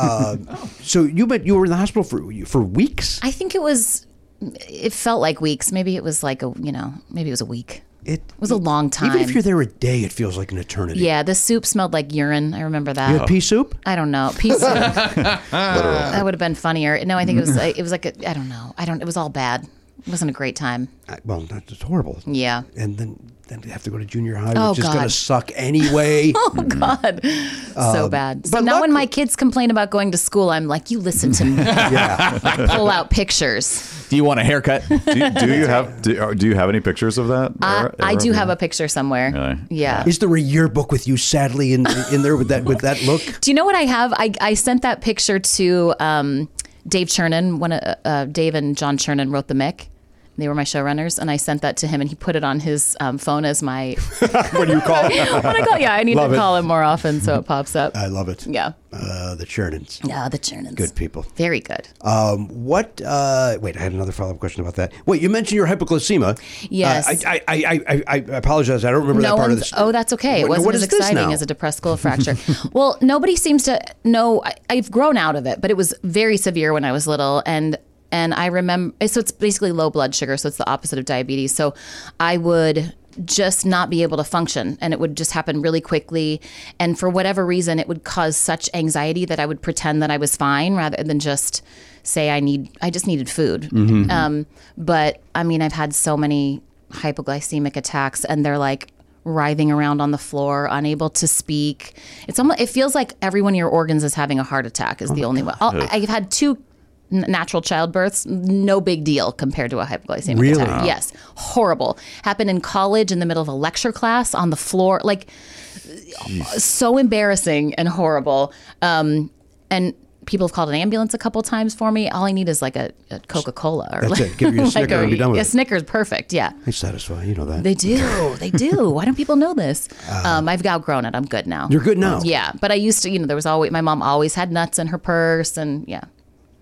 Speaker 2: so you, but you were in the hospital for for weeks.
Speaker 9: I think it was. It felt like weeks. Maybe it was like a you know. Maybe it was a week.
Speaker 2: It
Speaker 9: was a long time.
Speaker 2: Even if you're there a day, it feels like an eternity.
Speaker 9: Yeah, the soup smelled like urine. I remember that.
Speaker 2: You had pea soup.
Speaker 9: I don't know. Pea soup. that would have been funnier. No, I think it was. It was like a, I don't know. I don't. It was all bad. It wasn't a great time.
Speaker 2: I, well, that's just horrible.
Speaker 9: Yeah.
Speaker 2: And then then you have to go to junior high,
Speaker 9: Oh,
Speaker 2: which is going to
Speaker 9: God.
Speaker 2: suck anyway.
Speaker 9: Oh God, so bad. So
Speaker 2: Mm-hmm. Um, but
Speaker 9: now when
Speaker 2: luck-
Speaker 9: my kids complain about going to school, I'm like, you listen to me. I pull out pictures.
Speaker 8: Do you want a haircut?
Speaker 7: Do, you- do you have do, are- do you have any pictures of that?
Speaker 9: I,
Speaker 7: Era-
Speaker 9: Uh, I
Speaker 7: era?
Speaker 9: do have a picture somewhere.
Speaker 7: Really?
Speaker 9: Yeah.
Speaker 2: is there a yearbook with you, sadly, in in there with that with that look?
Speaker 9: Do you know what I have? I, I sent that picture to um, Dave Chernin. One uh, uh, Dave and John Chernin wrote the Mick. They were my showrunners, and I sent that to him, and he put it on his um, phone as my.
Speaker 2: What do you call? it?
Speaker 9: when I call, yeah, I need
Speaker 2: Love
Speaker 9: to
Speaker 2: it.
Speaker 9: call him more often so it pops up.
Speaker 2: I love it.
Speaker 9: yeah,
Speaker 2: Uh, the Chernins.
Speaker 9: yeah, the Chernins.
Speaker 2: Good people.
Speaker 9: Very good.
Speaker 2: Um, what? Uh, wait, I had another follow up question about that. Wait, you mentioned your hypoglycemia.
Speaker 9: Yes.
Speaker 2: Uh, I, I, I, I, I apologize. I don't remember
Speaker 9: no
Speaker 2: that part of
Speaker 9: one's.
Speaker 2: this.
Speaker 9: Oh, that's okay. It
Speaker 2: What-
Speaker 9: wasn't
Speaker 2: what
Speaker 9: as
Speaker 2: is this
Speaker 9: exciting
Speaker 2: now?
Speaker 9: as a depressed skull fracture. well, nobody seems to know. I, I've grown out of it, but it was very severe when I was little, and and I remember. So it's basically low blood sugar. So it's the opposite of diabetes. So I would just not be able to function and it would just happen really quickly and for whatever reason it would cause such anxiety that i would pretend that i was fine rather than just say i need i just needed food
Speaker 2: Mm-hmm.
Speaker 9: um, but i mean i've had so many hypoglycemic attacks and they're like writhing around on the floor, unable to speak. It's almost it feels like every one of your organs is having a heart attack
Speaker 2: Oh
Speaker 9: is the only one. I'll- I've had two n- natural childbirths, no big deal compared to a hypoglycemic
Speaker 2: Really?
Speaker 9: attack. Yes, horrible. Happened in college in the middle of a lecture class on the floor, like so embarrassing and horrible. Um, and people have called an ambulance a couple times for me. All I need is like a, a Coca Cola or
Speaker 2: That's
Speaker 9: like,
Speaker 2: it. Give you a Snicker and be done with
Speaker 9: a
Speaker 2: it.
Speaker 9: Snickers. Perfect. Yeah.
Speaker 2: They satisfy. You know that.
Speaker 9: They do. They do. Why don't people know this? Um, I've outgrown it. I'm good now.
Speaker 2: Uh. You're good now.
Speaker 9: Yeah, but I used to. You know, there was always my mom always had nuts in her purse, and yeah.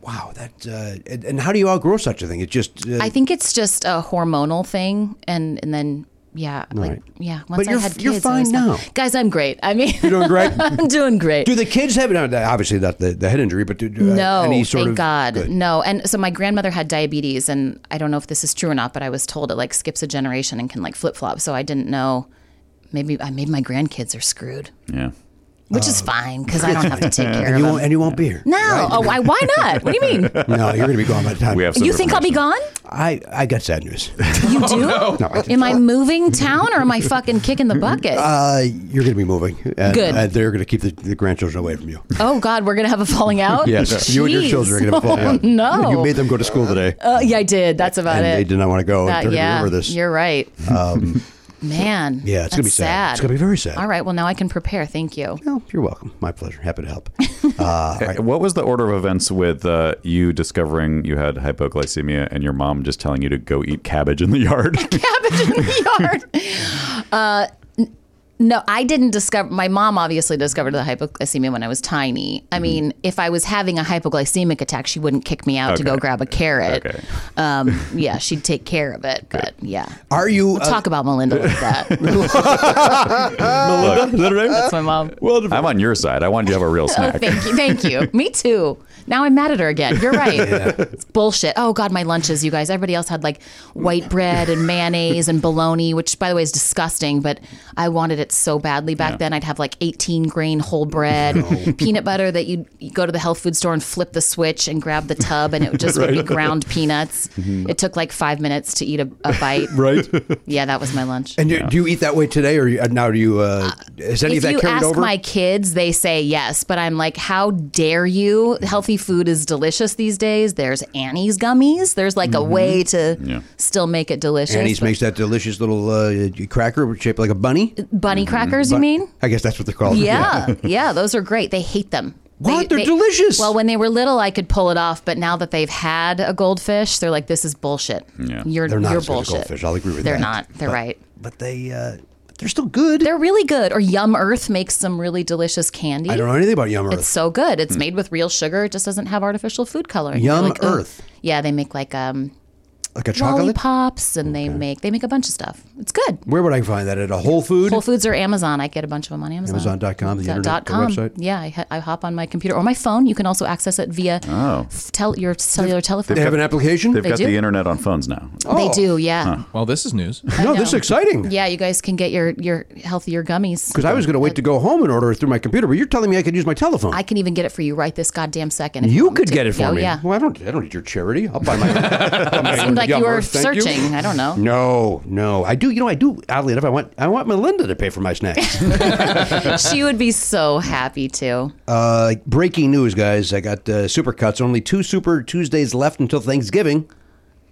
Speaker 2: Wow. That. Uh, and, and how do you outgrow such a thing? It just. Uh,
Speaker 9: I think it's just a hormonal thing, and and then yeah, like
Speaker 2: right.
Speaker 9: yeah. Once I
Speaker 2: you're-
Speaker 9: had kids,
Speaker 2: you're
Speaker 9: I was
Speaker 2: fine now.
Speaker 9: Guys, I'm great. I mean, you're
Speaker 2: doing great?
Speaker 9: I'm doing great.
Speaker 2: do the kids have no, obviously not the, the head injury, but do, do, uh,
Speaker 9: no,
Speaker 2: any sort
Speaker 9: thank
Speaker 2: of
Speaker 9: God,
Speaker 2: Good.
Speaker 9: no. And so my grandmother had diabetes, and I don't know if this is true or not, but I was told it like skips a generation and can like flip flop. So I didn't know maybe uh, maybe my grandkids are screwed,
Speaker 7: Yeah.
Speaker 9: which is fine because I don't have to take care
Speaker 2: You
Speaker 9: of
Speaker 2: won't,
Speaker 9: them.
Speaker 2: Um, and you won't be here.
Speaker 9: No, oh, why, why not? What do you mean?
Speaker 2: No, you're going to be gone by the time.
Speaker 7: We have some
Speaker 9: You think I'll be
Speaker 7: information.
Speaker 9: gone?
Speaker 2: I, I got sad news.
Speaker 9: You do?
Speaker 2: Oh, No, I think-
Speaker 9: am I moving town or am I fucking kicking the bucket?
Speaker 2: Uh, you're going to be moving. And,
Speaker 9: Good.
Speaker 2: uh, they're going to keep the, the grandchildren away from you.
Speaker 9: oh God, we're gonna have a falling out.
Speaker 2: Yes, you and your
Speaker 9: Jeez.
Speaker 2: children are going to fall
Speaker 9: Oh,
Speaker 2: out.
Speaker 9: No,
Speaker 2: You made them go to school today.
Speaker 9: Uh, yeah, I did. That's about
Speaker 2: and
Speaker 9: it.
Speaker 2: they did not want to go.
Speaker 9: That-
Speaker 2: They're gonna
Speaker 9: yeah,
Speaker 2: remember this. Um,
Speaker 9: you're right. Man,
Speaker 2: Yeah, it's gonna be
Speaker 9: that's
Speaker 2: sad. It's gonna be very sad.
Speaker 9: All right, well now I can prepare. Thank you.
Speaker 2: No, you're welcome. My pleasure. Happy to help. Uh,
Speaker 7: Uh, What was the order of events with uh, you discovering you had hypoglycemia and your mom just telling you to go eat cabbage in the yard?
Speaker 9: cabbage in the yard. Uh, n- no, I didn't discover. My mom obviously discovered the hypoglycemia when I was tiny.
Speaker 7: Mm-hmm.
Speaker 9: I mean, if I was having a hypoglycemic attack, she wouldn't kick me out to go
Speaker 7: Okay.
Speaker 9: grab a carrot.
Speaker 7: Okay.
Speaker 9: Um, yeah, she'd take care of it. But yeah,
Speaker 7: Uh,
Speaker 2: are you uh,
Speaker 9: we'll talk about Melinda like that. That's my mom.
Speaker 7: I'm on your side. I wanted you to have a real snack.
Speaker 9: Oh, Thank you. Thank you. Me too. Now I'm mad at her again. You're right. It's bullshit. Oh, God, my lunches, you guys. Everybody else had like white bread and mayonnaise and bologna, which, by the way, is disgusting, but I wanted it so badly back then. I'd have like 18 grain whole bread, peanut butter that you'd you'd go to the health food store and flip the switch and grab the tub, and it would just would be ground peanuts. It took like five minutes to eat a, a bite.
Speaker 2: right?
Speaker 9: Yeah, that was my lunch.
Speaker 2: And do, do you eat that way today, or you, uh, now do you? Uh, is any of
Speaker 9: if
Speaker 2: that
Speaker 9: you
Speaker 2: carried
Speaker 9: ask
Speaker 2: over?
Speaker 9: my kids, they say yes, but I'm like, how dare you? Healthy food is delicious these days. There's Annie's gummies. There's like
Speaker 2: Mm-hmm.
Speaker 9: a way to
Speaker 7: Yeah.
Speaker 9: still make it delicious.
Speaker 2: Annie's
Speaker 9: But-
Speaker 2: makes that delicious little uh, cracker shaped like a bunny.
Speaker 9: bunny
Speaker 2: Mm-hmm.
Speaker 9: crackers. You mean?
Speaker 2: I guess that's what they're called.
Speaker 9: Yeah, yeah, those are great. They hate them.
Speaker 2: What? They're delicious.
Speaker 9: Well, when they were little, I could pull it off, but now that they've had a goldfish, they're like, "This is bullshit.
Speaker 7: Yeah.
Speaker 9: You're
Speaker 2: They're not
Speaker 9: you're
Speaker 2: as good as
Speaker 9: bullshit."
Speaker 2: goldfish. I'll agree with
Speaker 9: they're
Speaker 2: that.
Speaker 9: not. They're right.
Speaker 2: but they uh, they're still good.
Speaker 9: They're really good. Or Yum Earth makes some really delicious candy.
Speaker 2: I don't know anything about Yum Earth. Hmm.
Speaker 9: It's so good. It's made with real sugar. It just doesn't have artificial food coloring.
Speaker 2: Yum
Speaker 9: They're like, oh.
Speaker 2: Earth.
Speaker 9: Yeah, they make like um,
Speaker 2: like a chocolate.
Speaker 9: lollipops, and they make they make a bunch of stuff. It's good.
Speaker 2: Where would I find that? At a Whole Food?
Speaker 9: Whole Foods or Amazon. I get a bunch of them on Amazon.
Speaker 2: Amazon.com, the
Speaker 9: Dot-
Speaker 2: internet
Speaker 9: dot
Speaker 2: the
Speaker 9: com.
Speaker 2: website.
Speaker 9: Yeah, I, ha- I hop on my computer or my phone. You can also access it via
Speaker 7: Oh.
Speaker 9: f- tel- your cellular telephone.
Speaker 2: They have an application.
Speaker 7: They've got
Speaker 9: do?
Speaker 7: the internet on phones now.
Speaker 9: They
Speaker 2: Oh.
Speaker 9: do, yeah,
Speaker 8: Well, this is news.
Speaker 2: no, this is
Speaker 9: know.
Speaker 2: exciting.
Speaker 9: yeah. You guys can get your your healthier gummies.
Speaker 2: Because I was going to wait to go home and order it through my computer, but you're telling me I could use my telephone.
Speaker 9: I can even get it for you right this goddamn second. if
Speaker 2: you
Speaker 9: want me
Speaker 2: could
Speaker 9: to.
Speaker 2: get it for
Speaker 9: Oh,
Speaker 2: me.
Speaker 9: Yeah,
Speaker 2: Well, I don't. I don't need your charity. I'll buy my. I'll buy my
Speaker 9: seemed like
Speaker 2: Yum
Speaker 9: you were
Speaker 2: Earth, thank you.
Speaker 9: searching. I don't know.
Speaker 2: No, no. I do. You know, I do. Oddly enough, I want. I want Melinda to pay for my snacks.
Speaker 9: she would be so happy to.
Speaker 2: uh, breaking news, guys. I got uh, super cuts. Only two Super Tuesdays left until Thanksgiving.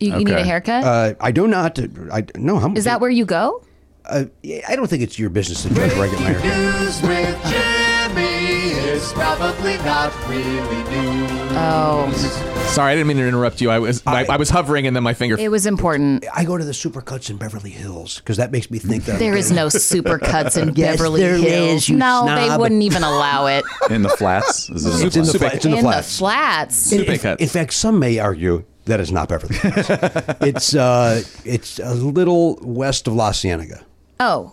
Speaker 9: You, you need a
Speaker 7: Okay.
Speaker 9: haircut.
Speaker 2: Uh, I do not. I no. I'm,
Speaker 9: Is that where you go?
Speaker 2: Uh, I don't think it's your business to judge where I get my haircut.
Speaker 10: News with Jimmy is probably not really news.
Speaker 9: Oh,
Speaker 8: Sorry, I didn't mean to interrupt you. I was I, I was hovering, and then my finger.
Speaker 9: it was important.
Speaker 2: I go to the Supercuts in Beverly Hills because that makes me think that I'm
Speaker 9: There is
Speaker 2: getting-
Speaker 9: no super cuts in
Speaker 2: Yes,
Speaker 9: Beverly
Speaker 2: there
Speaker 9: Hills.
Speaker 2: is, you
Speaker 9: no, they
Speaker 2: snob.
Speaker 9: wouldn't even allow it.
Speaker 7: In the flats? This is in the
Speaker 2: It's in the,
Speaker 7: flats.
Speaker 2: fla- it's in the
Speaker 9: in
Speaker 2: flats.
Speaker 9: the flats.
Speaker 2: In-
Speaker 8: Super
Speaker 2: in-
Speaker 8: cuts.
Speaker 2: In fact, some may argue that is not Beverly Hills. it's uh, it's a little west of La Cienega.
Speaker 9: Oh,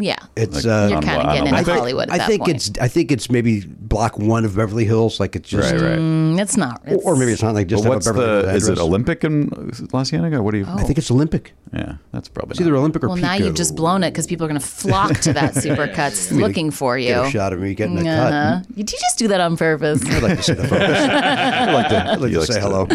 Speaker 9: yeah.
Speaker 2: It's uh,
Speaker 9: You're
Speaker 7: on
Speaker 9: kind
Speaker 7: what-
Speaker 9: of getting
Speaker 7: on what-
Speaker 9: into
Speaker 2: I think-
Speaker 9: Hollywood at
Speaker 2: I
Speaker 9: that
Speaker 2: think
Speaker 9: point.
Speaker 2: it's I think it's maybe block one of Beverly Hills. Like it's just,
Speaker 7: Right, right.
Speaker 9: Mm, it's not. It's,
Speaker 2: or maybe it's not like just
Speaker 7: But
Speaker 2: have
Speaker 7: what's
Speaker 2: a Beverly
Speaker 7: the,
Speaker 2: Hills
Speaker 7: is it
Speaker 2: address.
Speaker 7: Olympic in La Cienega? What do you,
Speaker 2: I
Speaker 9: Oh.
Speaker 2: think it's Olympic.
Speaker 7: yeah, that's probably
Speaker 2: It's either
Speaker 7: not.
Speaker 2: Olympic or
Speaker 9: Well, now you've just blown it because people are going to flock to that super cuts looking for you.
Speaker 2: Get a shot of me getting a cut.
Speaker 9: Uh-huh. Did you just do that on purpose?
Speaker 2: I'd like to see the photos. I'd like to, I'd like
Speaker 7: He
Speaker 2: to
Speaker 7: likes
Speaker 2: say
Speaker 7: to-
Speaker 2: hello.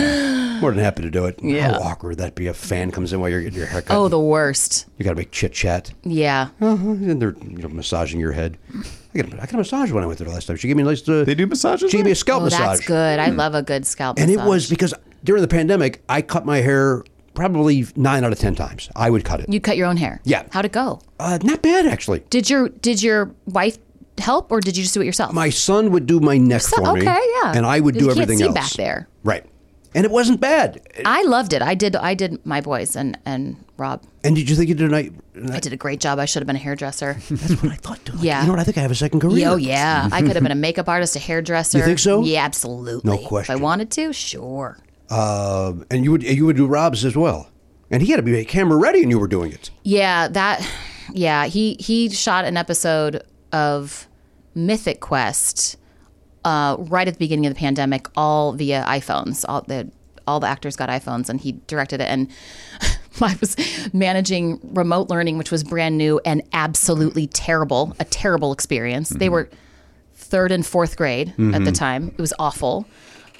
Speaker 2: More than happy to do it.
Speaker 9: Yeah.
Speaker 2: How awkward that'd be. A fan comes in while you're getting your haircut.
Speaker 9: oh, the worst.
Speaker 2: you got to make chit chat.
Speaker 9: Yeah.
Speaker 2: And they're you know massaging your head. I got a, I got a massage when I went there the last time. She gave me a nice. Uh,
Speaker 7: They do massages
Speaker 2: She gave me a scalp
Speaker 9: Oh,
Speaker 2: massage. Mm.
Speaker 9: that's good. I love a good scalp
Speaker 2: And
Speaker 9: massage.
Speaker 2: it was because during the pandemic, I cut my hair probably nine out of ten times. I would cut it.
Speaker 9: You cut your own hair.
Speaker 2: Yeah.
Speaker 9: How'd it go?
Speaker 2: Uh, not bad actually.
Speaker 9: Did your Did your wife help, or did you just do it yourself?
Speaker 2: My son would do my neck
Speaker 9: So-
Speaker 2: for me.
Speaker 9: okay, yeah.
Speaker 2: And I would
Speaker 9: You
Speaker 2: do
Speaker 9: can't
Speaker 2: everything
Speaker 9: see
Speaker 2: else.
Speaker 9: back there.
Speaker 2: Right. And it wasn't bad.
Speaker 9: I loved it. I did. I did my boys and and Rob.
Speaker 2: And did you think you did a night?
Speaker 9: I did a great job. I should have been a hairdresser.
Speaker 2: That's what I thought. dude. Like,
Speaker 9: Yeah.
Speaker 2: You know what? I think I have a second career.
Speaker 9: Yeah, oh yeah, I could have been a makeup artist, a hairdresser.
Speaker 2: You think so?
Speaker 9: Yeah, absolutely.
Speaker 2: No question.
Speaker 9: If I wanted to, sure.
Speaker 2: Um, and you would you would do Rob's as well. And he had to be camera ready, and you were doing it.
Speaker 9: Yeah, that. Yeah, he he shot an episode of Mythic Quest uh, right at the beginning of the pandemic, all via iPhones. All the all the actors got iPhones, and he directed it. And I was managing remote learning, which was brand new and absolutely terrible, a terrible experience. They were third and fourth grade at the time. It was awful.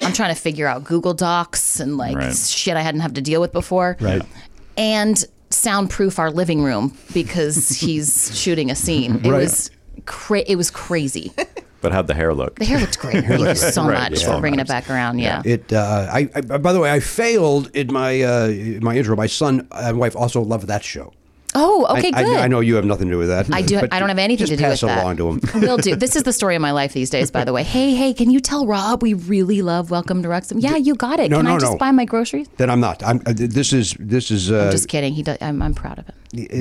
Speaker 9: I'm trying to figure out Google Docs and like
Speaker 7: Right.
Speaker 9: shit I hadn't have to deal with before.
Speaker 1: Right.
Speaker 9: And soundproof our living room because he's shooting a scene. It
Speaker 1: Right.
Speaker 9: was cra- it was crazy.
Speaker 7: But how'd the hair look?
Speaker 9: The hair looked great. Thank you so
Speaker 7: Right,
Speaker 9: much
Speaker 7: yeah.
Speaker 9: for bringing it back around. Yeah.
Speaker 2: It. Uh, I, I. By the way, I failed in my uh, in my intro. My son and wife also love that show.
Speaker 9: Oh,
Speaker 2: I-
Speaker 9: okay,
Speaker 2: I,
Speaker 9: good.
Speaker 2: I, know you have nothing to do with that.
Speaker 9: I do.
Speaker 2: but
Speaker 9: I don't have anything
Speaker 2: just
Speaker 9: to do
Speaker 2: pass
Speaker 9: with that.
Speaker 2: along to him.
Speaker 9: Will do. This is the story of my life these days, by the way. Hey, hey, can you tell Rob we really love Welcome to Wrexham? Yeah, you got it.
Speaker 2: No,
Speaker 9: can
Speaker 2: no,
Speaker 9: I just
Speaker 2: no.
Speaker 9: buy my groceries?
Speaker 2: Then I'm not. I'm. uh, th- This is. This is. Uh,
Speaker 9: I'm just kidding. He, does, I'm, I'm proud of him.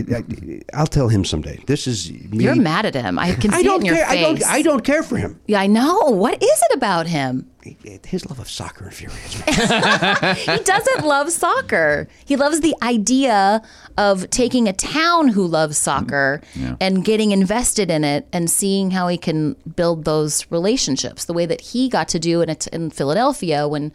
Speaker 2: I- I'll tell him someday. This is. Me.
Speaker 9: You're mad at him. I can see
Speaker 2: I don't
Speaker 9: it in your
Speaker 2: care. I
Speaker 9: face.
Speaker 2: don't. I don't care for him.
Speaker 9: Yeah, I know. What is it about him?
Speaker 2: His love of soccer infuriates me.
Speaker 9: He doesn't love soccer. He loves the idea of taking a town who loves soccer and getting invested in it and seeing how he can build those relationships the way that he got to do in, it in Philadelphia when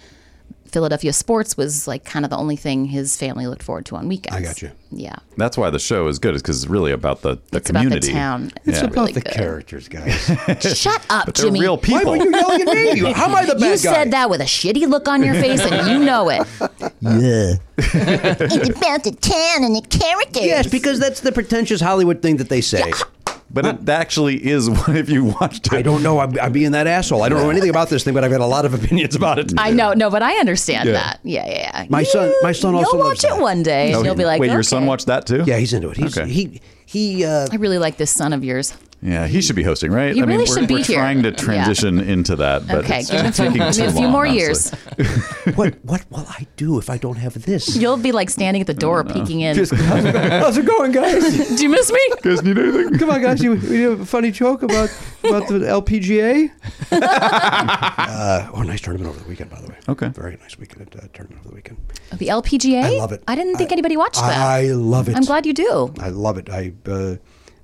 Speaker 9: Philadelphia sports was like kind of the only thing his family looked forward to on weekends.
Speaker 2: I got you.
Speaker 9: Yeah.
Speaker 7: That's why the show is good, is because it's really about the, the
Speaker 9: It's about the
Speaker 7: community.
Speaker 9: town.
Speaker 7: It's
Speaker 9: really
Speaker 2: About the
Speaker 9: good.
Speaker 2: characters, guys.
Speaker 9: Shut up,
Speaker 7: They're
Speaker 9: Jimmy.
Speaker 7: real
Speaker 2: Why
Speaker 7: people.
Speaker 2: were you yelling at me? How am I the bad
Speaker 9: you
Speaker 2: guy?
Speaker 9: said that with a shitty look on your face, and you know it.
Speaker 11: It's about the town and the characters.
Speaker 2: Yes, because that's the pretentious Hollywood thing that they say.
Speaker 7: But it actually is what if you watched it.
Speaker 2: I don't know. I'm, I'm being that asshole. I don't know anything about this thing, but I've got a lot of opinions about it.
Speaker 9: I know, no, but I understand
Speaker 2: Yeah.
Speaker 9: that. Yeah, yeah, yeah.
Speaker 2: My son- my son
Speaker 9: you'll
Speaker 2: also
Speaker 9: watch
Speaker 2: loves
Speaker 9: it
Speaker 2: that.
Speaker 9: one day, and you'll be like,
Speaker 7: Wait, your
Speaker 9: "Okay,
Speaker 7: son watched that too?
Speaker 2: Yeah, he's into it. He's
Speaker 7: Okay.
Speaker 2: he he. Uh,
Speaker 9: I really like this son of yours.
Speaker 7: Yeah, he should be hosting, right?
Speaker 9: You
Speaker 7: I mean,
Speaker 9: really
Speaker 7: we're,
Speaker 9: should be
Speaker 7: we're
Speaker 9: here.
Speaker 7: trying to
Speaker 9: Yeah.
Speaker 7: transition into that, but
Speaker 9: okay,
Speaker 7: it's
Speaker 9: give him
Speaker 7: taking
Speaker 9: give him a
Speaker 7: too
Speaker 9: few
Speaker 7: long,
Speaker 9: more
Speaker 7: honestly.
Speaker 9: years.
Speaker 2: what what will I do if I don't have this?
Speaker 9: You'll be like standing at the door, peeking in.
Speaker 2: How's it going, guys?
Speaker 9: Do you miss me?
Speaker 7: Guys, need anything?
Speaker 2: Come on, guys. You, you have a funny joke about about the LPGA. uh, oh, nice tournament over the weekend, by the way.
Speaker 7: Okay.
Speaker 2: very nice weekend uh, tournament over the weekend.
Speaker 9: The LPGA.
Speaker 2: I love it.
Speaker 9: I didn't think anybody watched that.
Speaker 2: I love it.
Speaker 9: I'm glad you do.
Speaker 2: I love it. I, uh,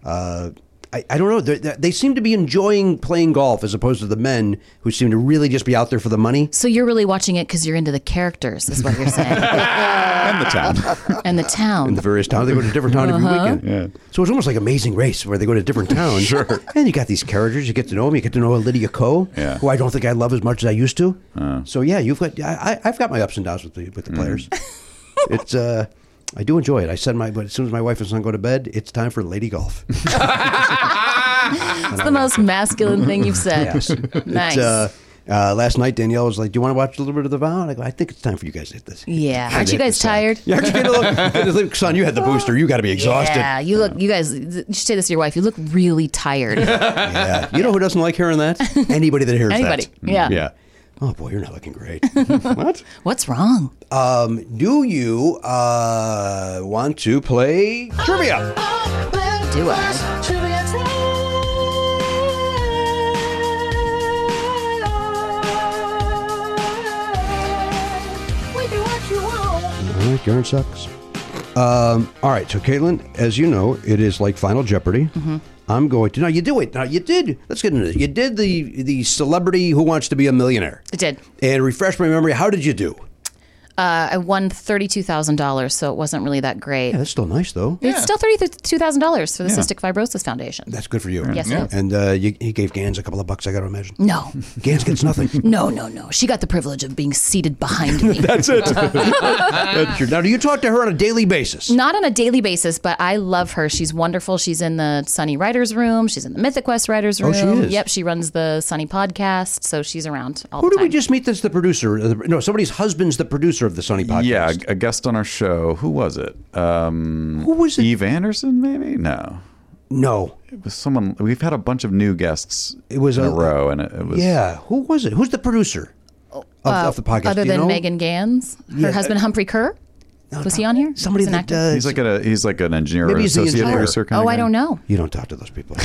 Speaker 2: uh, I, I don't know. They, they they seem to be enjoying playing golf as opposed to the men who seem to really just be out there for the money.
Speaker 9: So you're really watching it because you're into the characters, is what you're saying,
Speaker 7: And the town.
Speaker 9: and the
Speaker 2: In
Speaker 9: town.
Speaker 2: the various towns, they go to a different town
Speaker 9: Uh-huh.
Speaker 2: every weekend. So it's almost like Amazing Race, where they go to different towns. sure. And you got these characters. You get to know them. You get to know Lydia Ko,
Speaker 7: Yeah.
Speaker 2: who I don't think I love as much as I used to. So yeah, you've got. I, I, I've got my ups and downs with the with the players. it's. Uh, I do enjoy it. I send my, but as soon as my wife and son go to bed, it's time for lady golf.
Speaker 9: It's the most masculine thing you've said. Nice.
Speaker 2: It's, uh, uh, last night, Danielle was like, "Do you want to watch a little bit of The Vow?" And I go, "I think it's time for you guys to hit this."
Speaker 9: yeah. Aren't you
Speaker 2: hit
Speaker 9: guys
Speaker 2: the sun.
Speaker 9: tired?
Speaker 2: You actually get a little, get a little- son. You had the booster. You got to be exhausted.
Speaker 9: Yeah. You look. You guys. You should say this to your wife. You look really tired.
Speaker 2: Yeah. You know who doesn't like hearing that? Anybody that hears
Speaker 9: Anybody.
Speaker 2: that.
Speaker 9: Yeah.
Speaker 7: Yeah.
Speaker 2: Oh boy, you're not looking great. what? Um,
Speaker 9: What's wrong?
Speaker 2: Do you uh, want to play trivia?
Speaker 9: Do I?
Speaker 2: All right, Garen sucks. Um, all right, so Caitlin, as you know, it is like Final Jeopardy.
Speaker 9: Mm-hmm.
Speaker 2: I'm going to now. You do it now. You did. Let's get into this. You did the the celebrity who wants to be a millionaire.
Speaker 9: It did. Uh,
Speaker 2: And refresh my memory. How did you do?
Speaker 9: I won thirty-two thousand dollars, so it wasn't really that great.
Speaker 2: Yeah, that's still nice though.
Speaker 9: It's still thirty-two thousand dollars for the Cystic Fibrosis Foundation.
Speaker 2: That's good for you.
Speaker 9: Yes, it Yeah. is.
Speaker 2: And uh, you, he gave Gans a couple of bucks. I got to imagine.
Speaker 9: no,
Speaker 2: Gans gets nothing.
Speaker 9: no, no, no. She got the privilege of being seated behind me.
Speaker 2: That's it. now, do you talk to her on a daily basis?
Speaker 9: Not on a daily basis, but I love her. She's wonderful. She's in the Sunny Writers Room. She's in the Mythic Quest Writers Room.
Speaker 2: Oh, she is.
Speaker 9: Yep, she runs the Sunny podcast, so she's around all
Speaker 2: Who
Speaker 9: the
Speaker 2: did
Speaker 9: time.
Speaker 2: we just meet? That's the producer. Uh, the- No, somebody's husband's the producer of the Sunny podcast.
Speaker 7: Yeah, a guest on our show. Who was it? Um,
Speaker 2: Who was it?
Speaker 7: Eve Anderson, maybe? No.
Speaker 2: No.
Speaker 7: It was someone. We've had a bunch of new guests
Speaker 2: It was
Speaker 7: in a,
Speaker 2: a-
Speaker 7: row, and it, it was.
Speaker 2: Yeah. Who was it? Who's the producer of, of the podcast?
Speaker 9: Uh, Other
Speaker 2: Do you
Speaker 9: than
Speaker 2: know?
Speaker 9: Megan Gans, her
Speaker 2: Yeah. uh,
Speaker 9: husband Humphrey Kerr. was he on here?
Speaker 2: Somebody
Speaker 9: He's an
Speaker 2: that uh,
Speaker 9: actor?
Speaker 2: does.
Speaker 7: He's like a he's like an engineer or
Speaker 2: Maybe he's the
Speaker 7: associate
Speaker 2: engineer.
Speaker 7: producer kind
Speaker 9: Oh,
Speaker 7: of.
Speaker 9: I
Speaker 7: guy.
Speaker 9: don't know.
Speaker 2: you don't talk to those people.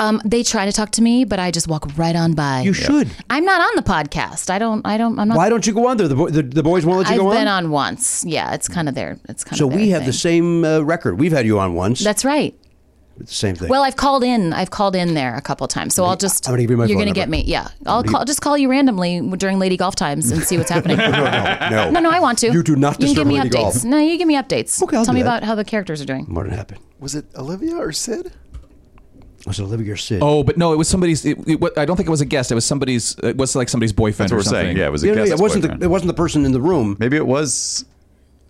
Speaker 9: Um, they try to talk to me, but I just walk right on by.
Speaker 2: You should.
Speaker 9: I'm not on the podcast. I don't. I don't. I'm not.
Speaker 2: Why don't you go on there? The, boy, the, the boys won't let you
Speaker 9: I've
Speaker 2: go
Speaker 9: been on once. Yeah, it's kind of there. It's kind
Speaker 2: So
Speaker 9: of their
Speaker 2: we have
Speaker 9: thing.
Speaker 2: the same uh, record. We've had you on once.
Speaker 9: That's right.
Speaker 2: It's the same thing.
Speaker 9: Well, I've called in. I've called in there a couple times, so I'll just.
Speaker 2: I'm gonna give you my
Speaker 9: You're
Speaker 2: phone number.
Speaker 9: gonna get me. Yeah, I'll call, just call you randomly during Lady Golf times and see what's happening. no,
Speaker 2: no.
Speaker 9: no, I want to.
Speaker 2: You do not
Speaker 9: You can
Speaker 2: disturb
Speaker 9: give me
Speaker 2: Lady
Speaker 9: updates.
Speaker 2: Golf.
Speaker 9: No, you give me updates.
Speaker 2: Okay, I'll
Speaker 9: Tell
Speaker 2: do
Speaker 9: me
Speaker 2: that.
Speaker 9: about how the characters are doing.
Speaker 2: What happened?
Speaker 6: Was it Olivia or Sid?
Speaker 2: Was it Olivia or Sid?
Speaker 8: Oh, but no, it was somebody's. It, it, wa- I don't think it was a guest. It was somebody's. It was like somebody's boyfriend
Speaker 7: That's what
Speaker 8: or
Speaker 7: we're
Speaker 8: something.
Speaker 7: saying. Yeah, it was a
Speaker 2: Yeah, no,
Speaker 7: guest
Speaker 2: it wasn't.
Speaker 7: boyfriend.
Speaker 2: The, it wasn't the person in the room.
Speaker 7: Maybe it was.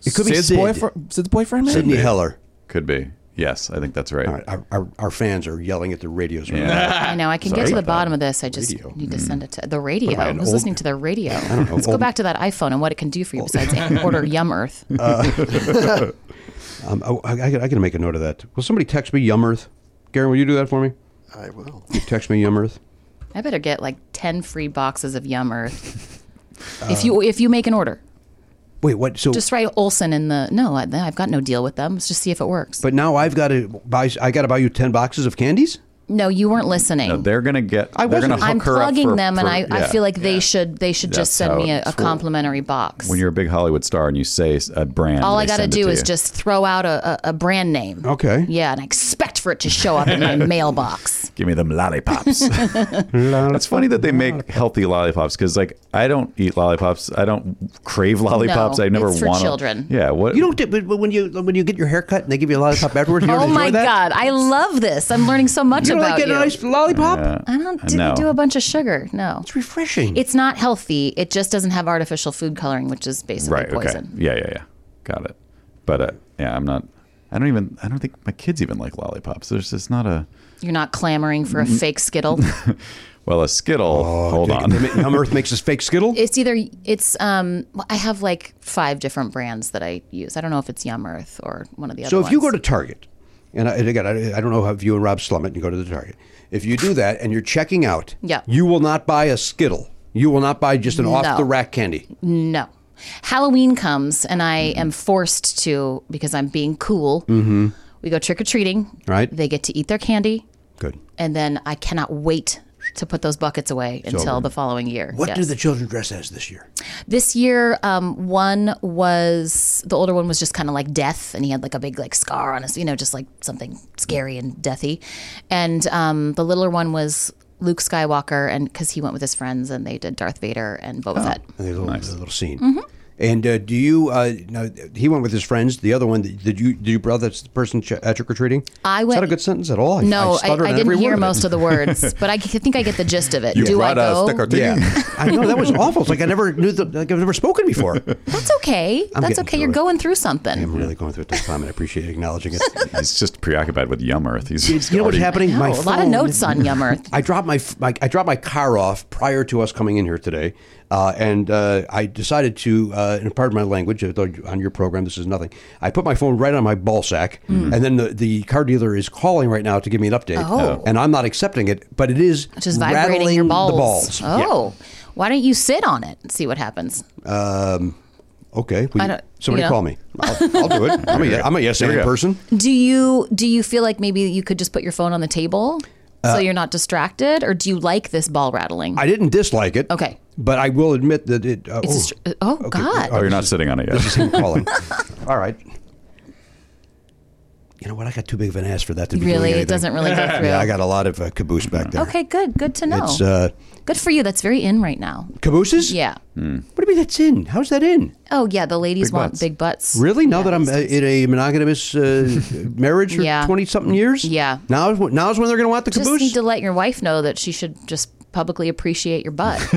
Speaker 2: It could be
Speaker 7: Sid's
Speaker 2: Sid.
Speaker 8: boyfriend. Sid's boyfriend. maybe?
Speaker 2: Sydney Heller.
Speaker 7: Could be. Yes, I think that's right.
Speaker 2: All right, our, our, our fans are yelling at the radios. Right now.
Speaker 7: Yeah.
Speaker 9: I know. I can get
Speaker 7: Sorry
Speaker 9: to the
Speaker 7: about that. Hmm.
Speaker 9: bottom of this. I just
Speaker 2: Radio.
Speaker 9: need to send it to the radio.
Speaker 2: I, an
Speaker 9: Who's
Speaker 2: old-
Speaker 9: listening to the radio?
Speaker 2: don't know,
Speaker 9: Let's go
Speaker 2: old-
Speaker 9: back to that iPhone and what it can do for you besides order Yum Earth.
Speaker 2: Um, oh, I, I, I gotta make a note of that. Will somebody text me Yum Earth? Garen, will you do that for me?
Speaker 6: I will.
Speaker 2: You text me Yum Earth.
Speaker 9: I better get like ten free boxes of Yum Earth. if
Speaker 7: Um,
Speaker 9: you if you make an order,
Speaker 2: Wait, what? So,
Speaker 9: just write Olson in the. No, I, I've got no deal with them. Let's just see if it works.
Speaker 2: but now I've got to buy. I got to buy you ten boxes of candies.
Speaker 9: no, you weren't listening.
Speaker 7: No, they're gonna get. I they're
Speaker 2: wasn't-
Speaker 7: gonna hook
Speaker 9: I'm
Speaker 7: her up
Speaker 9: plugging
Speaker 7: for-
Speaker 9: them, and
Speaker 7: for-
Speaker 9: I, I
Speaker 7: yeah.
Speaker 9: feel like they should they should
Speaker 7: That's
Speaker 9: just send
Speaker 7: how
Speaker 9: me a,
Speaker 7: it's
Speaker 9: a
Speaker 7: cool.
Speaker 9: complimentary box.
Speaker 7: when you're a big Hollywood star and you say a brand,
Speaker 9: All I
Speaker 7: they
Speaker 9: got to
Speaker 7: send it
Speaker 9: do
Speaker 7: to
Speaker 9: is
Speaker 7: you.
Speaker 9: just throw out a, a, a brand name.
Speaker 2: Okay.
Speaker 9: Yeah, and I expect for it to show up in my mailbox.
Speaker 7: give me them lollipops. It's funny that they make healthy lollipops because, like, I don't eat lollipops. I don't crave lollipops.
Speaker 9: No,
Speaker 7: I never
Speaker 9: it's for
Speaker 7: want 'em.
Speaker 9: children.
Speaker 7: Yeah, what
Speaker 2: You don't. do- But but when you when you get your hair cut and they give you a lollipop afterwards, you don't
Speaker 9: Oh
Speaker 2: enjoy
Speaker 9: my
Speaker 2: that?
Speaker 9: god, I love this. I'm learning so much
Speaker 2: You don't
Speaker 9: about
Speaker 2: like get
Speaker 9: you.
Speaker 2: a nice lollipop.
Speaker 9: I don't do,
Speaker 7: No.
Speaker 9: do a bunch of sugar. No,
Speaker 2: It's refreshing.
Speaker 9: it's not healthy. It just doesn't have artificial food coloring, which is basically
Speaker 7: right?
Speaker 9: poison.
Speaker 7: Okay, yeah, yeah, yeah. Got it. But uh, yeah, I'm not. I don't even. I don't think my kids even like lollipops. There's just not a.
Speaker 9: You're not clamoring for a
Speaker 2: Mm-hmm.
Speaker 9: fake Skittle.
Speaker 7: Well, a Skittle.
Speaker 2: Oh,
Speaker 7: hold on.
Speaker 2: Yum Earth makes us fake Skittle.
Speaker 9: it's either it's um I have like five different brands that I use. I don't know if it's Yum Earth or one of the other.
Speaker 2: So if you
Speaker 9: ones.
Speaker 2: go to Target, and, I, and again, I, I don't know how if you and Rob slum it and you go to the Target. If you do that and you're checking out,
Speaker 9: Yeah.
Speaker 2: you will not buy a Skittle. You will not buy just an off the rack candy.
Speaker 9: No. Halloween comes and I
Speaker 2: Mm-hmm.
Speaker 9: am forced to because I'm being cool. Mm-hmm. We go trick or treating.
Speaker 2: Right.
Speaker 9: They get to eat their candy,
Speaker 2: Good.
Speaker 9: and then I cannot wait to put those buckets away until the following year.
Speaker 2: What do
Speaker 9: Yes.
Speaker 2: the children dress as this year?
Speaker 9: this year? Um, one was the older one was just kind of like death, and he had like a big like scar on his, you know, just like something scary and deathy. And um, the littler one was Luke Skywalker, and because he went with his friends, and they did Darth Vader and Boba Fett.
Speaker 2: A little, a little scene.
Speaker 9: Mm-hmm.
Speaker 2: And uh, do you? Uh, now he went with his friends. The other one, did you? Did you brother that's the person ch- at trick or treating? Is
Speaker 9: I
Speaker 2: that
Speaker 9: went-
Speaker 2: a good sentence at all?
Speaker 9: No, I, I,
Speaker 2: stuttered on every
Speaker 9: didn't hear
Speaker 2: word it.
Speaker 9: most of the words, but I c- think I get the gist of it. Do I go?
Speaker 2: Yeah, I know that was awful. It's like I never knew. The, like I've never spoken before.
Speaker 9: That's okay. That's
Speaker 2: getting
Speaker 9: okay.
Speaker 2: through
Speaker 9: You're
Speaker 2: it.
Speaker 9: going through something.
Speaker 2: I'm really going through a tough time, and I appreciate you acknowledging it.
Speaker 7: He's just preoccupied with Yum Earth. He's
Speaker 2: It's- you know what's
Speaker 7: already-
Speaker 2: happening?
Speaker 9: No,
Speaker 2: My
Speaker 9: a lot of
Speaker 2: phone-
Speaker 9: notes on Yum Earth.
Speaker 2: I dropped my, f- my I dropped my car off prior to us coming in here today, uh, and uh, I decided to, uh, and pardon my language, although on your program this is nothing. I put my phone right on my ball sack, and then the, the car dealer is calling right now to give me an update,
Speaker 9: Hmm. Oh.
Speaker 2: and I'm not accepting it, but it is
Speaker 9: Just vibrating
Speaker 2: rattling
Speaker 9: your
Speaker 2: the
Speaker 9: balls.
Speaker 2: balls. Yeah.
Speaker 9: Oh, why don't you sit on it and see what happens?
Speaker 2: okay. will
Speaker 9: I
Speaker 2: you-
Speaker 9: don't-
Speaker 2: somebody
Speaker 9: you know.
Speaker 2: call me. I'll, I'll do it. I'm a, ye- I'm a yes
Speaker 7: Here we
Speaker 2: and
Speaker 7: go.
Speaker 2: person.
Speaker 9: Do you do you feel like maybe you could just put your phone on the table so you're not distracted, or do you like this ball rattling?
Speaker 2: Uh, I didn't dislike it.
Speaker 9: Okay.
Speaker 2: But I will admit that it. Uh,
Speaker 9: It's a
Speaker 2: oh,
Speaker 9: str- uh, oh, God.
Speaker 7: Oh, you're not sitting on it
Speaker 2: This is
Speaker 7: yet.
Speaker 2: him calling. All right. You know what? I got too big of an ass for that to be doing
Speaker 9: really,
Speaker 2: anything.
Speaker 9: it doesn't really go through.
Speaker 2: Yeah, I got a lot of uh, caboose back there.
Speaker 9: okay, good, good to know.
Speaker 2: It's uh,
Speaker 9: good for you. That's very in right now.
Speaker 2: cabooses.
Speaker 9: Yeah.
Speaker 2: What do you mean that's in? How's that in?
Speaker 9: Oh yeah, the ladies
Speaker 7: Big
Speaker 9: want
Speaker 7: butts.
Speaker 9: big butts.
Speaker 2: Really? Now
Speaker 9: Yeah,
Speaker 2: that I'm
Speaker 9: these
Speaker 2: uh,
Speaker 9: days.
Speaker 2: in a monogamous uh, marriage for
Speaker 9: Yeah.
Speaker 2: twenty something years.
Speaker 9: Yeah.
Speaker 2: Now is wh- now is when they're going to want the
Speaker 9: just
Speaker 2: caboose.
Speaker 9: need to let your wife know that she should just publicly appreciate your butt.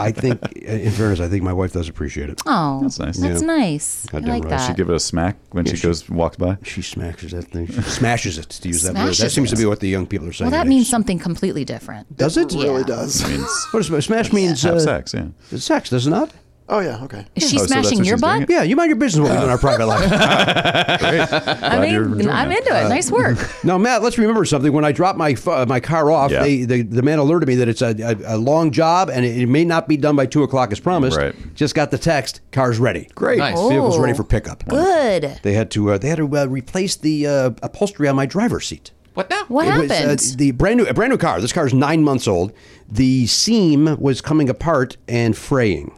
Speaker 2: I think, uh, in fairness, I think my wife does appreciate it.
Speaker 9: Oh,
Speaker 7: That's nice.
Speaker 9: That's
Speaker 2: Yeah.
Speaker 9: nice. I
Speaker 2: damn
Speaker 9: like
Speaker 2: right.
Speaker 9: that.
Speaker 7: She give it a smack when she, goes walks by.
Speaker 2: She smashes that thing. She smashes it to use that word. That
Speaker 9: Smashes
Speaker 2: seems to
Speaker 9: it.
Speaker 2: be what the young people are saying.
Speaker 9: well, that
Speaker 2: nowadays.
Speaker 9: means something completely different.
Speaker 2: Does it?
Speaker 6: really
Speaker 9: Yeah.
Speaker 6: does.
Speaker 2: What does smash means?
Speaker 7: Have
Speaker 2: uh,
Speaker 7: sex, yeah.
Speaker 2: Sex, does it not?
Speaker 6: Oh yeah. Okay.
Speaker 9: Is she
Speaker 7: Oh, so that's
Speaker 9: smashing
Speaker 7: what
Speaker 9: your
Speaker 7: she's doing
Speaker 9: butt?
Speaker 7: it?
Speaker 2: Yeah, you mind your business what we do in our private life.
Speaker 9: I
Speaker 7: Glad you're
Speaker 9: mean,
Speaker 7: doing
Speaker 9: I'm
Speaker 7: that.
Speaker 9: into
Speaker 2: Uh,
Speaker 9: it. nice work.
Speaker 2: Now, Matt, let's remember something. When I dropped my pho- my car off,
Speaker 7: Yeah.
Speaker 2: they, they, the man alerted me that it's a, a, a long job and it, it may not be done by two o'clock as promised.
Speaker 7: Right.
Speaker 2: Just got the text. Car's ready.
Speaker 7: Great.
Speaker 8: Nice.
Speaker 2: Vehicle's
Speaker 9: Oh.
Speaker 2: ready for pickup.
Speaker 9: Good.
Speaker 2: They had to uh, they had to uh, replace the uh, upholstery on my driver's seat.
Speaker 8: What now?
Speaker 9: What
Speaker 2: It was, uh,
Speaker 9: happened?
Speaker 2: the brand new a brand new car. This car is nine months old. The seam was coming apart and fraying.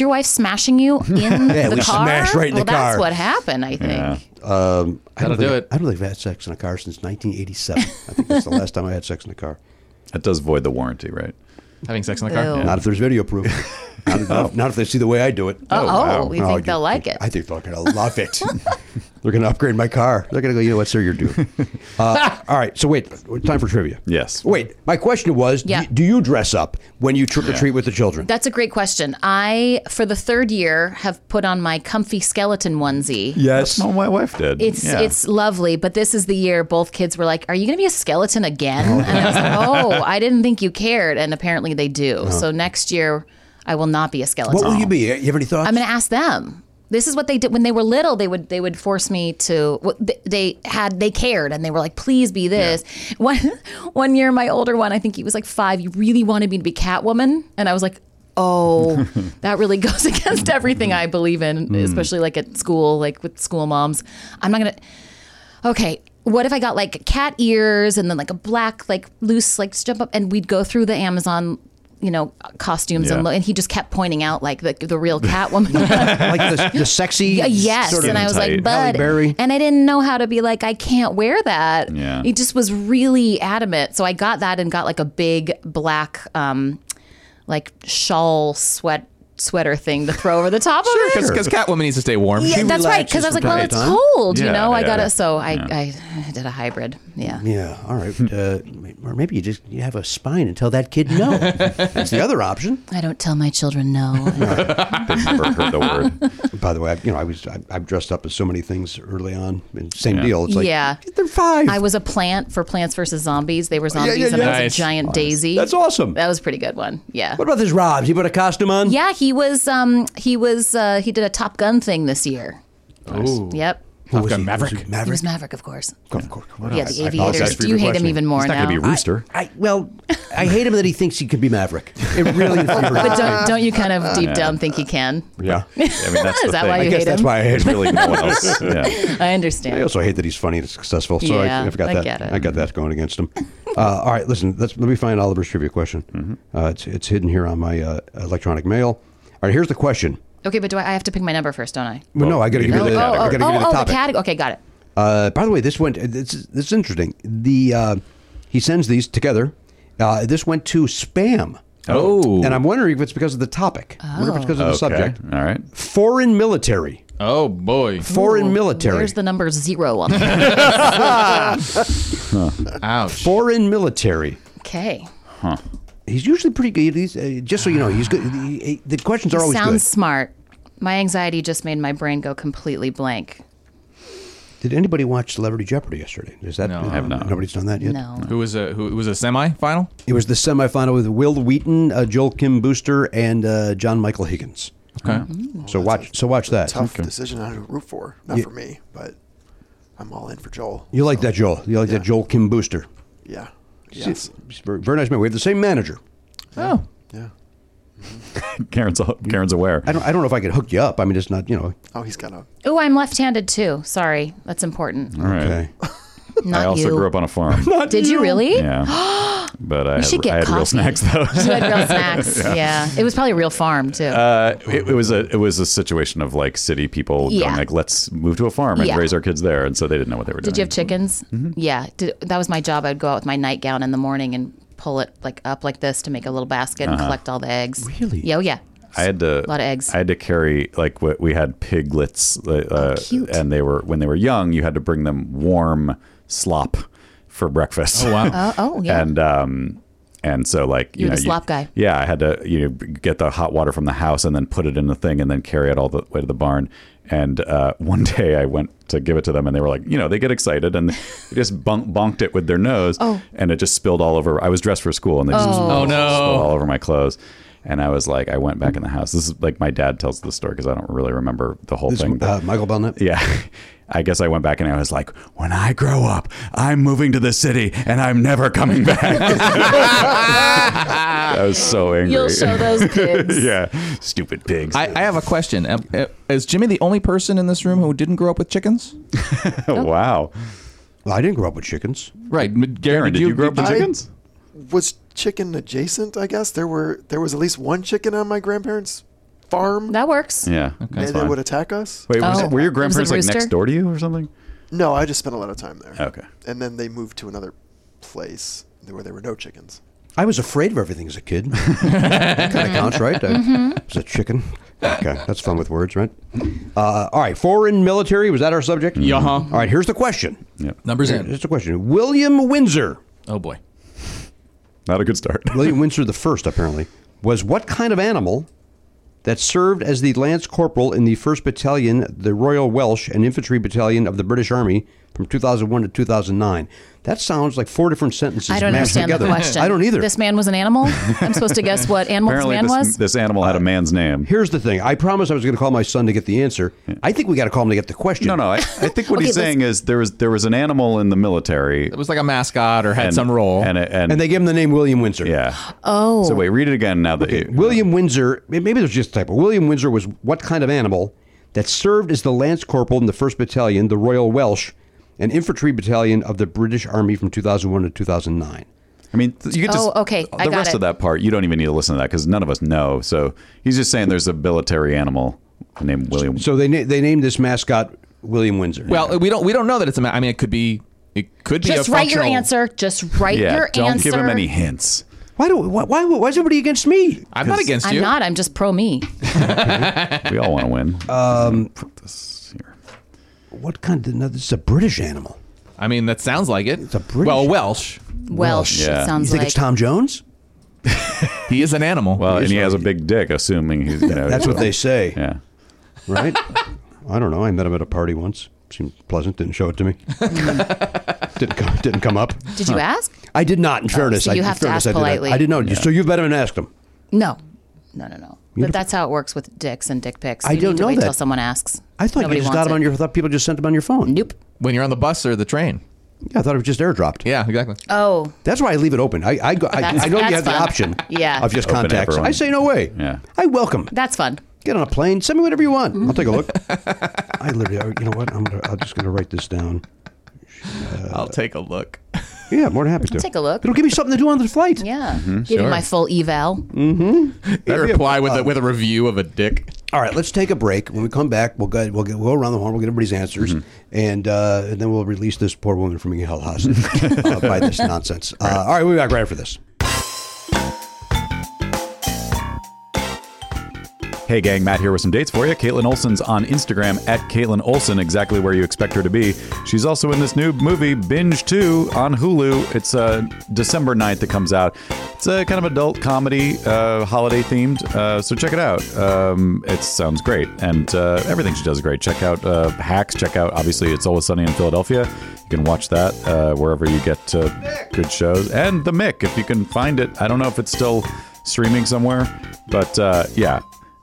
Speaker 9: your wife smashing you in
Speaker 2: Yeah,
Speaker 9: the
Speaker 2: we
Speaker 9: car?
Speaker 2: smashed right in
Speaker 9: well,
Speaker 2: the
Speaker 9: that's
Speaker 2: car.
Speaker 9: what happened, I think.
Speaker 2: Um, I don't
Speaker 8: That'll do
Speaker 2: think-
Speaker 8: it.
Speaker 2: I don't think I've had sex in a car since 1987. I think that's the last time I had sex in a car.
Speaker 7: That does void the warranty, right?
Speaker 8: Having sex in the car.
Speaker 9: Ew.
Speaker 8: Yeah.
Speaker 2: Not if there's video proof. Not, if- not if- not if they see the way I do it.
Speaker 9: Oh, oh, we
Speaker 2: Oh,
Speaker 9: think
Speaker 2: you-
Speaker 9: they'll like it.
Speaker 2: I think they're going to love it. they're going to upgrade my car. They're going to go, you know what, sir, you're due. Uh, all right, so wait, time for trivia.
Speaker 7: Yes.
Speaker 2: Wait, my question was
Speaker 9: Yeah.
Speaker 2: do, do you dress up when you trick or treat with the children?
Speaker 9: That's a great question. I, for the third year, have put on my comfy skeleton onesie.
Speaker 7: Yes. That's what my wife did.
Speaker 9: It's
Speaker 7: Yeah.
Speaker 9: it's lovely, but this is the year both kids were like, "Are you going to be a skeleton again?" And I was like, "Oh, I didn't think you cared," and apparently they do.
Speaker 2: Oh.
Speaker 9: So next year, I will not be a skeleton.
Speaker 2: what will you be? You have any thoughts?
Speaker 9: I'm going to ask them. This is what they did when they were little. They would they would force me to. what- th- They had they cared and they were like, please be this. One one year, my older one, I think he was like five. You really wanted me to be Catwoman, and I was like, oh, that really goes against everything I believe in, especially like at school, like with school moms. I'm not gonna okay what if i got like cat ears and then like a black like loose like jump up and we'd go through the amazon you know costumes
Speaker 7: Yeah.
Speaker 9: and, lo- and he just kept pointing out like the, the real cat woman
Speaker 2: like the, the sexy.
Speaker 9: yes
Speaker 2: sort of-
Speaker 9: and i was like
Speaker 7: tight.
Speaker 2: Halle
Speaker 9: bud
Speaker 2: Berry.
Speaker 9: and i didn't know how to be like i can't wear that
Speaker 7: Yeah.
Speaker 9: he just was really adamant so i got that and got like a big black um like shawl sweat sweater thing to throw over the top of it
Speaker 8: Because Catwoman needs to stay warm.
Speaker 9: yeah, that's right. Because I was like,
Speaker 2: relaxes
Speaker 9: well,
Speaker 2: from
Speaker 9: it's
Speaker 2: time to
Speaker 9: cold, you
Speaker 7: Yeah,
Speaker 9: know. I
Speaker 7: yeah.
Speaker 9: got it, so I, I did a hybrid. Yeah.
Speaker 2: Yeah, all right. Uh, or maybe you just you have a spine and tell that kid no. That's the other option.
Speaker 9: I don't tell my children no.
Speaker 7: They've never heard the word.
Speaker 2: By the way, I, you know, I was I, I've dressed up as so many things early on, and same
Speaker 7: Yeah.
Speaker 2: deal. It's like
Speaker 9: Yeah.
Speaker 2: they're five.
Speaker 9: I was a plant for Plants vs Zombies. They were zombies,
Speaker 2: yeah,
Speaker 9: and I
Speaker 2: yeah.
Speaker 9: was
Speaker 8: Nice.
Speaker 9: a giant daisy.
Speaker 2: That's awesome.
Speaker 9: That was a pretty good one. Yeah.
Speaker 2: what about this Robs? You put a costume on?
Speaker 9: Yeah, he was. Um, he was. Uh, he did a Top Gun thing this year. Yep.
Speaker 2: Who was
Speaker 8: Top Gun
Speaker 2: he? Was
Speaker 8: Maverick.
Speaker 2: he
Speaker 9: He was
Speaker 2: Maverick.
Speaker 9: Maverick, of course.
Speaker 2: Of course.
Speaker 9: Yeah, the aviators. You hate him even more
Speaker 7: He's not
Speaker 9: now.
Speaker 7: going to be Rooster.
Speaker 2: I well, I hate him that he thinks he could be Maverick. It really
Speaker 9: but
Speaker 2: infuriates me.
Speaker 9: don't, don't you kind of deep down think he can?
Speaker 2: Yeah,
Speaker 7: I mean, that's
Speaker 9: Is
Speaker 7: the thing.
Speaker 9: that why
Speaker 2: I
Speaker 9: you
Speaker 2: guess
Speaker 9: hate
Speaker 2: that's
Speaker 9: him?
Speaker 2: why I hate him.
Speaker 7: really no one else. Yeah.
Speaker 9: I
Speaker 2: I
Speaker 9: understand.
Speaker 2: also hate that he's funny and successful. So
Speaker 9: Yeah,
Speaker 2: I, I've got
Speaker 9: I
Speaker 2: that.
Speaker 9: get it.
Speaker 2: I got that going against him. Uh, all right, listen. Let's, let me find Oliver's trivia question. Uh, it's it's hidden here on my uh, electronic mail. All right, here's the question.
Speaker 9: Okay, but do I, I have to pick my number first, don't I?
Speaker 2: Well, no, I got to give you
Speaker 9: oh,
Speaker 2: the.
Speaker 9: oh,
Speaker 2: I
Speaker 9: oh,
Speaker 2: gotta give
Speaker 9: oh,
Speaker 2: you the
Speaker 9: oh,
Speaker 2: topic.
Speaker 9: category. Okay, got it.
Speaker 2: Uh, by the way, this went. This is, this is interesting. The uh, he sends these together. Uh, this went to spam,
Speaker 8: Oh.
Speaker 2: and I'm wondering if it's because of the topic. I wonder if it's because of the subject.
Speaker 7: All right.
Speaker 2: Foreign military.
Speaker 8: Oh boy.
Speaker 2: Foreign military.
Speaker 9: Where's the number zero on that?
Speaker 8: Ouch.
Speaker 2: Foreign military.
Speaker 9: okay.
Speaker 2: He's usually pretty good. He's, uh, just so you know, he's good. He- he- the questions are always
Speaker 9: Sounds smart. My anxiety just made my brain go completely blank.
Speaker 2: good. Did anybody watch Celebrity Jeopardy yesterday? Is that no, I have
Speaker 7: not.
Speaker 2: Nobody's done that yet.
Speaker 9: No.
Speaker 8: Who was a who it was a semi final?
Speaker 2: It was the semifinal with Will Wheaton, uh, Joel Kim Booster, and uh, John Michael Higgins.
Speaker 8: Okay.
Speaker 2: So watch. So watch that.
Speaker 6: Oh, Tough decision on who to root for. Not for me, but I'm all in for Joel.
Speaker 2: You like that, Joel? You like that, Joel Kim Booster?
Speaker 6: Yeah. Yes.
Speaker 2: He's very, very nice man. We have the same manager.
Speaker 8: Oh.
Speaker 6: Yeah.
Speaker 7: Karen's Karen's aware.
Speaker 2: I don't. I don't know if I could hook you up. I mean, it's not. You know.
Speaker 6: Oh, he's got a.
Speaker 9: Oh, I'm left-handed too. Sorry, that's important.
Speaker 7: All right.
Speaker 2: Okay.
Speaker 9: Not
Speaker 7: I also
Speaker 9: you.
Speaker 7: grew up on a farm.
Speaker 9: Did you really?
Speaker 7: yeah. But I
Speaker 9: should
Speaker 7: had,
Speaker 9: get
Speaker 7: I had real
Speaker 9: coffee.
Speaker 7: snacks though.
Speaker 9: You had real snacks. yeah. It was probably a real farm too.
Speaker 7: Uh, it, it was a it was a situation of like city people
Speaker 9: Yeah.
Speaker 7: going like let's move to a farm and
Speaker 9: Yeah.
Speaker 7: raise our kids there, and so they didn't know what they were
Speaker 9: Did
Speaker 7: doing.
Speaker 9: you have chickens? Yeah. Did, that was my job. I'd go out with my nightgown in the morning and pull it like up like this to make a little basket and collect all the eggs. Really? Yeah. Oh, yeah.
Speaker 7: I had to
Speaker 9: A lot of eggs.
Speaker 7: I had to carry like we, we had piglets, uh, uh,
Speaker 9: Oh, cute.
Speaker 7: and they were when they were young. You had to bring them warm slop for breakfast. Oh wow!
Speaker 9: Oh, oh, yeah.
Speaker 7: And um, and so like you
Speaker 9: You're
Speaker 7: know,
Speaker 9: the slop guy.
Speaker 7: Yeah, I had to you know get the hot water from the house and then put it in the thing and then carry it all the way to the barn. And uh, one day I went to give it to them and they were like, you know, they get excited and they just bunk- bonked it with their nose
Speaker 9: Oh.
Speaker 7: and it just spilled all over. I was dressed for school and they just
Speaker 9: Oh.
Speaker 8: Oh, no.
Speaker 7: spilled all over my clothes. And I was like, I went back in the house. This is like my dad tells the story because I don't really remember the whole
Speaker 2: This,
Speaker 7: thing. but-
Speaker 2: uh, Michael Belknap.
Speaker 7: yeah. I guess I went back and I was like, when I grow up, I'm moving to the city and I'm never coming back. I was so angry.
Speaker 9: You'll show those kids.
Speaker 7: yeah. Stupid pigs.
Speaker 8: I, I have a question. Am- uh, Is Jimmy the only person in this room who didn't grow up with chickens?
Speaker 7: wow.
Speaker 2: Well, I didn't grow up with chickens.
Speaker 8: Right, Garen.
Speaker 7: Aaron, did you, grow up with
Speaker 6: I-
Speaker 7: chickens?
Speaker 6: Was chicken adjacent? I guess there were there was at least one chicken on my grandparents' farm.
Speaker 9: That works.
Speaker 7: Yeah.
Speaker 6: and
Speaker 7: that's
Speaker 6: they
Speaker 7: fine.
Speaker 6: would attack us.
Speaker 7: Wait, was
Speaker 9: Oh.
Speaker 7: it- were your
Speaker 9: Was it
Speaker 7: grandparents like
Speaker 9: rooster?
Speaker 7: next door to you or something?
Speaker 6: No, I just spent a lot of time there.
Speaker 7: Okay.
Speaker 6: And then they moved to another place where there were no chickens.
Speaker 2: I was afraid of everything as a kid. that kind of counts, right? I was a chicken. Okay, that's fun with words, right? Uh, all right, foreign military, was that our subject?
Speaker 8: Yeah, huh.
Speaker 2: All right, here's the question.
Speaker 7: Yep.
Speaker 8: Numbers
Speaker 2: Here-
Speaker 8: in.
Speaker 2: Here's the question. William Windsor,
Speaker 8: Oh boy.
Speaker 7: Not a good start.
Speaker 2: William Windsor the first, apparently, was what kind of animal that served as the lance corporal in the 1st Battalion, the Royal Welsh and Infantry Battalion of the British Army from 2001 to 2009? That sounds like four different sentences
Speaker 9: I don't
Speaker 2: mashed
Speaker 9: understand
Speaker 2: together.
Speaker 9: the question.
Speaker 2: I don't either.
Speaker 9: This man was an animal. I'm supposed to guess what animal
Speaker 7: Apparently,
Speaker 9: this man
Speaker 7: this,
Speaker 9: was.
Speaker 7: this animal had a man's name.
Speaker 2: Here's the thing. I promised I was going to call my son to get the answer. I think we got to call him to get the question.
Speaker 7: No, no. I, I think what
Speaker 9: Okay,
Speaker 7: he's
Speaker 9: let's-
Speaker 7: saying is there was there was an animal in the military.
Speaker 8: It was like a mascot or had some role.
Speaker 7: And it- and,
Speaker 2: And they gave him the name William Windsor.
Speaker 7: yeah. Oh. So wait, read it again now that you.
Speaker 2: William Windsor, maybe there's just a typo. William Windsor was what kind of animal that served as the lance corporal in the 1st Battalion, the Royal Welsh, an infantry battalion of the British Army from 2001 to 2009.
Speaker 7: I mean, th- you could just.
Speaker 9: Oh, okay,
Speaker 7: The
Speaker 9: I got
Speaker 7: rest
Speaker 9: it.
Speaker 7: of that part, you don't even need to listen to that because none of us know. So he's just saying there's a military animal named William.
Speaker 2: So they na- they named this mascot William Windsor.
Speaker 8: well, we don't we don't know that it's a ma- I mean it could be it could be
Speaker 9: Just
Speaker 8: a
Speaker 9: write your
Speaker 8: functional-
Speaker 9: answer. Just write
Speaker 7: yeah.
Speaker 9: your
Speaker 7: don't
Speaker 9: answer.
Speaker 7: give him any hints.
Speaker 2: why do why why, why is everybody against me?
Speaker 8: I'm not against
Speaker 9: I'm
Speaker 8: you.
Speaker 9: not. I'm just pro me.
Speaker 7: We all want to win. Um. Put this here.
Speaker 2: What kind of no, this is a British animal?
Speaker 8: I mean that sounds like it.
Speaker 2: a British-
Speaker 8: Well, Welsh.
Speaker 9: Welsh.
Speaker 7: Yeah.
Speaker 9: It
Speaker 2: You
Speaker 9: sounds
Speaker 2: think
Speaker 9: like
Speaker 2: it's Tom Jones?
Speaker 8: He is an animal.
Speaker 7: Well, and he has a big dick, assuming he's you know.
Speaker 2: That's what they say,
Speaker 7: Yeah.
Speaker 2: right? I don't know. I met him at a party once. Seemed pleasant. Didn't show it to me. didn't come, didn't come up.
Speaker 9: Did you ask?
Speaker 2: I did not. In fairness,
Speaker 9: Oh, so
Speaker 2: I,
Speaker 9: you
Speaker 2: in
Speaker 9: have to
Speaker 2: fairness,
Speaker 9: ask
Speaker 2: I did not.
Speaker 9: politely.
Speaker 2: I didn't know. So you've met him and asked him.
Speaker 9: No. No, no, no. But that's how it works with dicks and dick pics.
Speaker 2: I
Speaker 9: You
Speaker 2: don't
Speaker 9: need to
Speaker 2: know
Speaker 9: wait
Speaker 2: that.
Speaker 9: till someone asks.
Speaker 2: I thought
Speaker 9: Nobody
Speaker 2: you just
Speaker 9: wants
Speaker 2: got him
Speaker 9: it.
Speaker 2: on your. I thought people just sent him on your phone.
Speaker 9: Nope.
Speaker 8: when you're on the bus or the train.
Speaker 2: Yeah, I thought it was just airdropped.
Speaker 8: Yeah, exactly.
Speaker 9: Oh,
Speaker 2: That's why I leave it open. I I, go, I,
Speaker 9: That's-
Speaker 2: I know you
Speaker 9: that's
Speaker 2: have the
Speaker 9: fun.
Speaker 2: option.
Speaker 9: Yeah.
Speaker 2: Of just
Speaker 7: Open
Speaker 2: contacts.
Speaker 7: everyone.
Speaker 2: I say no way.
Speaker 7: Yeah.
Speaker 2: I welcome.
Speaker 9: that's fun.
Speaker 2: Get on a plane. Send me whatever you want. I'll take a look. I literally. I- You know what? I'm. Gonna, I'm just going to write this down.
Speaker 8: I'll take a look.
Speaker 2: Yeah, more than happy to.
Speaker 9: take a look.
Speaker 2: It'll give me something to do on the flight.
Speaker 9: Yeah. Give me
Speaker 8: Sure.
Speaker 9: my full eval.
Speaker 8: They reply with a, with a review of a dick.
Speaker 2: All right, let's take a break. When we come back, we'll go, we'll, get, we'll go around the horn. We'll get everybody's answers, and, uh, and then we'll release this poor woman from being held hostage uh, by this nonsense. Uh, all right, we'll be back right after this.
Speaker 7: Hey gang, Matt here with some dates for you. Caitlin Olsen's on Instagram at Caitlin Olsen, exactly where you expect her to be. She's also in this new movie, Binge 2, on Hulu. It's uh, December 9th that comes out. It's a kind of adult comedy, uh, holiday themed, uh, so check it out. Um, it sounds great, and uh, everything she does is great. Check out uh, Hacks, check out, obviously, It's Always Sunny in Philadelphia. You can watch that uh, wherever you get uh, good shows. And The Mick, if you can find it. I don't know if it's still streaming somewhere, but uh, yeah.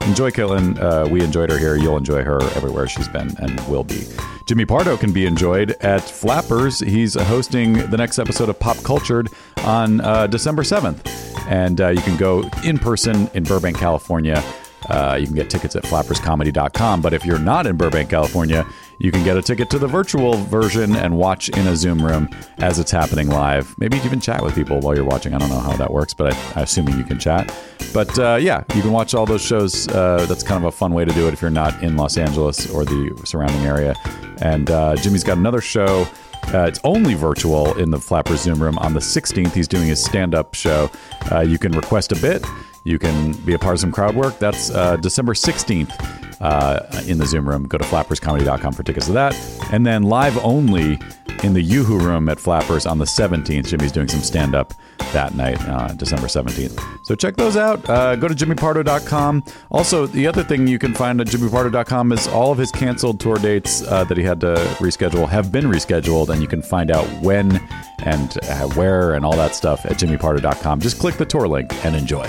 Speaker 7: Enjoy Caitlin. Uh, we enjoyed her here. You'll enjoy her everywhere she's been and will be. Jimmy Pardo can be enjoyed at Flappers. He's hosting the next episode of Pop Cultured on uh, December 7th. And uh, you can go in person in Burbank, California. Uh, you can get tickets at flapperscomedy.com. But if you're not in Burbank, California, you can get a ticket to the virtual version and watch in a Zoom room as it's happening live. Maybe you can even chat with people while you're watching. I don't know how that works, but I, I'm assuming you can chat. But uh, yeah, you can watch all those shows. Uh, that's kind of a fun way to do it if you're not in Los Angeles or the surrounding area. And uh, Jimmy's got another show. Uh, it's only virtual in the Flapper Zoom room. On the 16th, he's doing his stand up show. Uh, you can request a bit. You can be a part of some crowd work. That's uh, December 16th uh, in the Zoom room. Go to flapperscomedy.com for tickets to that. And then live only in the Yoo-Hoo room at Flappers on the 17th. Jimmy's doing some stand up that night, uh, December 17th. So check those out. Uh, go to jimmypardo.com. Also, the other thing you can find at jimmypardo.com is all of his canceled tour dates uh, that he had to reschedule have been rescheduled, and you can find out when and uh, where and all that stuff at jimmypardo.com. Just click the tour link and enjoy.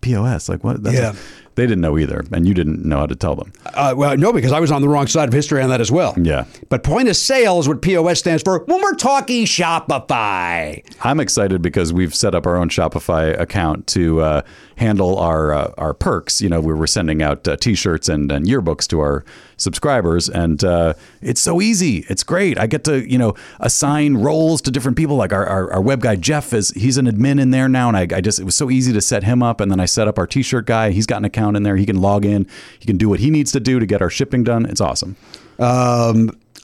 Speaker 7: POS? Like what?" That's
Speaker 2: Yeah.
Speaker 7: they didn't know either, and you didn't know how to tell them.
Speaker 2: Uh, well, no, because I was on the wrong side of history on that as well.
Speaker 7: Yeah.
Speaker 2: But point of sale is what POS stands for when we're talking Shopify.
Speaker 7: I'm excited because we've set up our own Shopify account to uh, handle our uh, our perks. You know, we were sending out uh, T-shirts and, and yearbooks to our subscribers, and uh, it's so easy. It's great. I get to you know assign roles to different people. Like our, our, our web guy Jeff is he's an admin in there now, and I, I just it was so easy to set him up, and then I set up our T-shirt guy. He's got an account in there. He can log in. He can do what he needs to do to get our shipping done. It's awesome.
Speaker 2: Um,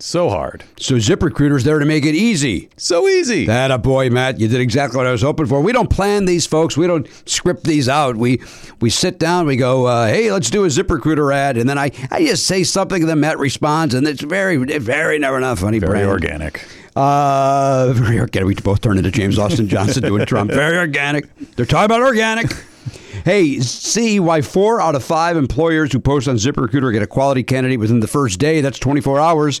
Speaker 7: So hard.
Speaker 2: So ZipRecruiter's there to make it easy.
Speaker 7: So easy.
Speaker 2: That a boy, Matt. You did exactly what I was hoping for. We don't plan these, folks. We don't script these out. We we sit down. We go, uh, hey, let's do a ZipRecruiter ad, and then I, I just say something, and then Matt responds, and it's very very never enough funny.
Speaker 7: Very
Speaker 2: brand.
Speaker 7: organic.
Speaker 2: Uh, very organic. We both turned into James Austin Johnson doing Trump. Very organic. They're talking about organic. Hey, see why four out of five employers who post on ZipRecruiter get a quality candidate within the first day. That's 24 hours.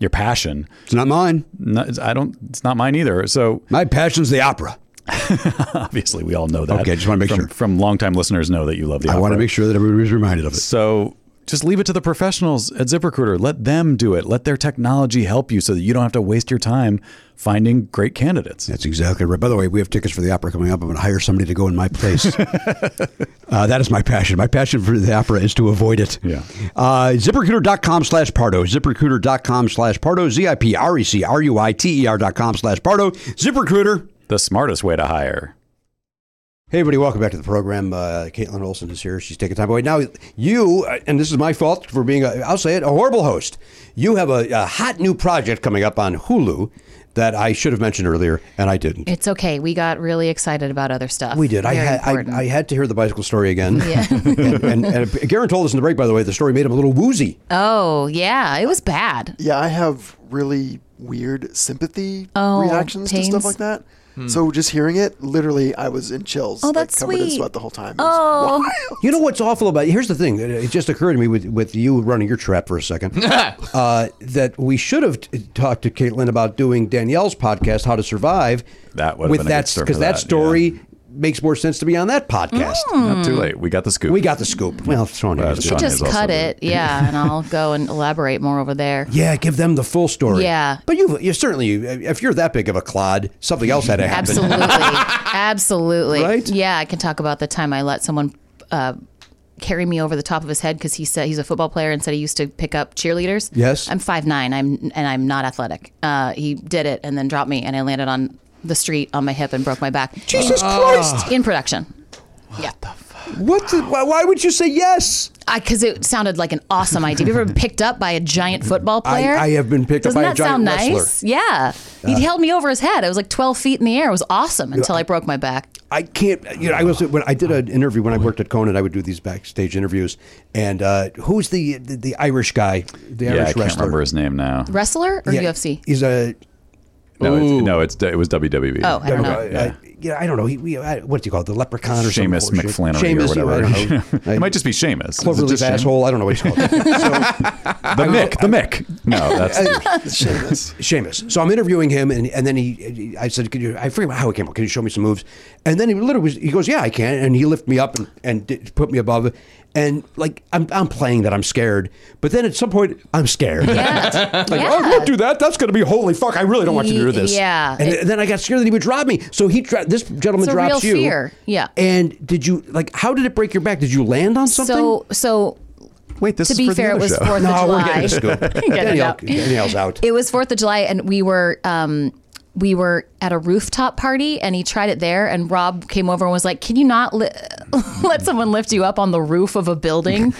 Speaker 7: your passion.
Speaker 2: It's not mine.
Speaker 7: No, it's- I don't. It's not mine either. So
Speaker 2: My passion's the opera.
Speaker 7: obviously, we all know that.
Speaker 2: Okay, just wanna make
Speaker 7: from,
Speaker 2: sure.
Speaker 7: from longtime listeners know that you love the.
Speaker 2: I want to make sure that everybody's reminded of it.
Speaker 7: So just leave it to the professionals at ZipRecruiter. Let them do it. Let their technology help you so that you don't have to waste your time finding great candidates.
Speaker 2: That's exactly right. By the way, we have tickets for the opera coming up. I'm going to hire somebody to go in my place. uh, that is my passion. My passion for the opera is to avoid it.
Speaker 7: Yeah.
Speaker 2: Uh, ZipRecruiter.com slash Pardo. ZipRecruiter.com slash Pardo. E Z-I-P-R-E-C-R-U-I-T-E-R E dot com slash Pardo. ZipRecruiter.
Speaker 7: The smartest way to hire.
Speaker 8: Hey, everybody, welcome back to the program. Uh, Caitlin Olson is here. She's taking time away. Now, you, uh, and this is my fault for being, a, I'll say it, a horrible host. You have a, a hot new project coming up on Hulu that I should have mentioned earlier, and I didn't.
Speaker 9: It's okay. We got really excited about other stuff.
Speaker 8: We did. I
Speaker 9: Very
Speaker 8: had,
Speaker 9: important.
Speaker 8: I, I had to hear the bicycle story again.
Speaker 9: Yeah.
Speaker 8: and, and, and Garen told us in the break, by the way, the story made him a little woozy.
Speaker 9: oh yeah, it was bad.
Speaker 6: Yeah, I have really weird sympathy
Speaker 9: Oh,
Speaker 6: reactions to
Speaker 9: pains?
Speaker 6: stuff like that. So just hearing it, literally, I was in chills.
Speaker 9: Oh,
Speaker 6: like,
Speaker 9: that's
Speaker 6: covered in
Speaker 9: sweet.
Speaker 6: sweat the whole time. It was
Speaker 9: Oh,
Speaker 8: You know what's awful about Here's the thing. It just occurred to me with, with you running your trap for a second uh, that we should have t- talked to Caitlin about doing Danielle's podcast, How to Survive.
Speaker 7: That would have
Speaker 8: with
Speaker 7: been a good
Speaker 8: that
Speaker 7: story
Speaker 8: because
Speaker 7: for
Speaker 8: that,
Speaker 7: that,
Speaker 8: story makes more sense to be on that podcast.
Speaker 9: Mm.
Speaker 7: Not too late. We got the scoop.
Speaker 8: We got the scoop. Well, Sean,
Speaker 7: Uh,
Speaker 8: here's the
Speaker 7: Sean
Speaker 8: scoop.
Speaker 7: is
Speaker 9: just
Speaker 7: also
Speaker 9: cut
Speaker 7: the-
Speaker 9: it. Yeah, and I'll go and elaborate more over there.
Speaker 8: yeah, give them the full story.
Speaker 9: Yeah.
Speaker 8: but you you certainly if you're that big of a clod, something else had to happen.
Speaker 9: Absolutely. Absolutely.
Speaker 8: Right?
Speaker 9: Yeah, I can talk about the time I let someone uh, carry me over the top of his head because he said he's a football player and said he used to pick up cheerleaders.
Speaker 8: Yes.
Speaker 9: I'm 5'9 I'm, and I'm not athletic. Uh, he did it and then dropped me, and I landed on the street on my hip and broke my back. Jesus Christ! In production. yeah.
Speaker 8: What? The, why, why would you say yes?
Speaker 9: Because it sounded like an awesome idea. Have you ever been picked up by a giant football
Speaker 8: I-
Speaker 9: player?
Speaker 8: I have been picked up
Speaker 9: Doesn't
Speaker 8: by a
Speaker 9: that sound
Speaker 8: giant wrestler. Uh.
Speaker 9: nice? Yeah. he held me over his head. I was like 12 feet in the air. It was awesome until I broke my back.
Speaker 8: I can't. You know, I was when I did an interview when I worked at Conan. I would do these backstage interviews, and uh, who's the, the the Irish guy? The
Speaker 7: Yeah,
Speaker 8: Irish
Speaker 7: I can't
Speaker 8: wrestler.
Speaker 7: remember his name now.
Speaker 9: Wrestler or
Speaker 8: Yeah,
Speaker 9: UFC?
Speaker 8: He's a
Speaker 7: No, it's, no, it's it was E. WWE.
Speaker 9: Oh, I don't know.
Speaker 8: uh,
Speaker 2: you know, I don't know. He, we, I, what do you call it? The leprechaun or
Speaker 7: Seamus
Speaker 2: something.
Speaker 7: McFlannery
Speaker 2: Seamus,
Speaker 7: or whatever.
Speaker 2: yeah, I don't know.
Speaker 7: it might just be Seamus. Is it
Speaker 2: Cloverleaf
Speaker 7: just Seamus?
Speaker 2: asshole. I don't know what it's called.
Speaker 7: The Mick. The Mick. No, that's
Speaker 6: Seamus.
Speaker 2: Seamus. So I'm interviewing him, and, and then he, I said, "Can you?" I forget how it came up. Can you show me some moves? And then he literally was, he goes, "Yeah, I can." And he lifted me up and, and did, put me above, it. and like I'm, I'm playing that I'm scared, but then at some point I'm scared.
Speaker 9: Yeah.
Speaker 2: Like,
Speaker 9: Yeah.
Speaker 2: oh, don't do that. That's going to be holy fuck. I really don't want you to do this.
Speaker 9: Yeah.
Speaker 2: And
Speaker 9: It-
Speaker 2: then I got scared that he would drop me. So he dro- this gentleman
Speaker 9: It's a
Speaker 2: drops
Speaker 9: real
Speaker 2: you.
Speaker 9: fear. Yeah.
Speaker 2: And did you like? How did it break your back? Did you land on something?
Speaker 9: So, so
Speaker 7: Wait, this
Speaker 9: to
Speaker 7: is
Speaker 9: be
Speaker 7: for the
Speaker 9: fair, it
Speaker 7: other
Speaker 9: was
Speaker 7: show.
Speaker 9: Fourth
Speaker 2: no,
Speaker 9: of
Speaker 2: we're
Speaker 9: July.
Speaker 2: getting the scoop.
Speaker 9: it
Speaker 2: Danielle,
Speaker 9: out.
Speaker 2: Danielle's out.
Speaker 9: It was Fourth of July, and we were um, we were at a rooftop party, and he tried it there. And Rob came over and was like, "Can you not li- let someone lift you up on the roof of a building?"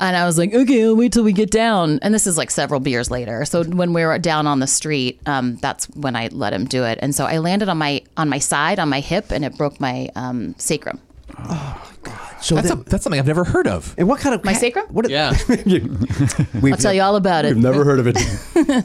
Speaker 9: and I was like, "Okay, I'll wait till we get down." And this is like several beers later. So when we were down on the street, um, that's when I let him do it. And so I landed on my on my side, on my hip, and it broke my um, sacrum.
Speaker 2: so
Speaker 8: That's, a,
Speaker 2: then,
Speaker 8: that's something I've never heard of.
Speaker 2: and what kind of
Speaker 9: My sacrum?
Speaker 2: What?
Speaker 8: Yeah.
Speaker 9: I'll tell you all about it.
Speaker 1: Never heard of it.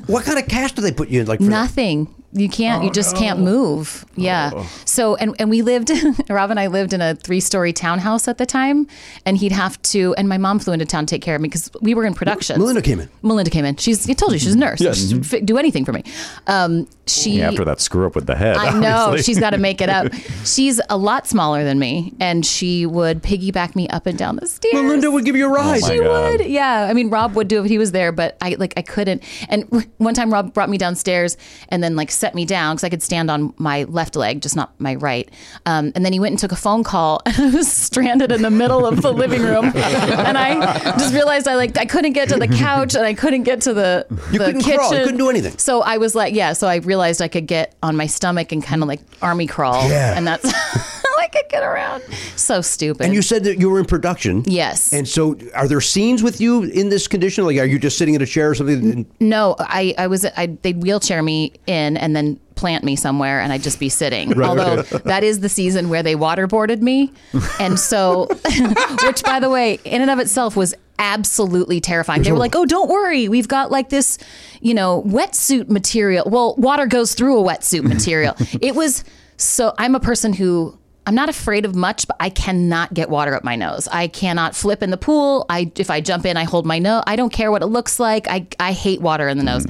Speaker 2: What kind of cast do they put you in? Like for that?
Speaker 9: Nothing. You can't.
Speaker 7: Oh,
Speaker 9: you just can't move. Yeah. So and and we lived. Rob and I lived in a three-story townhouse at the time, and he'd have to. And my mom flew into town to take care of me because we were in production.
Speaker 2: Melinda came in.
Speaker 9: Melinda came in. She's. I told you she's a nurse. Yes. do anything for me. Um, she.
Speaker 7: Mm-hmm. Yeah, after that screw up with the head.
Speaker 9: I know
Speaker 7: obviously.
Speaker 9: she's got to make it up. She's a lot smaller than me, and she would piggyback me up and down the stairs.
Speaker 2: Melinda would give you a ride.
Speaker 7: my
Speaker 9: She
Speaker 7: God.
Speaker 9: would, yeah. I mean, Rob would do it if he was there, but I like I couldn't. And one time, Rob brought me downstairs and then like set me down because I could stand on my left leg, just not my right. Um, and then he went and took a phone call, and I was stranded in the middle of the living room. And I just realized I like I couldn't get to the couch, and I couldn't get to the
Speaker 2: You
Speaker 9: the
Speaker 2: couldn't
Speaker 9: kitchen.
Speaker 2: crawl. You couldn't do anything.
Speaker 9: So I was like, yeah. So I realized I could get on my stomach and kind of like army crawl,
Speaker 2: Yeah.
Speaker 9: and that's how I could get around. So stupid.
Speaker 2: And you said that you were in production.
Speaker 9: Yes.
Speaker 2: And so, are there scenes with you in this condition? Like, are you just sitting in a chair or something? And-
Speaker 9: No, I, I was I they'd wheelchair me in and then plant me somewhere and I'd just be sitting. Although that is the season where they waterboarded me. And so which by the way, in and of itself was absolutely terrifying. They were like, "Oh, don't worry. We've got like this, you know, wetsuit material. Well, water goes through a wetsuit material." it was so I'm a person who I'm not afraid of much, but I cannot get water up my nose. I cannot flip in the pool. I if I jump in, I hold my nose. I don't care what it looks like. I I hate water in the nose.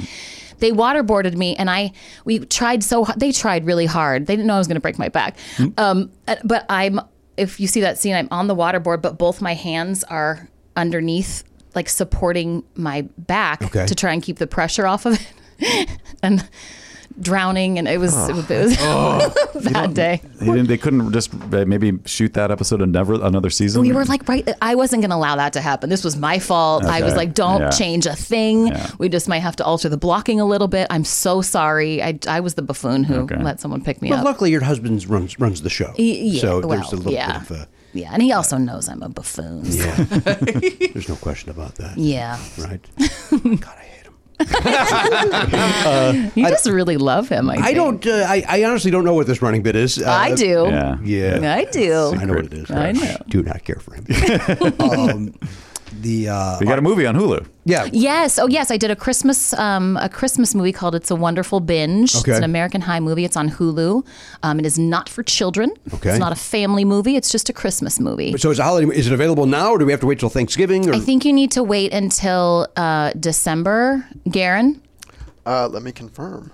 Speaker 9: They waterboarded me, and I we tried so hard. They tried really hard. They didn't know I was going to break my back. Um, uh, but I'm if you see that scene, I'm on the waterboard, but both my hands are underneath, like supporting my back
Speaker 2: Okay.
Speaker 9: to try and keep the pressure off of it, and drowning. And it was it was a bad day.
Speaker 7: They, didn't, they couldn't just uh, maybe shoot that episode and never another season.
Speaker 9: We were like, right, I wasn't going to allow that to happen. This was my fault. I was
Speaker 7: Okay.
Speaker 9: like, don't
Speaker 7: Yeah.
Speaker 9: change a thing.
Speaker 7: Yeah.
Speaker 9: We just might have to alter the blocking a little bit. I'm so sorry. I, I was the buffoon who
Speaker 7: Okay.
Speaker 9: let someone pick me
Speaker 2: But
Speaker 9: up.
Speaker 2: luckily, your husband runs runs the show.
Speaker 9: Y- yeah,
Speaker 2: so
Speaker 9: well,
Speaker 2: there's a little
Speaker 9: yeah.
Speaker 2: bit of a,
Speaker 9: yeah, and he also knows I'm a buffoon. so- Yeah.
Speaker 2: there's no question about that. Right. God, I hate him.
Speaker 9: You just really love him, I
Speaker 2: I
Speaker 9: think.
Speaker 2: don't. Uh, I, I honestly don't know what this running bit is. Uh,
Speaker 9: I do.
Speaker 7: yeah,
Speaker 2: Yeah.
Speaker 9: I do.
Speaker 2: I know what it is.
Speaker 9: I know.
Speaker 2: Do not care for him. um, the uh,
Speaker 7: We got a movie on Hulu.
Speaker 2: yeah.
Speaker 9: Yes. Oh, yes. I did a Christmas um, a Christmas movie called "It's a Wonderful Binge."
Speaker 2: Okay.
Speaker 9: It's an American High movie. It's on Hulu. Um, it is not for children.
Speaker 2: Okay.
Speaker 9: It's not a family movie. It's just a Christmas movie.
Speaker 2: So it's a holiday. Is it available now, or do we have to wait till Thanksgiving? Or
Speaker 9: I think you need to wait until uh, December, Garen. Oh.
Speaker 6: Uh, let me confirm.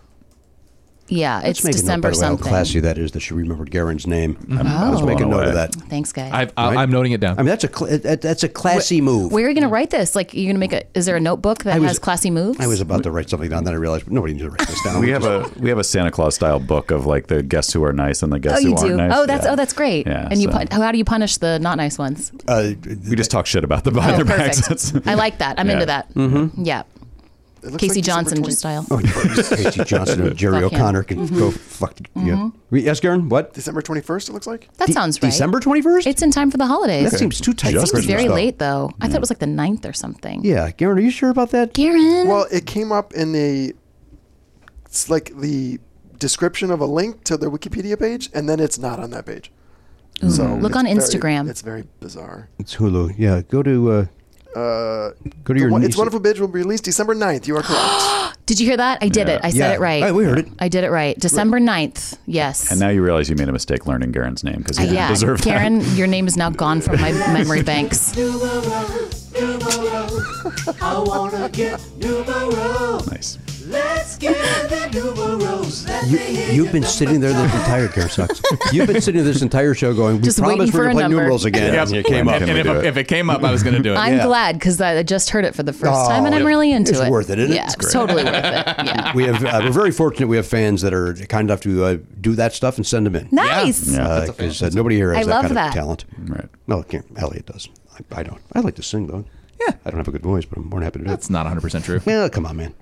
Speaker 9: Yeah,
Speaker 2: Let's
Speaker 9: it's
Speaker 2: make a note,
Speaker 9: December
Speaker 2: by the way,
Speaker 9: something. Mm-hmm. Oh.
Speaker 2: How classy that is that she remembered Garen's name. I was making a note of that.
Speaker 9: Thanks, guys.
Speaker 8: I've, I, I'm noting it down.
Speaker 2: I mean, that's a cl- that, that's a classy move.
Speaker 9: Where are you going to write this? Like, you're going to make a? Is there a notebook that
Speaker 2: was-
Speaker 9: has classy moves?
Speaker 2: I was about to write something down, then I realized nobody needs to write this down.
Speaker 7: We have a we have a Santa Claus style book of like the guests who are nice and the
Speaker 9: Oh,
Speaker 7: guests
Speaker 9: you
Speaker 7: who aren't
Speaker 9: do.
Speaker 7: nice.
Speaker 9: Oh, that's
Speaker 7: Yeah.
Speaker 9: oh, that's great.
Speaker 7: Yeah,
Speaker 9: and you
Speaker 7: so-
Speaker 9: pun- how do you punish the not nice ones?
Speaker 2: uh,
Speaker 7: we just talk shit about the behind
Speaker 9: oh,
Speaker 7: their backs.
Speaker 9: perfect. I like that. I'm
Speaker 7: Yeah.
Speaker 9: into that. Mm-hmm. Yeah,
Speaker 6: It looks
Speaker 9: Casey
Speaker 6: like December
Speaker 9: Johnson
Speaker 6: 20
Speaker 9: style.
Speaker 2: Oh, Casey Johnson and Jerry
Speaker 9: Fuck him. Mm-hmm.
Speaker 2: O'Connor can go fuck. Yeah. We- Yes, Garen. What?
Speaker 6: December 21st, it looks like.
Speaker 9: That
Speaker 2: De-
Speaker 9: sounds right.
Speaker 2: December twenty first.
Speaker 9: It's in time for the holidays.
Speaker 2: That seems too tight.
Speaker 9: It
Speaker 2: for
Speaker 9: seems
Speaker 2: Christmas,
Speaker 9: very
Speaker 2: though.
Speaker 9: late though. I thought it was like the 9th or something.
Speaker 2: Yeah, Garen, are you sure about that?
Speaker 9: Garen.
Speaker 6: Well, it came up in the it's like the description of a link to their Wikipedia page, and then it's not on that page. so
Speaker 9: Look
Speaker 6: it's
Speaker 9: on
Speaker 6: very-
Speaker 9: Instagram.
Speaker 6: it's very bizarre.
Speaker 2: It's Hulu. Yeah, go to uh,
Speaker 6: Uh,
Speaker 2: go to
Speaker 6: the
Speaker 2: your.
Speaker 6: one,
Speaker 2: niece-
Speaker 6: it's Wonderful Bitch will be released December 9th. You are correct.
Speaker 9: Did you hear that? I did
Speaker 7: Yeah.
Speaker 9: it. I said
Speaker 7: Yeah.
Speaker 9: it right.
Speaker 7: Hey, we heard it.
Speaker 9: I did it right. December 9th. Yes.
Speaker 7: And now you realize you made a mistake learning Garen's name because
Speaker 9: Uh,
Speaker 7: you didn't
Speaker 9: yeah.
Speaker 7: deserve
Speaker 9: Karen,
Speaker 7: that.
Speaker 9: your name is now gone from my memory banks.
Speaker 10: I wanna get numero.
Speaker 7: Nice.
Speaker 10: Let's get the numeros. Let
Speaker 2: You,
Speaker 10: me hear
Speaker 2: you've been sitting there this entire care sucks. You've been sitting this entire show going. We
Speaker 9: Just
Speaker 2: promise
Speaker 9: waiting
Speaker 2: we're
Speaker 9: for
Speaker 2: gonna
Speaker 9: a
Speaker 2: play
Speaker 9: number."
Speaker 2: numerals again.
Speaker 8: Yep.
Speaker 7: it came up.
Speaker 8: And,
Speaker 7: Can we
Speaker 8: if,
Speaker 7: do it?
Speaker 8: if it came up, I was going to do it.
Speaker 9: I'm glad because I just heard it for the first
Speaker 2: Oh,
Speaker 9: time and I'm
Speaker 2: yeah.
Speaker 9: really into
Speaker 2: It's
Speaker 9: it.
Speaker 2: worth it, isn't it?
Speaker 9: yeah,
Speaker 2: It's
Speaker 9: it's,
Speaker 2: great.
Speaker 9: totally worth it. Yeah.
Speaker 2: We have uh, we're very fortunate. We have fans that are kind enough to uh, do that stuff and send them in.
Speaker 9: Nice.
Speaker 7: Yeah.
Speaker 2: because uh, nobody here has that
Speaker 9: I love
Speaker 2: kind
Speaker 9: that.
Speaker 2: of talent.
Speaker 7: Right.
Speaker 2: No, it can't. Elliot does. I, I don't. I like to sing though. Yeah. I don't have a good voice, but I'm more than happy to do
Speaker 8: That's not 100% true.
Speaker 2: it. Yeah, come on, man.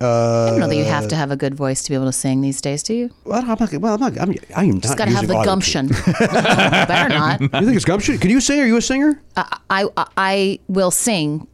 Speaker 9: I don't know that you have to have a good voice to be able to sing these days, do you?
Speaker 2: Well, I'm not. Well, I'm not. I'm, I am
Speaker 9: Just
Speaker 2: not
Speaker 9: got to have
Speaker 2: using autotune.
Speaker 9: the gumption. Better not.
Speaker 2: You think it's gumption? Can you sing? Are you a singer?
Speaker 9: I, I I will sing,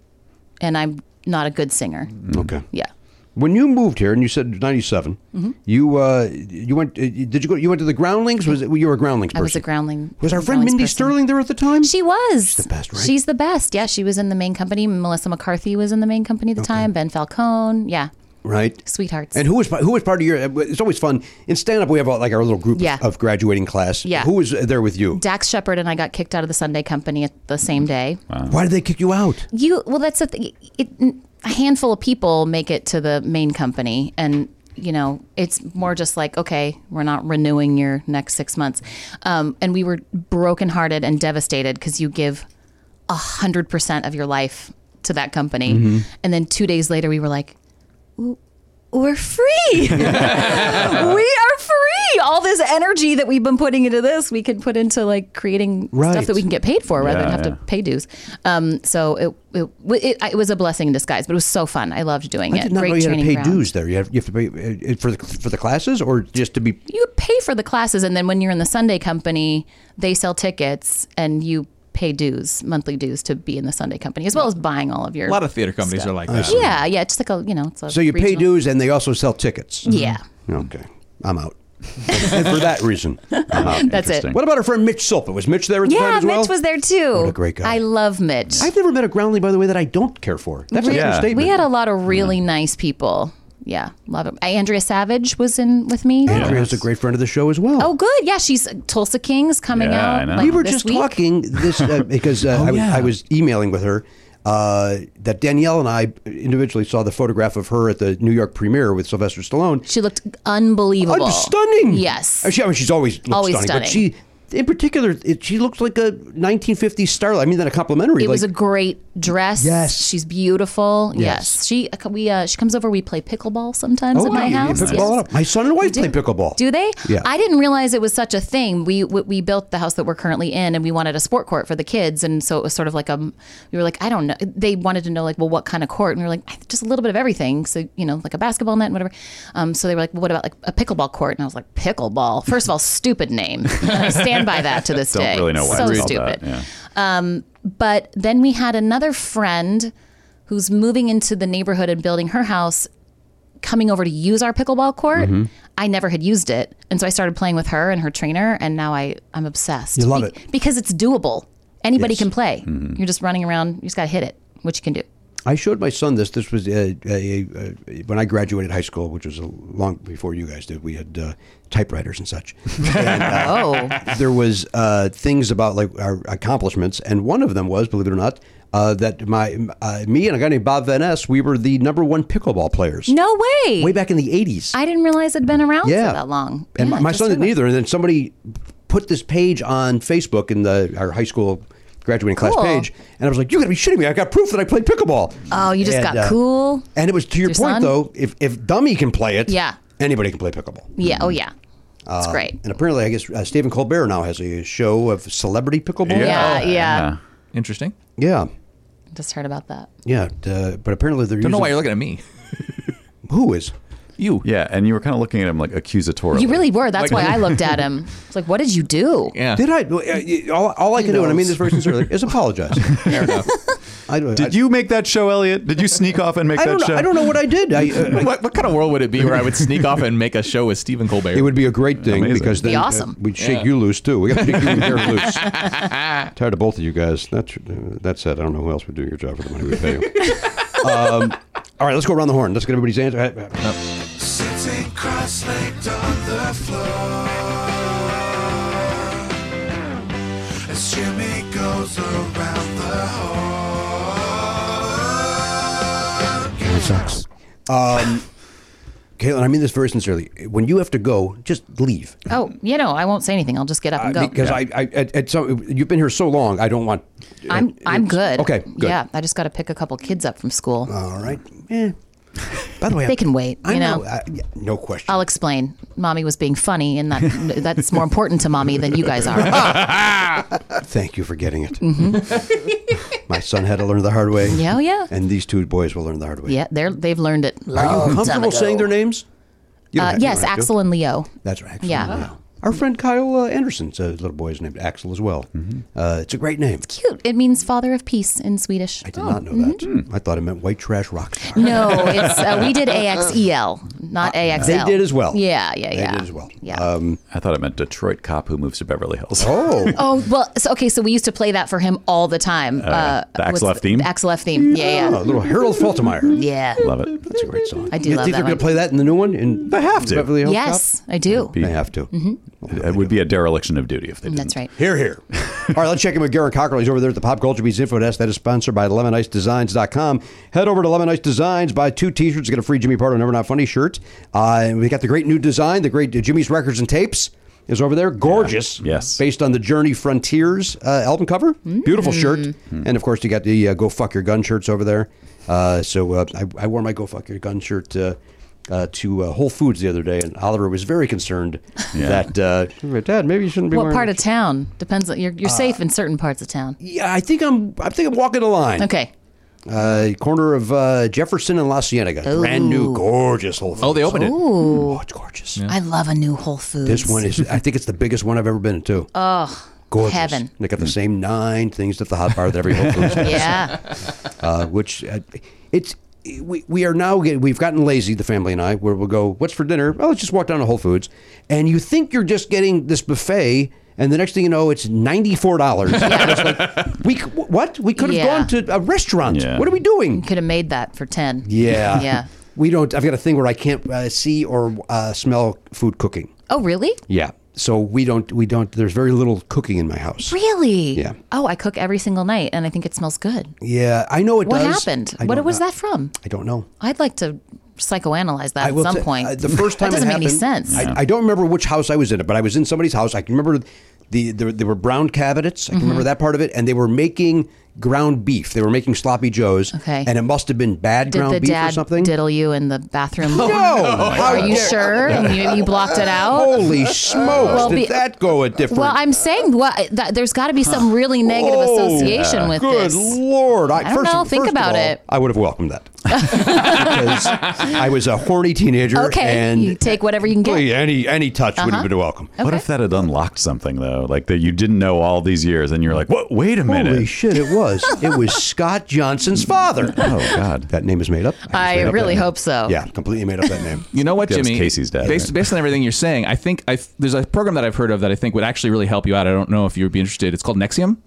Speaker 9: and I'm not a good singer.
Speaker 2: okay.
Speaker 9: Yeah. Mm-hmm.
Speaker 2: When you moved here, and you said '97, you uh, you went. Uh, did you go? You went to the Groundlings? Was it, you were a Groundlings
Speaker 9: I
Speaker 2: person?
Speaker 9: was a groundling-
Speaker 2: Was our friend
Speaker 9: groundlings
Speaker 2: Mindy
Speaker 9: person.
Speaker 2: Sterling there at the time?
Speaker 9: She was. She's
Speaker 2: the best, right?
Speaker 9: She's the best. Yeah, she was in the main company. Melissa McCarthy was in the main company at the time. Ben Falcone. Yeah.
Speaker 2: right.
Speaker 9: Sweethearts.
Speaker 2: And who was who was part of your? It's always fun in stand up. We have uh, like our little group
Speaker 9: Yeah.
Speaker 2: of graduating class.
Speaker 9: Yeah.
Speaker 2: Who was there with you?
Speaker 9: Dax Shepard and I got kicked out of the Sunday company at the same day.
Speaker 2: Why did they kick you out?
Speaker 9: You well, that's a, th- it, a handful of people make it to the main company, and you know it's more just like okay, we're not renewing your next six months, um, and we were brokenhearted and devastated because you give a hundred percent of your life to that company,
Speaker 2: Mm-hmm.
Speaker 9: and then two days later we were like. "W- We're free. we are free. All this energy that we've been putting into this, we could put into like creating
Speaker 2: Right.
Speaker 9: stuff that we can get paid for rather
Speaker 7: Yeah,
Speaker 9: than have
Speaker 7: yeah.
Speaker 9: to pay dues. Um, so it it, it it was a blessing in disguise, but it was so fun. I loved doing it.
Speaker 2: I did not
Speaker 9: Great
Speaker 2: know you had to
Speaker 9: training
Speaker 2: pay
Speaker 9: ground.
Speaker 2: dues there. You have, you have to pay uh, for the for the classes or just to be.
Speaker 9: You pay for the classes, and then when you're in the Sunday company, they sell tickets, and you pay dues, monthly dues, to be in the Sunday company, as well as buying all of your.
Speaker 8: A lot of theater companies are like that.
Speaker 9: yeah, yeah, it's like a you know, it's a
Speaker 2: So you pay
Speaker 9: regional-
Speaker 2: dues and they also sell tickets.
Speaker 9: Yeah,
Speaker 2: Okay, I'm out. and for that reason, I'm out.
Speaker 9: that's it.
Speaker 7: Interesting.
Speaker 2: What about our friend Mitch Silpa? Was Mitch there at the time
Speaker 9: Yeah,
Speaker 2: as well?
Speaker 9: Mitch was there too.
Speaker 2: What a great guy.
Speaker 9: I love Mitch.
Speaker 2: I've never met a groundling, by the way, that I don't care for. That's an
Speaker 7: Yeah.
Speaker 2: understatement.
Speaker 9: we had a lot of really nice people. Yeah, love him. Andrea Savage was in with me.
Speaker 2: Andrea's a great friend of the show as well.
Speaker 9: Oh, good. Yeah, she's Tulsa King's coming
Speaker 7: Yeah, I
Speaker 9: out.
Speaker 7: know.
Speaker 9: like,
Speaker 7: We
Speaker 2: we were
Speaker 9: this
Speaker 2: just
Speaker 9: week.
Speaker 2: talking this uh, because uh, I, was- I was emailing with her uh, that Danielle and I individually saw the photograph of her at the New York premiere with Sylvester Stallone.
Speaker 9: She looked unbelievable.
Speaker 2: Oh, stunning!
Speaker 9: Yes.
Speaker 2: Uh, she- I mean, she's always looked
Speaker 9: Always
Speaker 2: but
Speaker 9: stunning.
Speaker 2: she. In particular, it, she looks like a 1950s starlet. I mean, that a complimentary.
Speaker 9: It was a
Speaker 2: like,
Speaker 9: great dress.
Speaker 2: Yes.
Speaker 9: She's beautiful.
Speaker 2: Yes.
Speaker 9: Yes. She we uh, she comes over we play pickleball sometimes
Speaker 2: Oh,
Speaker 9: at my
Speaker 2: yeah,
Speaker 9: house.
Speaker 2: pickleball
Speaker 9: Yes.
Speaker 2: it up. My son and wife
Speaker 9: do.
Speaker 2: play pickleball.
Speaker 9: Do they?
Speaker 2: Yeah.
Speaker 9: I didn't realize it was such a thing. We, we we built the house that we're currently in, and we wanted a sport court for the kids, and so it was sort of like a. We were like, I don't know. They wanted to know like, well, what kind of court? And we were like, "I- just a little bit of everything. So you know, like a basketball net and whatever. Um, so they were like, well, what about like a pickleball court? And I was like, pickleball. First of all, stupid name. I stand by that to this
Speaker 7: Don't
Speaker 9: day.
Speaker 7: really know why
Speaker 9: so
Speaker 7: it's called
Speaker 9: stupid. Um,
Speaker 7: that. Yeah.
Speaker 9: But then we had another friend who's moving into the neighborhood and building her house coming over to use our pickleball court.
Speaker 2: Mm-hmm.
Speaker 9: I never had used it. And so I started playing with her and her trainer and now I I'm obsessed.
Speaker 2: You love it.
Speaker 9: Because it's doable. Anybody
Speaker 2: Yes. Mm-hmm.
Speaker 9: can play. You're just running around, you just got to hit it, which you can do.
Speaker 2: I showed my son this. This was uh a, a, when I graduated high school, which was a long before you guys did. We had uh, typewriters and such. And, uh, there was uh, things about like our accomplishments, and one of them was, believe it or not, uh, that my uh, me and a guy named Bob Van Ness, we were the number one pickleball players
Speaker 9: No way.
Speaker 2: way back in the eighties.
Speaker 9: I didn't realize I'd been around
Speaker 2: Yeah.
Speaker 9: for that long.
Speaker 2: And
Speaker 9: Yeah,
Speaker 2: my, my
Speaker 9: just
Speaker 2: son didn't
Speaker 9: about-
Speaker 2: either. And then somebody put this page on Facebook in the our high school graduating
Speaker 9: Cool.
Speaker 2: class page, and I was like, "You got to be shitting me! I got proof that I played pickleball."
Speaker 9: Oh, you just
Speaker 2: And,
Speaker 9: got
Speaker 2: uh,
Speaker 9: cool.
Speaker 2: And it was to your,
Speaker 9: Your
Speaker 2: point
Speaker 9: son?
Speaker 2: though, if if dummy can play it,
Speaker 9: Yeah.
Speaker 2: anybody can play pickleball.
Speaker 9: Yeah, oh yeah. It's great.
Speaker 2: Uh, And apparently, I guess uh, Stephen Colbert now has a show of celebrity pickleball.
Speaker 9: Yeah, yeah.
Speaker 8: Interesting.
Speaker 2: yeah,
Speaker 9: Just heard about that.
Speaker 2: yeah. Uh, but apparently, they're
Speaker 8: Don't know why you're
Speaker 2: using-
Speaker 8: looking at me.
Speaker 2: who is
Speaker 8: You.
Speaker 7: Yeah, and you were kind of looking at him like accusatorily.
Speaker 9: You really were. That's
Speaker 8: Like-
Speaker 9: why I looked at him. It's like, what did you do?
Speaker 8: Yeah.
Speaker 2: did I? uh, All, all I can do, and I mean this very sincerely, is apologize. Fair enough. I, don't- I,
Speaker 7: Did you make that show, Elliot? Did you sneak off and make
Speaker 2: I
Speaker 7: that
Speaker 2: don't know.
Speaker 7: show?
Speaker 2: I don't know what I did. I, uh,
Speaker 8: What, what kind of world would it be where I would sneak off and make a show with Stephen Colbert?
Speaker 2: It would be a great thing
Speaker 7: Amazing.
Speaker 2: because
Speaker 9: Be
Speaker 2: then uh,
Speaker 9: awesome.
Speaker 2: we'd shake you loose too. We got to shake you and Garrett loose. Tired of both of you guys. That's uh, that said, I don't know who else would do your job for the money we pay you. um, All right, let's go around the horn. Let's get everybody's answer. Uh,
Speaker 10: Sitting cross-legged on the floor As Jimmy goes around the horn
Speaker 2: It sucks. Um, Caitlin, I mean this very sincerely. When you have to go, just leave. Uh,
Speaker 9: Oh, you know, I won't say anything. I'll just get up and go.
Speaker 2: Because I, I at, at some, you've been here so long, I don't want.
Speaker 9: I'm I'm good.
Speaker 2: Okay, good.
Speaker 9: Yeah, I just got to pick a couple kids up from school.
Speaker 2: All right. Eh. By the way,
Speaker 9: They can wait,
Speaker 2: I
Speaker 9: you know. Oh.
Speaker 2: I- yeah, no question.
Speaker 9: I'll explain. Mommy was being funny, and that that's more important to mommy than you guys are.
Speaker 2: Thank you for getting it. My son had to learn the hard way.
Speaker 9: Mm-hmm. Yeah, oh, yeah.
Speaker 2: And these two boys will learn the hard way.
Speaker 9: yeah, they're they've learned it.
Speaker 2: Are you comfortable saying their names? You don't
Speaker 9: Um, Uh,
Speaker 2: have to,
Speaker 9: yes,
Speaker 2: right?
Speaker 9: Axel and Leo.
Speaker 2: That's right. Axel.
Speaker 9: Yeah.
Speaker 2: Our friend Kyle uh, Anderson's uh, little boy is named Axel as well.
Speaker 7: Mm-hmm.
Speaker 2: Uh, it's a great name.
Speaker 9: Cute. It means father of peace in Swedish.
Speaker 2: I did not know that.
Speaker 7: Mm-hmm.
Speaker 2: I thought it meant white trash rock star.
Speaker 9: No, it's uh, we did AXEL, not AXL.
Speaker 2: Uh, They did as well.
Speaker 9: Yeah, yeah, yeah.
Speaker 2: did as well. Um,
Speaker 9: Yeah.
Speaker 7: I thought it meant Detroit cop who moves to Beverly Hills.
Speaker 2: Oh,
Speaker 9: Oh well, so, okay. So we used to play that for him all the time. Uh,
Speaker 7: the
Speaker 9: what's
Speaker 7: Axel F theme?
Speaker 9: the Axel F theme. Yeah,
Speaker 2: a
Speaker 9: yeah,
Speaker 2: little Harold Faltermeyer.
Speaker 9: yeah.
Speaker 7: Love it.
Speaker 2: That's a great song.
Speaker 9: I do
Speaker 2: you
Speaker 9: love
Speaker 2: think
Speaker 9: that
Speaker 2: they're going
Speaker 9: one.
Speaker 2: to play that in the new one? In
Speaker 7: They have to.
Speaker 2: Beverly Hills
Speaker 9: Yes, Mm-hmm. I do.
Speaker 2: Cop? They have to.
Speaker 7: It would be a dereliction of duty if they didn't.
Speaker 9: Mm, That's right.
Speaker 2: Here, here. All right, let's check in with Garrett Cockrell. He's over there at the Pop Culture Beats Info Desk. That is sponsored by LemonIceDesigns.com. Head over to Lemon Ice Designs, buy two t shirts, get a free Jimmy Pardo Never Not Funny shirt. Uh, and we got the great new design, the great uh, Jimmy's Records and Tapes is over there. Gorgeous.
Speaker 7: Yes.
Speaker 2: Based on the Journey Frontiers uh, album cover. Beautiful shirt. And of course, you got the uh, Go Fuck Your Gun shirts over there. Uh, so uh, I, I wore my Go Fuck Your Gun shirt. Uh, uh, to uh, Whole Foods the other day, and Oliver was very concerned that uh, Dad, maybe you shouldn't be Uh,
Speaker 9: What
Speaker 2: wearing
Speaker 9: part
Speaker 2: this."
Speaker 9: of town depends? On, you're you're safe in certain parts of town.
Speaker 2: Yeah, I think I'm. I think I'm walking the line.
Speaker 9: Okay.
Speaker 2: Uh, corner of uh, Jefferson and La Cienega. Brand new, gorgeous Whole Foods.
Speaker 8: Oh, they opened it.
Speaker 2: Oh, it's gorgeous.
Speaker 9: I love a new Whole Foods.
Speaker 2: This one is. I think it's the biggest one I've ever been to. Oh, gorgeous.
Speaker 9: heaven.
Speaker 2: And They got the same nine things at the hot bar that every Whole Foods has.
Speaker 9: Yeah.
Speaker 2: Uh, which uh, it's. We, we are now get, we've gotten lazy the family and I where we'll go what's for dinner well let's just walk down to Whole Foods and you think you're just getting this buffet and the next thing you know it's ninety four dollars we c- what we could have
Speaker 9: Yeah.
Speaker 2: gone to a restaurant
Speaker 7: Yeah.
Speaker 2: what are we doing
Speaker 9: Could have made that for ten.
Speaker 2: Yeah.
Speaker 9: Yeah.
Speaker 2: We don't. I've got a thing where I can't uh, see or uh, smell food cooking.
Speaker 9: Oh really?
Speaker 2: Yeah. So we don't. We don't. There's very little cooking in my house.
Speaker 9: Really?
Speaker 2: Yeah.
Speaker 9: Oh, I cook every single night, and I think it smells good.
Speaker 2: Yeah, I know it
Speaker 9: What
Speaker 2: does.
Speaker 9: happened?
Speaker 2: I
Speaker 9: What
Speaker 2: don't
Speaker 9: was
Speaker 2: know.
Speaker 9: that from?
Speaker 2: I don't know.
Speaker 9: I'd like to psychoanalyze that
Speaker 2: I
Speaker 9: at
Speaker 2: will
Speaker 9: some
Speaker 2: t-
Speaker 9: point.
Speaker 2: uh, the first time
Speaker 9: that doesn't
Speaker 2: it
Speaker 9: make any
Speaker 2: happened,
Speaker 9: sense.
Speaker 2: I, I don't remember which house I was in, but I was in somebody's house. I can remember the there, there were brown cabinets. I can
Speaker 9: Mm-hmm.
Speaker 2: remember that part of it, and they were making ground beef. They were making sloppy joes.
Speaker 9: Okay.
Speaker 2: And it must have been bad
Speaker 9: Did
Speaker 2: ground
Speaker 9: the
Speaker 2: beef
Speaker 9: dad
Speaker 2: or something.
Speaker 9: diddle you in the bathroom?
Speaker 2: no! How
Speaker 9: Are you
Speaker 2: dare-
Speaker 9: sure? And you, you blocked it out?
Speaker 2: Ah, Holy smokes!
Speaker 9: Well,
Speaker 2: Did
Speaker 9: be-
Speaker 2: that go a different?
Speaker 9: Well, I'm saying what that, there's got to be some really negative
Speaker 2: Oh,
Speaker 9: association with
Speaker 2: Good
Speaker 9: this.
Speaker 2: lord! I,
Speaker 9: I don't
Speaker 2: first
Speaker 9: know.
Speaker 2: Of,
Speaker 9: Think
Speaker 2: first of
Speaker 9: about
Speaker 2: all,
Speaker 9: it.
Speaker 2: I would have welcomed that because I was a horny teenager.
Speaker 9: Okay,
Speaker 2: and Oh,
Speaker 9: you take whatever you can get. Uh-huh. Oh.
Speaker 2: Really, any any touch would have been welcome.
Speaker 7: What if that had unlocked something though, like that you didn't know all these years, and you're like, "What? Wait a minute!"
Speaker 2: Holy shit! It was it was Scott Johnson's father.
Speaker 7: oh God,
Speaker 2: That name is made up. just
Speaker 9: I
Speaker 2: made up that
Speaker 9: really
Speaker 2: name.
Speaker 9: hope so.
Speaker 2: Yeah, completely made up that name.
Speaker 8: You know what,
Speaker 7: That was
Speaker 8: Jimmy?
Speaker 7: Casey's dad,
Speaker 8: Based,
Speaker 7: right?
Speaker 8: based on everything you're saying, I think I there's a program that I've heard of that I think would actually really help you out. I don't know if you'd be interested. It's called Nexium,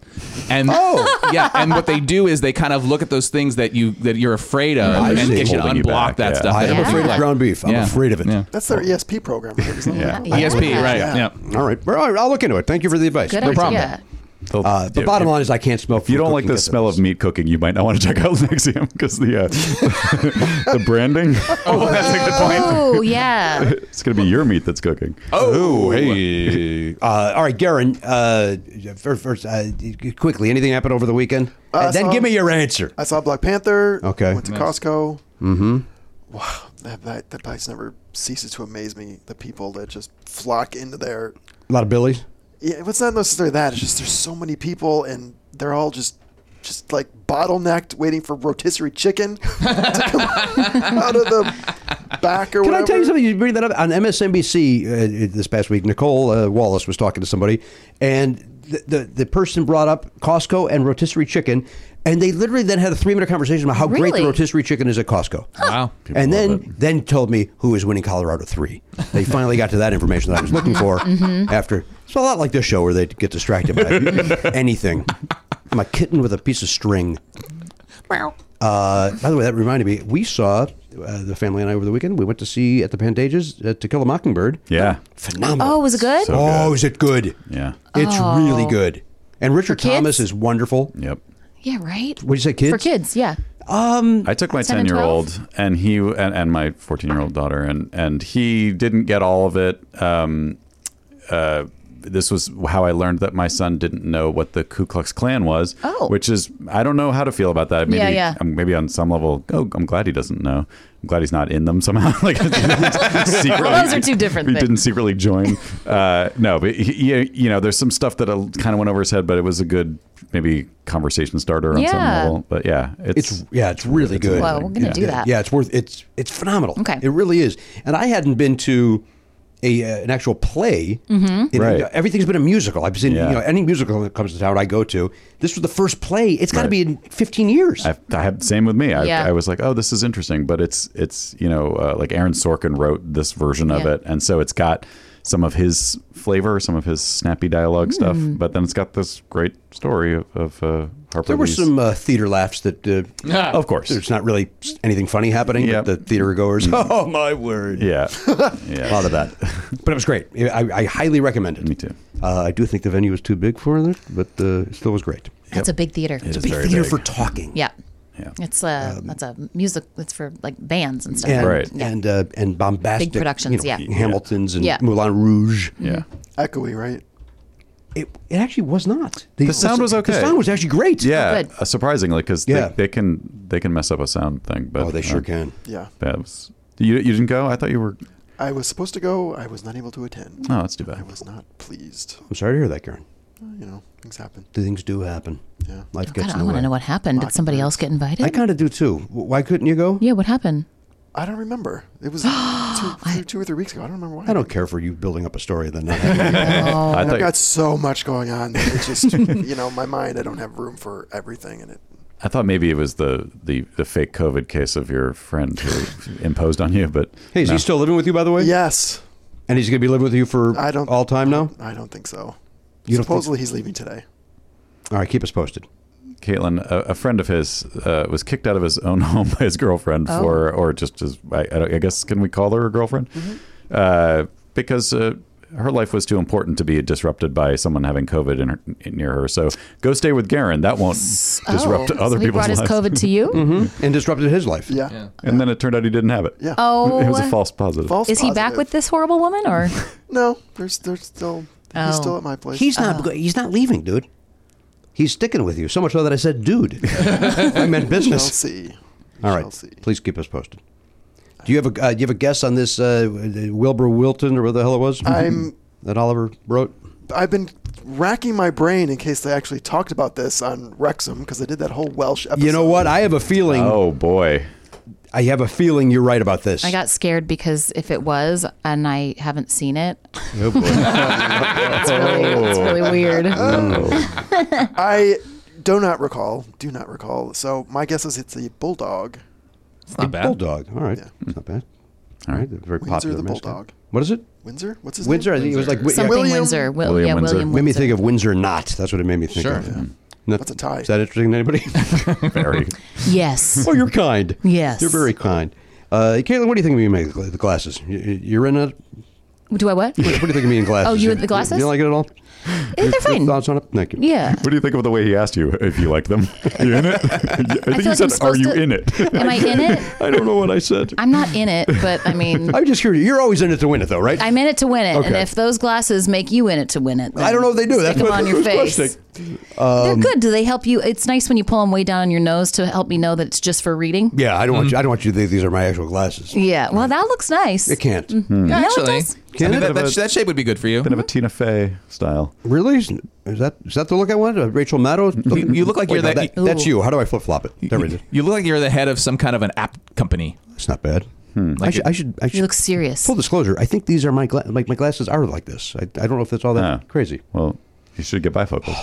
Speaker 8: and oh yeah, and what they do is they kind of look at those things that you that you're afraid of
Speaker 2: I
Speaker 8: and
Speaker 2: see.
Speaker 8: get you to
Speaker 7: Holding you
Speaker 8: unblock
Speaker 7: back,
Speaker 8: that
Speaker 7: yeah.
Speaker 8: stuff.
Speaker 2: I
Speaker 8: that
Speaker 2: am
Speaker 8: you're
Speaker 2: afraid of
Speaker 8: like-
Speaker 2: ground beef. I'm
Speaker 8: Yeah.
Speaker 2: afraig afraid of it.
Speaker 8: Yeah.
Speaker 6: That's their ESP program. isn't it?
Speaker 7: Yeah.
Speaker 8: ESP,
Speaker 9: Yeah.
Speaker 8: right? Yeah.
Speaker 2: All E right, all right, I'll look into it. Thank you for the advice.
Speaker 9: Good
Speaker 2: no
Speaker 9: idea.
Speaker 2: problem.
Speaker 7: They'll-
Speaker 2: Uh, the
Speaker 7: yeah,
Speaker 2: bottom
Speaker 7: if-
Speaker 2: line is I can't smell.
Speaker 7: If you don't like the smell of meat cooking, you might not want to check out Nexium because the uh, the branding. oh, that's a good
Speaker 9: Oh yeah.
Speaker 7: point. It's gonna be your meat that's cooking.
Speaker 2: Oh, hey. Uh, all right, Garen, uh, first, first uh, quickly, anything happened over the weekend?
Speaker 6: Uh,
Speaker 2: And then
Speaker 6: so-
Speaker 2: give me your answer.
Speaker 6: I saw Black Panther.
Speaker 2: Okay.
Speaker 6: Went to Costco. Mm-hmm. Wow, that, that that place never ceases to amaze me. The people that just flock into there.
Speaker 2: A lot of Billy's.
Speaker 6: Yeah, it's not necessarily that. It's just there's so many people, and they're all just just like bottlenecked, waiting for rotisserie chicken to come out of the back or
Speaker 2: Can
Speaker 6: whatever.
Speaker 2: I tell you something? You bring that up on MSNBC uh, this past week. Nicole uh, Wallace was talking to somebody, and the, the the person brought up Costco and rotisserie chicken, and they literally then had a three minute conversation about how great
Speaker 9: Really?
Speaker 2: the rotisserie chicken is at Costco.
Speaker 9: Oh,
Speaker 8: Wow.
Speaker 2: and
Speaker 7: love
Speaker 2: then then told me who is winning Colorado three. They finally got to that information that I was looking for
Speaker 9: Mm-hmm.
Speaker 2: after. It's a lot like this show where they get distracted by anything. I'm a kitten with a piece of string. Uh, by the way, that reminded me. We saw uh, the family and I over the weekend. We went to see at the Pantages uh, "To Kill a Mockingbird."
Speaker 7: Yeah.
Speaker 2: phenomenal.
Speaker 9: Oh, was it good?
Speaker 2: oh, is it good?
Speaker 7: Yeah.
Speaker 2: It's
Speaker 9: Oh.
Speaker 2: really good. And Richard
Speaker 9: kids?
Speaker 2: Thomas is wonderful.
Speaker 7: Yep.
Speaker 9: yeah, right.
Speaker 2: What did you say, kids?
Speaker 9: For kids, yeah. Um,
Speaker 7: I took my
Speaker 9: 10
Speaker 7: 10
Speaker 9: and
Speaker 7: year old and he and, and my 14 year old daughter and and he didn't get all of it. Um, uh, this was how I learned that my son didn't know what the Ku Klux Klan was.
Speaker 9: Oh.
Speaker 7: which is I don't know how to feel about that. Maybe,
Speaker 9: Yeah, yeah.
Speaker 7: um, maybe on some level, oh, I'm glad he doesn't know. I'm glad he's not in them somehow. like secretly,
Speaker 9: Well, those are two different
Speaker 7: He
Speaker 9: things.
Speaker 7: didn't secretly join. Uh, no, but he, he- you know, there's some stuff that kind of went over his head, but it was a good maybe conversation starter on some
Speaker 9: Yeah.
Speaker 7: level. But yeah,
Speaker 2: It's yeah, it's really
Speaker 7: it's
Speaker 2: good.
Speaker 7: amazing.
Speaker 9: Well, we're gonna
Speaker 7: Yeah.
Speaker 9: do that.
Speaker 2: Yeah, it's worth it's it's phenomenal.
Speaker 9: Okay.
Speaker 2: it really is. And I hadn't been to a uh, an actual play. Mm-hmm.
Speaker 7: Right.
Speaker 2: everything's been a musical. I've seen
Speaker 7: Yeah.
Speaker 2: you know any musical that comes to town I go to. This was the first play. It's got to
Speaker 7: Right.
Speaker 2: be in fifteen years.
Speaker 7: I, I have same with me. I,
Speaker 9: Yeah.
Speaker 7: I was like, oh, this is interesting, but it's it's you know uh, like Aaron Sorkin wrote this version of
Speaker 9: Yeah.
Speaker 7: it, and so it's got some of his flavor, some of his snappy
Speaker 9: Hmm.
Speaker 7: dialogue stuff, but then it's got this great story of, of uh, Harper.
Speaker 2: there were
Speaker 7: Lee's-
Speaker 2: some uh, theater laughs that, uh,
Speaker 7: of course,
Speaker 2: there's not really anything funny happening.
Speaker 7: Yep. Mm-hmm.
Speaker 2: But the theater goers, oh my word,
Speaker 7: yeah, yeah.
Speaker 2: a lot of that. but it was great. I, I highly recommend it.
Speaker 7: Me too.
Speaker 9: Mm-hmm.
Speaker 2: Uh, I do think the venue was too big for it, but uh, it still was great.
Speaker 9: That's a big theater.
Speaker 7: It is
Speaker 2: Big Um,
Speaker 7: very
Speaker 2: theater
Speaker 7: big.
Speaker 2: for talking.
Speaker 9: Yeah.
Speaker 7: Yeah.
Speaker 9: It's a that's a music. It's for like bands and stuff.
Speaker 2: and,
Speaker 7: Right.
Speaker 2: and uh, and bombastic
Speaker 9: Big productions,
Speaker 2: you know,
Speaker 9: yeah.
Speaker 2: Hamilton's and
Speaker 9: Yeah.
Speaker 2: Moulin Rouge.
Speaker 7: yeah.
Speaker 6: Echoey, right?
Speaker 2: It, it actually was not.
Speaker 7: The sound was okay.
Speaker 2: The sound was actually great.
Speaker 7: Yeah,
Speaker 9: good.
Speaker 7: uh, surprisingly, because
Speaker 2: Yeah.
Speaker 7: they, they can they can mess up a sound thing. But
Speaker 2: Oh, they sure
Speaker 7: uh,
Speaker 2: can.
Speaker 6: Yeah.
Speaker 7: That was you. You didn't go. I thought you were.
Speaker 6: I was supposed to go. I was not able to attend.
Speaker 2: Oh.
Speaker 7: No, that's too
Speaker 6: I
Speaker 7: bad.
Speaker 6: was not pleased.
Speaker 2: I'm sorry to hear that, Karen.
Speaker 6: You know, things happen.
Speaker 2: The things do happen.
Speaker 6: Yeah.
Speaker 2: Life
Speaker 9: Oh, God,
Speaker 2: gets in the
Speaker 9: I want
Speaker 2: way.
Speaker 9: to know what happened. Did somebody else get invited?
Speaker 2: I kind of do too. W- Why couldn't you go?
Speaker 9: yeah, what happened?
Speaker 6: I don't remember. It was two, two, two or three weeks ago. I don't remember why.
Speaker 2: I don't care for you building up a story than that.
Speaker 7: I
Speaker 6: I've
Speaker 7: thought
Speaker 6: got so much going on. That it's just, you know, my mind. I don't have room for everything in it.
Speaker 7: I thought maybe it was the, the, the fake COVID case of your friend who imposed on you, but
Speaker 2: hey, is
Speaker 7: no.
Speaker 2: he still living with you, by the way?
Speaker 6: Yes,
Speaker 2: And he's going to be living with you for
Speaker 6: I don't
Speaker 2: all time now?
Speaker 6: I don't think so.
Speaker 2: You don't think-
Speaker 6: Supposedly he's leaving today.
Speaker 2: All right, keep us posted.
Speaker 7: Caitlin, a, a friend of his, uh, was kicked out of his own home by his girlfriend
Speaker 9: Oh.
Speaker 7: for, or just his, I, I, don't- I guess, can we call her a girlfriend?
Speaker 9: Mm-hmm.
Speaker 7: Uh, because uh, her life was too important to be disrupted by someone having COVID in her, in, near her. So go stay with Garen. That won't disrupt
Speaker 9: oh. so
Speaker 7: other
Speaker 9: he
Speaker 7: people's
Speaker 9: brought
Speaker 7: lives. Mm-hmm.
Speaker 9: his COVID to you.
Speaker 2: Hmm? And disrupted his life.
Speaker 6: Yeah.
Speaker 7: And then it turned out he didn't have it.
Speaker 6: Yeah.
Speaker 9: Oh,
Speaker 7: It was a false positive.
Speaker 6: False
Speaker 9: is he back
Speaker 6: positive.
Speaker 9: with this horrible woman or?
Speaker 6: No, there's there's still he's
Speaker 9: Oh.
Speaker 6: still at my place.
Speaker 2: He's not. go- He's not leaving, dude. He's sticking with you so much so that I said, "Dude." I meant
Speaker 6: Shall
Speaker 2: business.
Speaker 6: see.
Speaker 2: All right.
Speaker 6: Shall see.
Speaker 2: Please keep us posted. Do you have a uh, do you have a guess on this uh, Wilbur Wilton or what the hell it was? Mm-hmm.
Speaker 6: I'm-
Speaker 2: that Oliver wrote.
Speaker 6: I've been racking my brain in case they actually talked about this on Wrexham because I did that whole Welsh episode.
Speaker 2: You know what? I have a feeling.
Speaker 7: Oh, boy.
Speaker 2: I have a feeling you're right about this.
Speaker 9: I got scared because if it was and I haven't seen it,
Speaker 2: Oh, boy.
Speaker 9: it's really, it's really weird.
Speaker 6: I do not recall. Do not recall. So my guess is it's a bulldog.
Speaker 8: It's not bad.
Speaker 2: bulldog. All right, it's not bad. All right, they're very
Speaker 6: Windsor
Speaker 2: popular.
Speaker 6: the
Speaker 2: mascot.
Speaker 6: bulldog.
Speaker 2: What is it?
Speaker 6: Windsor? What's his
Speaker 2: Windsor. I
Speaker 6: name?
Speaker 2: think it was like yeah,
Speaker 9: Something
Speaker 6: William-
Speaker 9: Windsor. Will,
Speaker 7: William
Speaker 9: yeah,
Speaker 7: Windsor.
Speaker 9: William
Speaker 2: made me
Speaker 9: Windsor.
Speaker 2: think of Windsor Knot. That's what it made me think
Speaker 8: Sure.
Speaker 2: of.
Speaker 8: Yeah.
Speaker 2: No-
Speaker 6: That's a tie.
Speaker 2: Is that interesting to anybody?
Speaker 7: Very.
Speaker 9: Yes.
Speaker 2: Oh, you're kind.
Speaker 9: Yes.
Speaker 2: You're very kind. Uh, Caitlin, what do you think of me make the glasses? You- You're in it?
Speaker 9: Do I what?
Speaker 2: What do you think of me in glasses?
Speaker 9: Oh, you with the glasses?
Speaker 2: You don't like it at all?
Speaker 9: They're fine.
Speaker 2: Thoughts on it? Thank you.
Speaker 9: Yeah.
Speaker 7: What do you think of the way he asked you if you liked them? Are you in it? I think
Speaker 9: like
Speaker 7: you
Speaker 9: I'm
Speaker 7: said, "Are
Speaker 9: supposed
Speaker 7: you
Speaker 9: to-
Speaker 7: in it?"
Speaker 9: Am I in it?
Speaker 2: I don't know what I said.
Speaker 9: I'm not in it, but I mean,
Speaker 2: I'm just curious. You're always in it to win it, though, right?
Speaker 9: I'm in it to win it. And
Speaker 2: Okay.
Speaker 9: if those glasses make you in it to win it, then
Speaker 2: I don't know if they do.
Speaker 9: Stick
Speaker 2: That's
Speaker 9: them
Speaker 2: what
Speaker 9: on your
Speaker 2: that's what I was
Speaker 9: face.
Speaker 2: thinking.
Speaker 9: They're
Speaker 2: Um,
Speaker 9: good. Do they help you? It's nice when you pull them way down on your nose to help me know that it's just for reading.
Speaker 2: Yeah, I don't
Speaker 8: Mm-hmm.
Speaker 2: want you. I don't want you to think these are my actual glasses.
Speaker 9: Yeah. Well, that looks nice.
Speaker 2: It can't
Speaker 8: Mm-hmm.
Speaker 9: No, it
Speaker 8: Actually,
Speaker 9: does.
Speaker 8: I mean,
Speaker 7: Bit
Speaker 8: that,
Speaker 7: of
Speaker 8: that,
Speaker 7: a-
Speaker 8: that shape would be good for you.
Speaker 7: Bit of a Tina Fey style.
Speaker 2: really. Is is that is that the look I wanted? Uh, Rachel Maddow.
Speaker 8: You- you look like you're
Speaker 2: no,
Speaker 8: that- e-,
Speaker 2: that's
Speaker 9: Ooh.
Speaker 2: you. How do I flip flop it? There we go.
Speaker 8: You, you look like you're the head of some kind of an app company.
Speaker 2: It's not bad. I,
Speaker 8: Like
Speaker 2: should,
Speaker 8: it-
Speaker 2: I should. I should.
Speaker 9: You look serious.
Speaker 2: Full disclosure, I think these are my gla- like my glasses are like this. I, I don't know if that's all that
Speaker 7: Oh.
Speaker 2: crazy.
Speaker 7: Well, you should get bifocals.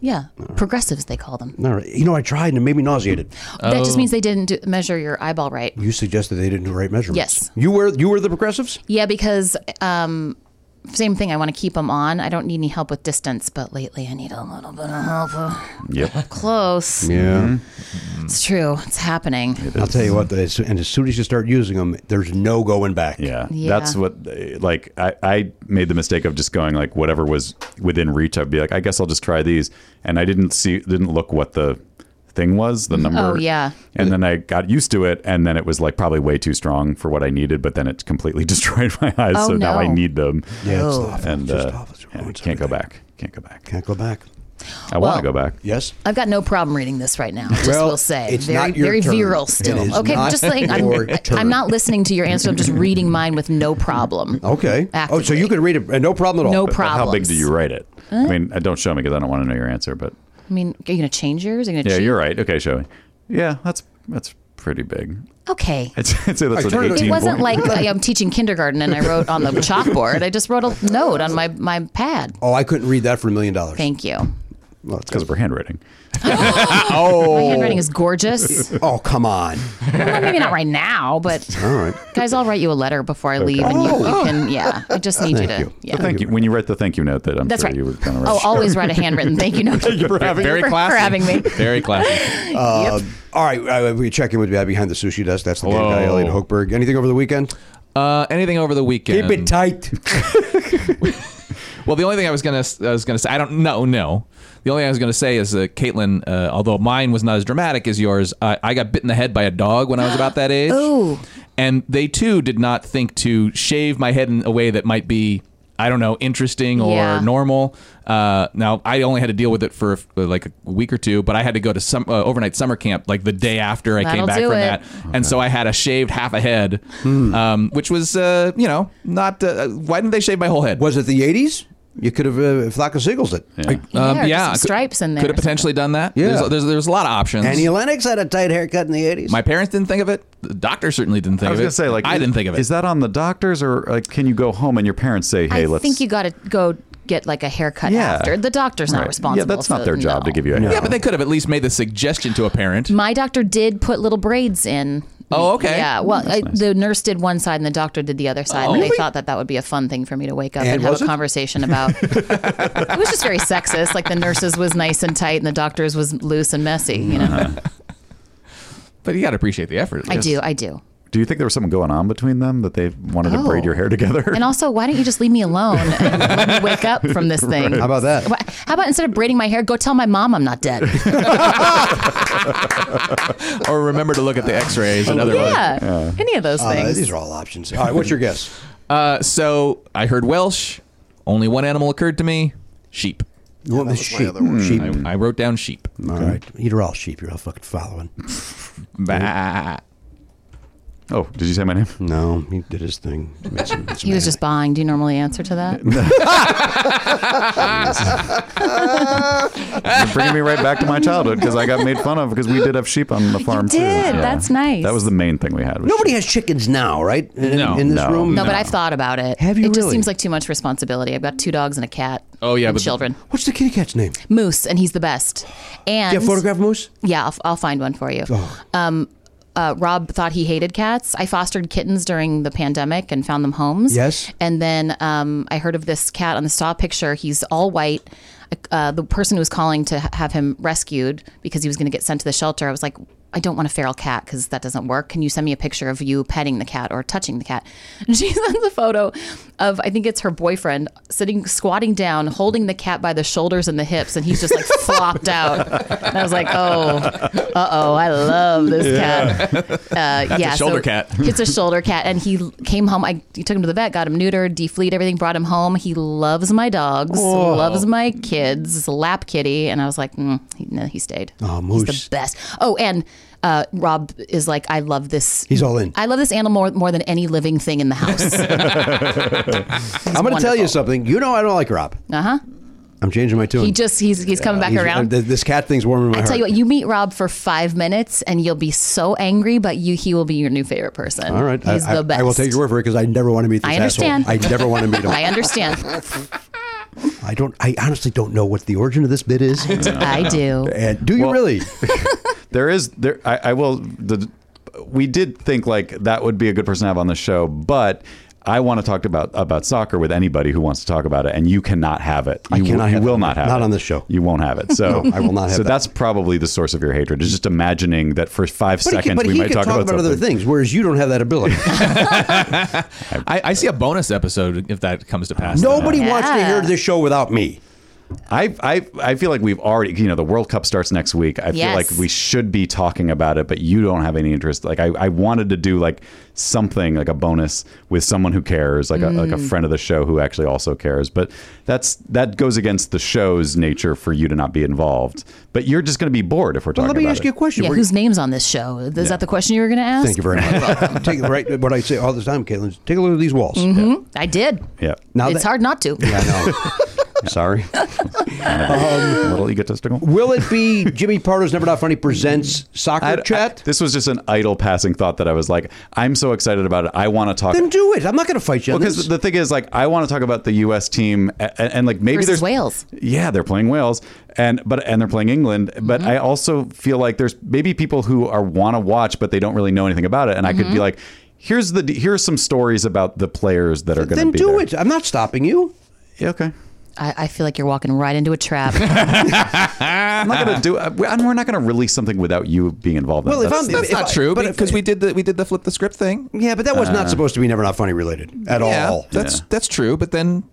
Speaker 9: Yeah. Progressives, they call them.
Speaker 2: No, you know, I tried and it made me nauseated.
Speaker 9: That just means they didn't do, measure your eyeball right.
Speaker 2: You suggested they didn't do right measurements.
Speaker 9: Yes.
Speaker 2: You were you were the progressives.
Speaker 9: Yeah, because um, same thing. I want to keep them on. I don't need any help with distance, but lately I need a little bit of help. Uh,
Speaker 7: Yep.
Speaker 9: Close.
Speaker 2: Yeah.
Speaker 9: It's true. It's happening.
Speaker 2: I'll tell you what, they- and as soon as you start using them, there's no going back.
Speaker 7: Yeah.
Speaker 9: Yeah.
Speaker 7: That's what, they- like, I, I made the mistake of just going, like, whatever was within reach, I'd be like, I guess I'll just try these. And I didn't see, didn't look what the thing was, the number.
Speaker 9: Oh, yeah.
Speaker 7: And then I got used to it. And then it was, like, probably way too strong for what I needed. But then it completely destroyed my eyes.
Speaker 9: Oh,
Speaker 7: so now I
Speaker 9: no.
Speaker 7: need them.
Speaker 2: Yeah, it's
Speaker 9: Oh.
Speaker 2: awful.
Speaker 7: And
Speaker 2: Just
Speaker 7: uh,
Speaker 2: awful. It's
Speaker 7: yeah,
Speaker 2: ruins
Speaker 7: can't go
Speaker 2: everything.
Speaker 7: back. Can't go back.
Speaker 2: Can't go back.
Speaker 7: I want
Speaker 9: Well-
Speaker 7: to go back.
Speaker 2: Yes.
Speaker 9: I've got no problem reading this right now. Just
Speaker 2: Well,
Speaker 9: will say,
Speaker 2: it's
Speaker 9: very
Speaker 2: not your
Speaker 9: very
Speaker 2: turn.
Speaker 9: virile
Speaker 2: It
Speaker 9: still.
Speaker 2: is
Speaker 9: okay,
Speaker 2: not
Speaker 9: just saying,
Speaker 2: your
Speaker 9: I'm,
Speaker 2: turn.
Speaker 9: I'm not listening to your answer. I'm just reading mine with no problem.
Speaker 2: Okay. Oh, so
Speaker 9: Actively.
Speaker 2: you could read it, uh, no problem at all.
Speaker 9: no
Speaker 7: But
Speaker 9: problem.
Speaker 7: How big do you write it? I mean, uh, don't show me because I don't want to know your answer. But
Speaker 9: I mean, are you gonna change yours? Are you gonna
Speaker 7: yeah,
Speaker 9: cheat?
Speaker 7: you're right. Okay, show me. Yeah, that's that's pretty big.
Speaker 9: Okay.
Speaker 7: I'd, say- I'd say that's
Speaker 2: All right, turn
Speaker 7: an
Speaker 2: it- It
Speaker 7: 18
Speaker 9: It wasn't
Speaker 7: point.
Speaker 9: like I, am teaching kindergarten and I wrote on the chalkboard. I just wrote a note on my, my pad.
Speaker 2: Oh, I couldn't read that for a million dollars.
Speaker 9: Thank you.
Speaker 2: Well, it's
Speaker 7: because
Speaker 2: 'cause-
Speaker 7: of her handwriting.
Speaker 9: My
Speaker 7: Oh.
Speaker 9: handwriting is gorgeous.
Speaker 2: Oh, come on.
Speaker 9: Well, maybe not right now, but
Speaker 2: All right.
Speaker 9: guys, I'll write you a letter before I leave, and you, you can. Yeah, I just need you to.
Speaker 2: Thank you.
Speaker 9: Yeah.
Speaker 7: Oh. Thank you. When you write the thank you note, that I'm
Speaker 9: That's
Speaker 7: sure
Speaker 9: right.
Speaker 7: you were going to
Speaker 9: Oh,
Speaker 7: write.
Speaker 9: always write a handwritten thank you note.
Speaker 7: you for having
Speaker 8: Very
Speaker 9: for,
Speaker 8: classy.
Speaker 9: for having me.
Speaker 8: Very classy.
Speaker 2: Uh, All right. Uh, we check in with the guy behind the sushi desk. That's the game guy,
Speaker 8: Hello.
Speaker 2: Elliot Hochberg. Anything over the weekend? Um,
Speaker 8: Uh, anything over the weekend?
Speaker 2: tight.
Speaker 8: Well, the only thing I was gonna I was gonna say I don't no no. The only thing I was gonna say is uh, Caitlin. Uh, although mine was not as dramatic as yours, I, I got bit in the head by a dog when I was about that age.
Speaker 9: Ooh.
Speaker 8: And they too did not think to shave my head in a way that might be I don't know interesting or
Speaker 9: Yeah.
Speaker 8: normal. Uh, now I only had to deal with it for uh, like a week or two, but I had to go to some uh, overnight summer camp like the day after I
Speaker 9: That'll
Speaker 8: came back
Speaker 9: do
Speaker 8: from
Speaker 9: it.
Speaker 8: that, and so I had a shaved half a head, um, which was uh, you know not. Uh, why didn't they shave my whole head?
Speaker 2: Was it the 80s? You could have uh, Flacco Siegels it.
Speaker 7: Yeah.
Speaker 9: Yeah, or
Speaker 8: Um,
Speaker 9: just some
Speaker 8: could-
Speaker 9: stripes in there.
Speaker 8: Could have potentially done that.
Speaker 2: Yeah.
Speaker 8: There's, there's, there's a lot of options.
Speaker 2: Annie Lennox had a tight haircut in the 80s.
Speaker 8: My parents didn't think of it. The doctor certainly didn't think
Speaker 7: I was
Speaker 8: of
Speaker 7: going
Speaker 8: it.
Speaker 7: to say, like,
Speaker 8: I didn't think of it.
Speaker 7: Is that on the doctors or like, can you go home and your parents say, hey,
Speaker 9: I
Speaker 7: let's.
Speaker 9: think you got to go get like a haircut
Speaker 7: Yeah.
Speaker 9: after. The doctor's not
Speaker 7: Right.
Speaker 9: responsible.
Speaker 7: Yeah, that's not
Speaker 9: for-
Speaker 7: their job
Speaker 9: no.
Speaker 7: to give you a
Speaker 8: yeah,
Speaker 7: haircut.
Speaker 8: but they could have at least made the suggestion to a parent.
Speaker 9: My doctor did put little braids in.
Speaker 8: Oh, okay.
Speaker 9: Yeah. Well, I, the nurse did one side and the doctor did the other side. and
Speaker 8: Really?
Speaker 9: They thought that that would be a fun thing for me to wake up
Speaker 2: And
Speaker 9: and, have
Speaker 2: was
Speaker 9: a
Speaker 2: it?
Speaker 9: conversation about. it was just very sexist. Like the nurses was nice and tight, and the doctors was loose and messy. You know.
Speaker 8: But you got to appreciate the effort. at
Speaker 9: I
Speaker 8: least.
Speaker 9: do. I do.
Speaker 7: Do you think there was something going on between them that they wanted to braid
Speaker 9: Oh.
Speaker 7: your hair together?
Speaker 9: And also, why don't you just leave me alone and let me wake up from this thing?
Speaker 2: How about that?
Speaker 9: Why- How about instead of braiding my hair, go tell my mom I'm not dead?
Speaker 8: Or remember to look at the X-rays. Another one.
Speaker 9: Oh, yeah. Any of those
Speaker 2: Uh,
Speaker 9: things.
Speaker 2: these are all options. All right, what's your guess?
Speaker 8: Uh, so I heard Welsh. Only one animal occurred to me. Sheep.
Speaker 2: You want the
Speaker 6: was my
Speaker 2: sheep?
Speaker 6: other word.
Speaker 2: Sheep.
Speaker 8: Mm, I wrote down sheep.
Speaker 2: All right. You're all sheep. You're all fucking following.
Speaker 8: Bah.
Speaker 7: oh, did you say my name?
Speaker 2: No, he did his thing.
Speaker 9: he was just buying. Do you normally answer to that?
Speaker 7: You're bringing me right back to my childhood because I got made fun of because we did have sheep on the farm too.
Speaker 9: did. That's nice.
Speaker 7: That was the main thing we had. was
Speaker 2: Nobody
Speaker 7: sheep.
Speaker 2: has chickens now, right? In,
Speaker 8: No.
Speaker 2: in this
Speaker 7: No.
Speaker 2: room?
Speaker 9: No, but I've thought about it.
Speaker 2: Have you
Speaker 9: It just
Speaker 2: really?
Speaker 9: seems like too much responsibility. I've got two dogs and a cat.
Speaker 8: Oh, yeah,
Speaker 9: and
Speaker 8: but-
Speaker 9: children.
Speaker 2: What's the kitty cat's name?
Speaker 9: Moose, and he's the best. And
Speaker 2: Yeah, photograph Oh. moose.
Speaker 9: Yeah, I'll, I'll find one for you. Um, uh, Rob thought he hated cats. I fostered kittens during the pandemic and found them homes.
Speaker 2: Yes.
Speaker 9: And then um, I heard of this cat on the saw picture. He's all white. Uh, the person who was calling to ha- have him rescued because he was going to get sent to the shelter, I was like, I don't want a feral cat because that doesn't work. Can you send me a picture of you petting the cat or touching the cat? And she sends a photo of, I think it's her boyfriend sitting, squatting down, holding the cat by the shoulders and the hips, and he's just like flopped out. And I was like, oh, uh oh, I love this cat. Uh, yeah,
Speaker 8: a shoulder cat.
Speaker 9: it's a shoulder cat, and he came home. I he took him to the vet, got him neutered, defleed everything, brought him home. He loves my dogs, loves my kids. It's a lap kitty, and I was like, mm, he, no, he stayed.
Speaker 2: Oh,
Speaker 9: He's
Speaker 2: moose.
Speaker 9: the best. Oh, and uh, Rob is like, I love this.
Speaker 2: He's all in.
Speaker 9: I love this animal more, more than any living thing in the house.
Speaker 2: I'm going to tell you something. You know I don't like Rob.
Speaker 9: Uh huh.
Speaker 2: I'm changing my tune.
Speaker 9: He just he's he's coming back
Speaker 2: He's- uh,
Speaker 9: around.
Speaker 2: th- this cat thing's warming my
Speaker 9: I
Speaker 2: heart.
Speaker 9: tell you what, you meet Rob for five minutes and you'll be so angry, but you he will be your new favorite person.
Speaker 2: All right.
Speaker 9: he's
Speaker 2: I,
Speaker 9: the
Speaker 2: I-
Speaker 9: best.
Speaker 2: I will take your word for it because I never want to meet this
Speaker 9: I understand.
Speaker 2: asshole. I never want to meet him.
Speaker 9: I understand.
Speaker 2: I don't. I honestly don't know what the origin of this bit is.
Speaker 9: I do.
Speaker 2: and do you
Speaker 7: Well-
Speaker 2: really?
Speaker 7: There is there. I, I will. The, we did think like that would be a good person to have on the show, but I want to talk about about soccer with anybody who wants to talk about it, and you cannot have it. You,
Speaker 2: cannot
Speaker 7: you
Speaker 2: have
Speaker 7: will
Speaker 2: it.
Speaker 7: not have it.
Speaker 2: Not on this show.
Speaker 7: You won't have it. So
Speaker 2: No, I will not have
Speaker 7: So
Speaker 2: that.
Speaker 7: that's probably the source of your hatred. Is just imagining that for five
Speaker 2: But he
Speaker 7: seconds
Speaker 2: can, but
Speaker 7: we
Speaker 2: he
Speaker 7: might
Speaker 2: can
Speaker 7: talk, about,
Speaker 2: other
Speaker 7: something.
Speaker 2: things, whereas you don't have that ability.
Speaker 8: I, I see a bonus episode if that comes to pass.
Speaker 2: Nobody wants to
Speaker 9: Yeah.
Speaker 2: hear this show without me.
Speaker 7: I, I I feel like we've already you know the World Cup starts next week. I feel
Speaker 9: Yes.
Speaker 7: like we should be talking about it, but you don't have any interest. Like I, I wanted to do like something like a bonus with someone who cares, like a, like a friend of the show who actually also cares. But that's that goes against the show's nature for you to not be involved. But you're just going to be bored if we're talking
Speaker 2: Let me
Speaker 7: about
Speaker 2: ask
Speaker 7: it.
Speaker 2: you a question.
Speaker 9: Yeah,
Speaker 2: Were-
Speaker 9: whose name's on this show? Is that the question you were going to ask?
Speaker 2: Thank you very much. Take right what I say all the time, Caitlin. is Take a look at these walls.
Speaker 9: hmm I did.
Speaker 7: yeah,
Speaker 2: Now
Speaker 9: it's
Speaker 2: that-
Speaker 9: hard not to.
Speaker 2: Yeah, I know. I'm sorry. Um,
Speaker 7: a little egotistical.
Speaker 2: Will it be Jimmy Pardo's Never Not Funny presents soccer
Speaker 7: I- I-
Speaker 2: chat?
Speaker 7: this was just an idle passing thought that I was like, I'm so excited about it. I want to talk.
Speaker 2: then do it. I'm not going to fight you. on
Speaker 7: because
Speaker 2: this.
Speaker 7: the thing is, like, I want to talk about the U.S. team and, and like maybe
Speaker 9: Versus
Speaker 7: there's
Speaker 9: Wales.
Speaker 7: Yeah, they're playing Wales, and but and they're playing England. But
Speaker 9: Mm-hmm.
Speaker 7: I also feel like there's maybe people who are want to watch, but they don't really know anything about it, and
Speaker 9: Mm-hmm.
Speaker 7: I could be like. Here's the here's some stories about the players that are going to
Speaker 2: then
Speaker 7: be
Speaker 2: do
Speaker 7: there.
Speaker 2: it. I'm not stopping you.
Speaker 7: Yeah, okay.
Speaker 9: I, I feel like you're walking right into a trap.
Speaker 7: I'm not going to do. I- And we're not going to release something without you being involved. in
Speaker 2: Well,
Speaker 7: it.
Speaker 2: if
Speaker 7: That's-
Speaker 2: I'm-
Speaker 7: that's-
Speaker 8: That's not
Speaker 2: I-
Speaker 8: true
Speaker 2: but if-
Speaker 8: because we did the we did the flip the script thing.
Speaker 2: Yeah, but that was not supposed to be Never Not Funny related at
Speaker 8: yeah,
Speaker 2: all.
Speaker 8: that's that's true. But then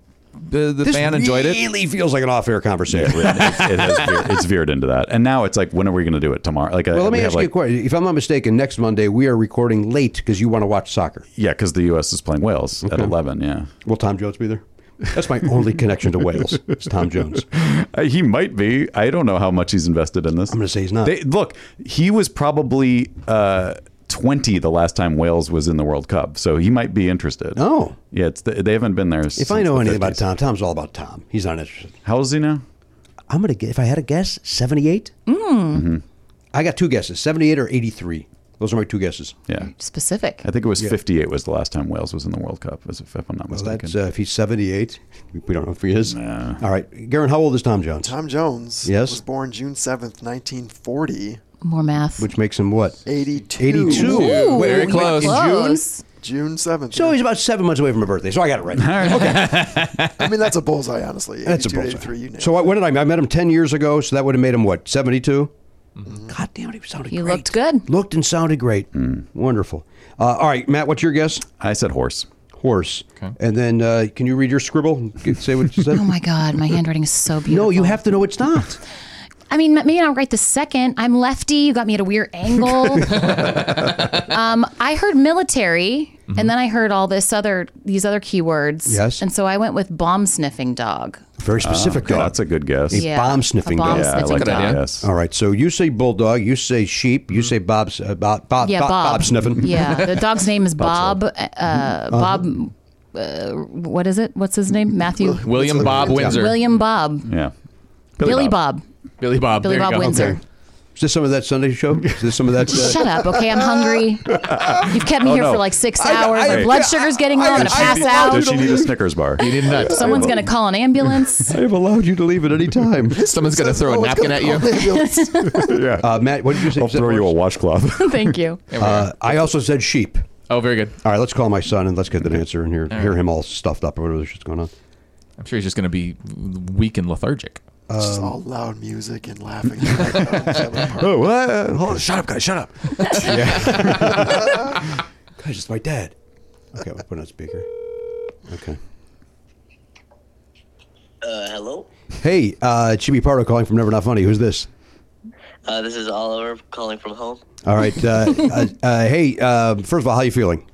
Speaker 8: the, the
Speaker 2: This
Speaker 8: fan enjoyed
Speaker 2: really
Speaker 8: it.
Speaker 2: feels like an off-air conversation.
Speaker 7: it, it has veered, it's veered into that, and now it's like, when are we going to do it tomorrow? Like,
Speaker 2: Well, let me ask you a question. If I'm not mistaken, next Monday we are recording late because you want to watch soccer.
Speaker 7: Yeah, because the U.S. is playing Wales at 11. Yeah,
Speaker 2: Will Tom Jones be there? That's my only connection to Wales. It's Tom Jones. I'm
Speaker 7: Uh, he might be. I don't know how much he's invested in this. I'm
Speaker 2: going to say he's not.
Speaker 7: They, look, he was probably uh, 20 the last time Wales was in the World Cup, so he might be interested.
Speaker 2: Oh.
Speaker 7: yeah, it's the, they haven't been there.
Speaker 2: if I know anything about Tom, Tom's all about Tom. He's not interested.
Speaker 7: how old is he now?
Speaker 2: I'm going to get, if I had a guess, 78? Mm. I got two guesses 78 or 83. Those are my two guesses.
Speaker 7: Yeah,
Speaker 9: Specific.
Speaker 7: I think it was 58 was the last time Wales was in the World Cup, as if, if I'm not
Speaker 2: Well,
Speaker 7: mistaken.
Speaker 2: that's, uh, if he's 78, we don't know if he is. All right. Garen, how old is Tom Jones?
Speaker 6: Tom Jones
Speaker 2: Yes?
Speaker 6: was born June 7th, 1940.
Speaker 9: More math.
Speaker 2: Which makes him what?
Speaker 6: 82.
Speaker 2: 82.
Speaker 8: Ooh,
Speaker 2: Wait,
Speaker 8: very
Speaker 2: wait,
Speaker 8: close.
Speaker 2: in June?
Speaker 9: Close.
Speaker 6: June 7th.
Speaker 2: So he's about seven months away from my birthday. So I got it right.
Speaker 6: I mean, that's a bullseye, honestly.
Speaker 2: That's a
Speaker 6: 82,
Speaker 2: bullseye.
Speaker 6: 83, you know.
Speaker 2: So what, what did I? I met him ten years ago, so that would have made him what seventy
Speaker 6: Mm-hmm.
Speaker 2: God damn it, he sounded.
Speaker 9: You
Speaker 2: great.
Speaker 9: looked good.
Speaker 2: Looked and sounded great. Wonderful. Uh, all right, Matt, what's your guess?
Speaker 7: I said horse.
Speaker 2: Horse. And then uh, can you read your scribble? Can- Say what you said.
Speaker 9: Oh my God, my handwriting is so beautiful.
Speaker 2: no, you have to know it's not.
Speaker 9: I mean, maybe not right the second. I'm lefty. You got me at a weird angle. um, I heard military, and then I heard all this other these other keywords.
Speaker 2: Yes.
Speaker 9: And so I went with bomb sniffing dog.
Speaker 2: Very specific. dog.
Speaker 7: Uh, That's a good guess.
Speaker 9: Yeah.
Speaker 2: bomb sniffing
Speaker 9: A bomb
Speaker 2: dog.
Speaker 7: Yeah, I
Speaker 9: sniffing
Speaker 7: like
Speaker 9: dog.
Speaker 7: that guess.
Speaker 2: All right, so you say bulldog, you say sheep,
Speaker 7: Hmm.
Speaker 2: you say Bob's uh, Bob, Bob,
Speaker 9: Yeah,
Speaker 2: Bob,
Speaker 9: Bob.
Speaker 2: Bob sniffing. Mm-hmm.
Speaker 9: Yeah, the dog's name is Bob. Uh,
Speaker 2: Uh-huh.
Speaker 9: Bob. Uh, what is it? What's his name? Matthew.
Speaker 8: William Bob Windsor.
Speaker 9: William Bob.
Speaker 7: Yeah,
Speaker 9: Billy, Bob.
Speaker 8: Billy Bob.
Speaker 9: Billy
Speaker 8: there you
Speaker 9: Bob
Speaker 8: go.
Speaker 9: Windsor.
Speaker 2: Okay. Is this some of that Sunday show? Is this some of that? uh,
Speaker 9: Shut up, okay? I'm hungry. You've kept me here
Speaker 7: no.
Speaker 9: for like six
Speaker 2: I-
Speaker 9: hours.
Speaker 2: I-
Speaker 9: My
Speaker 2: I-
Speaker 9: blood sugar's getting low.
Speaker 2: I-
Speaker 9: I'm gonna
Speaker 2: I-
Speaker 9: pass
Speaker 2: I-
Speaker 9: out.
Speaker 7: Does she need a Snickers bar?
Speaker 8: You did nuts.
Speaker 9: Someone's gonna call an ambulance.
Speaker 2: I have allowed you to leave at any time.
Speaker 8: Someone's gonna throw a
Speaker 6: Oh, it's
Speaker 8: napkin at
Speaker 6: gonna
Speaker 8: you.
Speaker 6: call the ambulance.
Speaker 7: yeah.
Speaker 2: Uh, Matt, what did you say?
Speaker 7: I'll throw you a washcloth.
Speaker 9: Thank you.
Speaker 2: Uh, I also said sheep.
Speaker 8: Oh, very good.
Speaker 2: All right, let's call my son and let's get an answer and hear, hear him all stuffed up or whatever shit's going on.
Speaker 8: I'm sure he's just gonna be weak and lethargic.
Speaker 2: um,
Speaker 6: It's just all loud music and laughing. oh,
Speaker 2: what?
Speaker 6: hold on, shut up, guys, shut up.
Speaker 2: Guys, it's my dad. Okay, we'll put it on speaker. Okay.
Speaker 12: Uh, hello.
Speaker 2: Hey, uh, Jimmy Pardo calling from Never Not Funny. Who's this?
Speaker 12: Uh, this is Oliver calling from home.
Speaker 2: All right. Uh, uh, uh, hey, uh, first of all, how you feeling?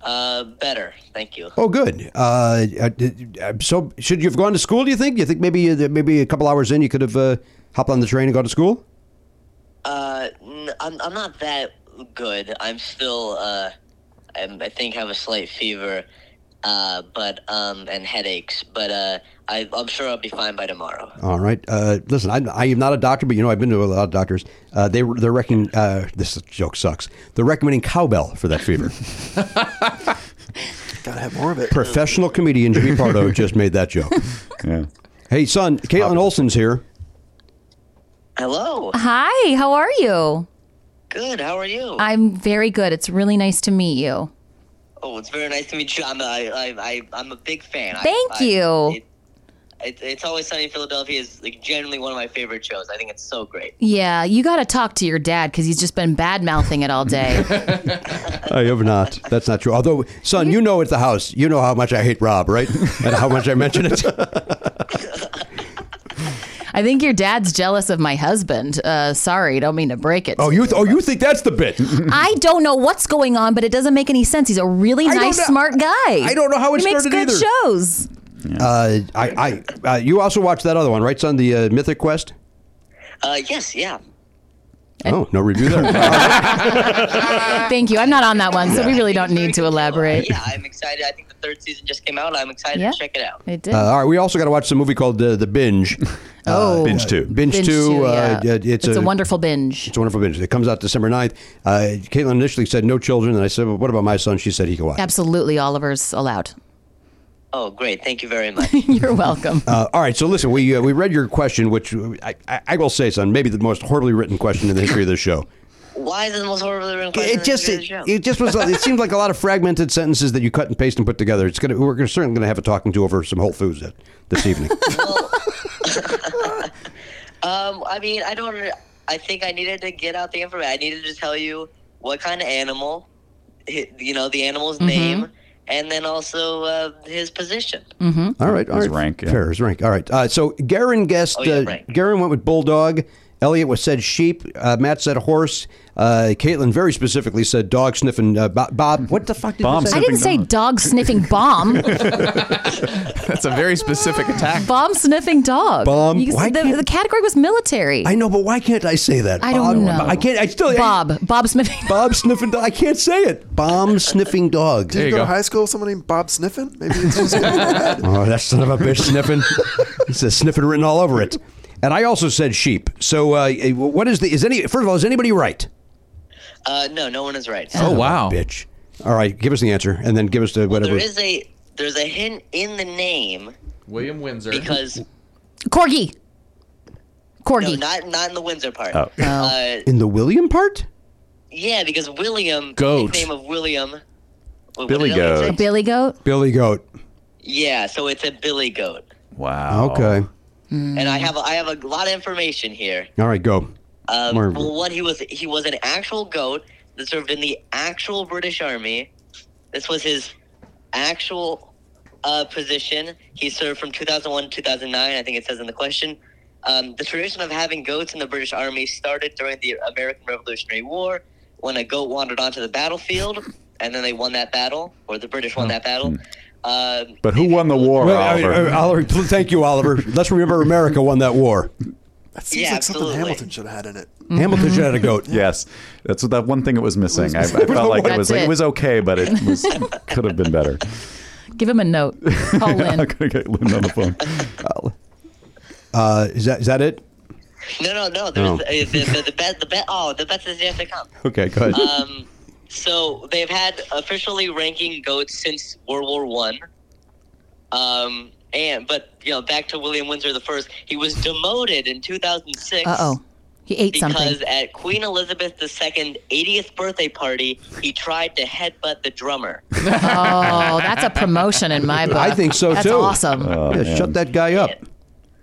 Speaker 12: Uh, better. Thank you.
Speaker 2: Oh, good. Uh, uh, did- uh, so, should you have gone to school? Do you think? Do you think maybe uh, maybe a couple hours in, you could have uh, hopped on the train and gone to school?
Speaker 12: Uh, n- I'm I'm not that good. I'm still uh, I'm, I think have a slight fever, uh, but um, and headaches. But uh, I I'm sure I'll be fine by tomorrow.
Speaker 2: All right. Uh, listen, I, I am not a doctor, but you know I've been to a lot of doctors. Uh, they they're recommending uh, this joke sucks. They're recommending cowbell for that fever.
Speaker 6: Gotta have more of it.
Speaker 2: Professional comedian Jimmy Pardo just made that joke.
Speaker 7: yeah.
Speaker 2: Hey, son, Caitlin Olson's here.
Speaker 12: Hello.
Speaker 9: Hi, how are you?
Speaker 12: Good. How are you?
Speaker 9: I'm very good. It's really nice to meet you.
Speaker 12: Oh, it's very nice to meet you. I'm a, I, I, I'm a big fan. I-
Speaker 13: Thank
Speaker 12: I-
Speaker 13: you.
Speaker 12: It, it, it's always sunny in Philadelphia is like generally one of my favorite shows. I think it's so great.
Speaker 9: Yeah, you got to talk to your dad because he's just been bad mouthing it all day.
Speaker 2: I have not. That's not true. Although, son, you know at the house, you know how much I hate Rob, right? And how much I mention it.
Speaker 9: I think your dad's jealous of my husband. Uh, sorry, don't mean to break it.
Speaker 2: Oh, you. Th- oh, you think that's the bit?
Speaker 13: I don't know what's going on, but it doesn't make any sense. He's a really
Speaker 9: I don't
Speaker 13: nice,
Speaker 9: know-
Speaker 13: smart guy.
Speaker 9: I don't know how it
Speaker 13: he makes
Speaker 9: started
Speaker 13: good
Speaker 9: either.
Speaker 13: shows.
Speaker 2: Uh, I, I, uh, you also watched that other one, right, son? The uh, Mythic Quest.
Speaker 12: Uh, yes, yeah.
Speaker 2: Oh, no review there.
Speaker 9: Thank you. I'm not on that one, so we really don't need to elaborate.
Speaker 12: Yeah, I'm excited. I think the third season just came out. I'm excited
Speaker 9: Yeah.
Speaker 12: to check it out.
Speaker 9: It
Speaker 2: Uh, all right, we also got to watch some movie called uh, The Binge. Uh,
Speaker 9: Oh.
Speaker 7: Binge Two.
Speaker 2: Binge,
Speaker 9: Binge
Speaker 2: Two.
Speaker 9: Two,
Speaker 2: uh,
Speaker 9: yeah.
Speaker 2: it- it's,
Speaker 9: It's a wonderful binge.
Speaker 2: It's a wonderful binge. It comes out December 9th. Uh, Caitlin initially said no children, and I said, well, "What about my son?" She said he can watch.
Speaker 9: Absolutely, Oliver's allowed.
Speaker 12: Oh, great! Thank you very much.
Speaker 9: You're welcome.
Speaker 2: Uh, all right, so listen, we uh, we read your question, which I, I, I will say, son, maybe the most horribly written question in the history of this show.
Speaker 12: Why is it the most horrible written question? in
Speaker 2: It
Speaker 12: the
Speaker 2: just
Speaker 12: history
Speaker 2: it,
Speaker 12: of the show?
Speaker 2: it just was it seemed like a lot of fragmented sentences that you cut and paste and put together. It's gonna we're certainly gonna have a talking to over some Whole Foods that, this evening.
Speaker 9: Mm-hmm.
Speaker 12: Um, I mean, I don't. I think I needed to get out the information. I needed to tell you what kind of animal, hi- you know, the animal's
Speaker 2: Mm-hmm.
Speaker 12: name, and then also uh, his position.
Speaker 2: Mm.
Speaker 9: Mm-hmm.
Speaker 2: All right, all right.
Speaker 7: His rank, yeah.
Speaker 2: Fair, his rank. All right. Uh, so Garen guessed.
Speaker 12: Oh, yeah,
Speaker 2: uh,
Speaker 12: rank.
Speaker 2: Garen went with bulldog. Elliot was said sheep. Uh, Matt said horse. Uh, Caitlin very specifically said dog sniffing. Uh, Bo- Bob, what the fuck did
Speaker 7: Bomb
Speaker 2: you say?
Speaker 9: I didn't say dog sniffing bomb.
Speaker 8: That's a very specific attack.
Speaker 9: bomb sniffing dog.
Speaker 2: Bomb.
Speaker 9: You-
Speaker 2: Why
Speaker 9: the,
Speaker 2: can't-
Speaker 9: the category was military.
Speaker 2: I know, but why can't I say that?
Speaker 9: I
Speaker 2: Bob?
Speaker 9: don't know.
Speaker 2: I can't. I still.
Speaker 9: Bob. Bob sniffing.
Speaker 2: Bob sniffing. dog. I can't say it. Bomb sniffing dog.
Speaker 6: Did you,
Speaker 8: you
Speaker 6: go,
Speaker 8: go.
Speaker 6: to high school with someone named Bob Sniffin? Maybe it's just in your head.
Speaker 2: Oh, that son of a bitch sniffing. It's a sniffing written all over it. And I also said sheep. So uh, what is the? Is any? First of all, is anybody right?
Speaker 12: Uh, no, no one is right.
Speaker 8: Oh wow.
Speaker 2: Bitch. All right, give us the answer, and then give us the whatever.
Speaker 12: There is a there's a hint in the name
Speaker 8: William Windsor.
Speaker 12: because
Speaker 9: Corgi.
Speaker 12: no,
Speaker 9: Corgi.
Speaker 12: not not in the Windsor part.
Speaker 7: Oh.
Speaker 12: Uh,
Speaker 2: In the William part?
Speaker 12: yeah, because William
Speaker 8: Goat.
Speaker 12: name of William. wait, what
Speaker 7: Billy
Speaker 12: did Elliot
Speaker 7: goat.
Speaker 9: a
Speaker 12: say?
Speaker 9: billy goat.
Speaker 2: Billy Goat.
Speaker 12: Yeah, so it's a Billy goat,
Speaker 7: Wow.
Speaker 2: Okay.
Speaker 12: and I have a, I have a lot of information here.
Speaker 2: All right, go.
Speaker 12: Um,
Speaker 2: More-
Speaker 12: well, one he was he was an actual goat that served in the actual British Army. This was his actual uh, position. He served from 2001 to 2009. I think it says in the question. Um, the tradition of having goats in the British Army started during the American Revolutionary War when a goat wandered onto the battlefield, and then they won that battle, or the British won that battle. Um,
Speaker 7: But who won the war,
Speaker 2: Well, I-
Speaker 7: Oliver?
Speaker 2: I- Oliver, pl- thank you, Oliver. Let's remember America won that war.
Speaker 6: That seems
Speaker 12: Yeah,
Speaker 6: like
Speaker 12: absolutely.
Speaker 6: something Hamilton should have had in it.
Speaker 2: Hamilton should have had a goat.
Speaker 7: Yes, that's that one thing that was missing. I, I felt like it was
Speaker 9: That's
Speaker 7: like, it
Speaker 9: it.
Speaker 7: was okay, but it was could have been better.
Speaker 9: Give him a note. Call
Speaker 7: I'm
Speaker 9: Lynn.
Speaker 7: gonna get Lynn on the phone.
Speaker 2: Uh, is that is that it?
Speaker 12: no, no, no.
Speaker 2: Oh.
Speaker 12: There's, uh, the, the, the best, the best. Oh, the best is yet to come.
Speaker 2: Okay, go ahead.
Speaker 12: um, so they've had officially ranking goats since World War One. Um, and but you know, back to William Windsor the first, he was demoted in 2006
Speaker 9: Uh oh. He ate
Speaker 12: because
Speaker 9: something.
Speaker 12: at Queen Elizabeth II's 80th birthday party, he tried to headbutt the drummer.
Speaker 9: Oh, that's a promotion in my book.
Speaker 2: I think so,
Speaker 9: that's
Speaker 2: too.
Speaker 9: awesome.
Speaker 7: Oh,
Speaker 2: Yeah,
Speaker 7: man.
Speaker 2: shut that guy up.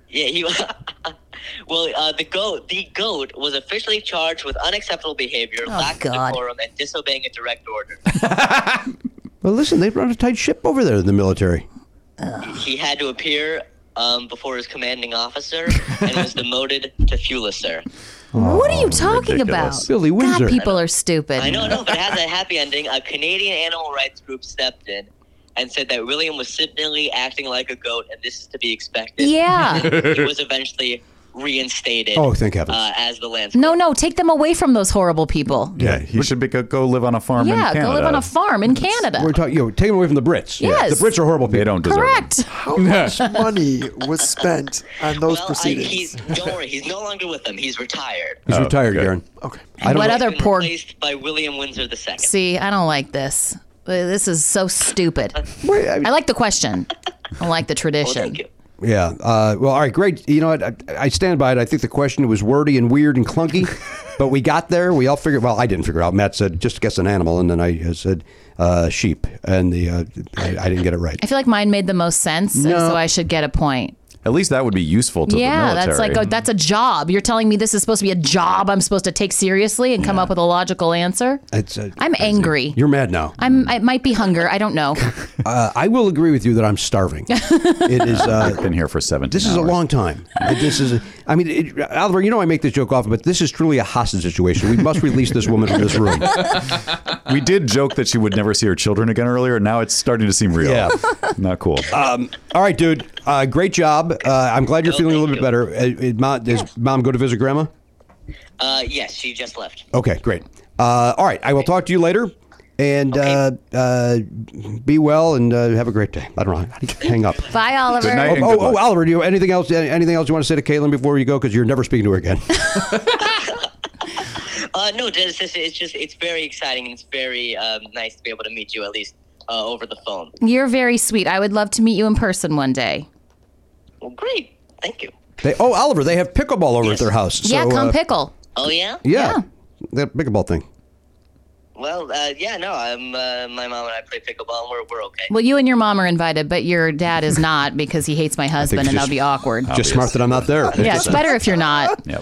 Speaker 12: Yeah, he. well, uh, the goat, the goat, was officially charged with unacceptable behavior, lack
Speaker 9: Oh, God.
Speaker 12: of decorum, and disobeying a direct order.
Speaker 2: Well, listen, they run a tight ship over there in the military.
Speaker 12: he had to appear um, before his commanding officer and was demoted to Fuliser.
Speaker 9: what are you talking
Speaker 7: ridiculous.
Speaker 9: about?
Speaker 2: Billy Windsor.
Speaker 9: God, people are stupid.
Speaker 12: I know, no, but it has a happy ending. A Canadian animal rights group stepped in and said that William was simply acting like a goat and this is to be expected.
Speaker 9: Yeah.
Speaker 12: he was eventually reinstated
Speaker 2: Oh, thank heavens.
Speaker 12: uh, as the landscape.
Speaker 9: No, no, take them away from those horrible people.
Speaker 7: Yeah, he should be go, go live on a farm in
Speaker 9: Yeah,
Speaker 7: Canada.
Speaker 9: go live on a farm in Canada.
Speaker 2: We're talking, you know, take him away from the Brits.
Speaker 9: Yes.
Speaker 2: The Brits are horrible people.
Speaker 7: They don't deserve.
Speaker 9: Correct.
Speaker 6: How much money was spent on those
Speaker 12: well, I,
Speaker 6: proceedings?
Speaker 12: he's don't worry, he's no longer with them. He's retired.
Speaker 2: He's retired,
Speaker 7: okay.
Speaker 2: Garen.
Speaker 6: okay.
Speaker 2: I don't
Speaker 9: What
Speaker 2: know-
Speaker 9: other
Speaker 12: Been
Speaker 9: poor?
Speaker 12: replaced by William Windsor II.
Speaker 9: See, I don't like this. Uh, This is so stupid.
Speaker 2: Wait, I mean-
Speaker 9: I like the question. I like the
Speaker 12: Well,
Speaker 9: tradition.
Speaker 12: Oh, thank you.
Speaker 2: Yeah. Uh, well, all right, great. You know what? I, I stand by it. I think the question was wordy and weird and clunky. But we got there. We all figured. Well, I didn't figure it out. Matt said, "Just guess an animal," and then I uh, said, uh, "Sheep," and the uh, I, I didn't get it right.
Speaker 9: I feel like mine made the most sense, and so I should get a point.
Speaker 7: At least that would be useful to
Speaker 9: yeah,
Speaker 7: the
Speaker 9: that's
Speaker 7: military.
Speaker 9: like a, that's a job. You're telling me this is supposed to be a job I'm supposed to take seriously and come up with a logical answer.
Speaker 2: It's, uh,
Speaker 9: I'm angry.
Speaker 2: You're mad now.
Speaker 9: I'm. It might be hunger. I don't know.
Speaker 2: Uh, I will agree with you that I'm starving. it is. Uh,
Speaker 7: I've been here for 17
Speaker 2: this is a
Speaker 7: hours.
Speaker 2: long time. Uh, This is. I mean, it, Oliver, you know I make this joke often, but this is truly a hostage situation. We must release this woman from this room.
Speaker 7: We did joke that she would never see her children again earlier. Now it's starting to seem real.
Speaker 2: Yeah.
Speaker 7: Not cool.
Speaker 2: Um, all right, dude. Uh, great job. Uh, I'm glad you're feeling a little bit better. Uh, uh, mom, does mom go to visit grandma?
Speaker 12: Uh, yes, she just left.
Speaker 2: Okay, great. Uh, all right, I will talk to you later. And uh, uh, be well and uh, have a great day. I don't know. How do you hang up?
Speaker 9: Bye, Oliver.
Speaker 2: Oh, oh, oh, Oliver, do you anything else? Anything else you want to say to Caitlin before you go? Because you're never speaking to her again.
Speaker 12: Uh, no, it's just, it's just it's very exciting and it's very um, nice to be able to meet you at least uh, over the phone.
Speaker 9: You're very sweet. I would love to meet you in person one day.
Speaker 12: Well, great, thank you.
Speaker 2: they, oh, Oliver, they have pickleball over at their house.
Speaker 9: yeah,
Speaker 2: so,
Speaker 9: come
Speaker 2: uh,
Speaker 9: pickle.
Speaker 12: Oh yeah.
Speaker 2: Yeah, that pickleball thing.
Speaker 12: Well, uh, yeah, no, I'm uh, my mom and I play pickleball and we're we're okay.
Speaker 9: Well, you and your mom are invited, but your dad is not because he hates my husband, and
Speaker 2: just-
Speaker 9: that'll be awkward.
Speaker 2: Just smart that I'm not there.
Speaker 9: Yeah, it's better if you're not.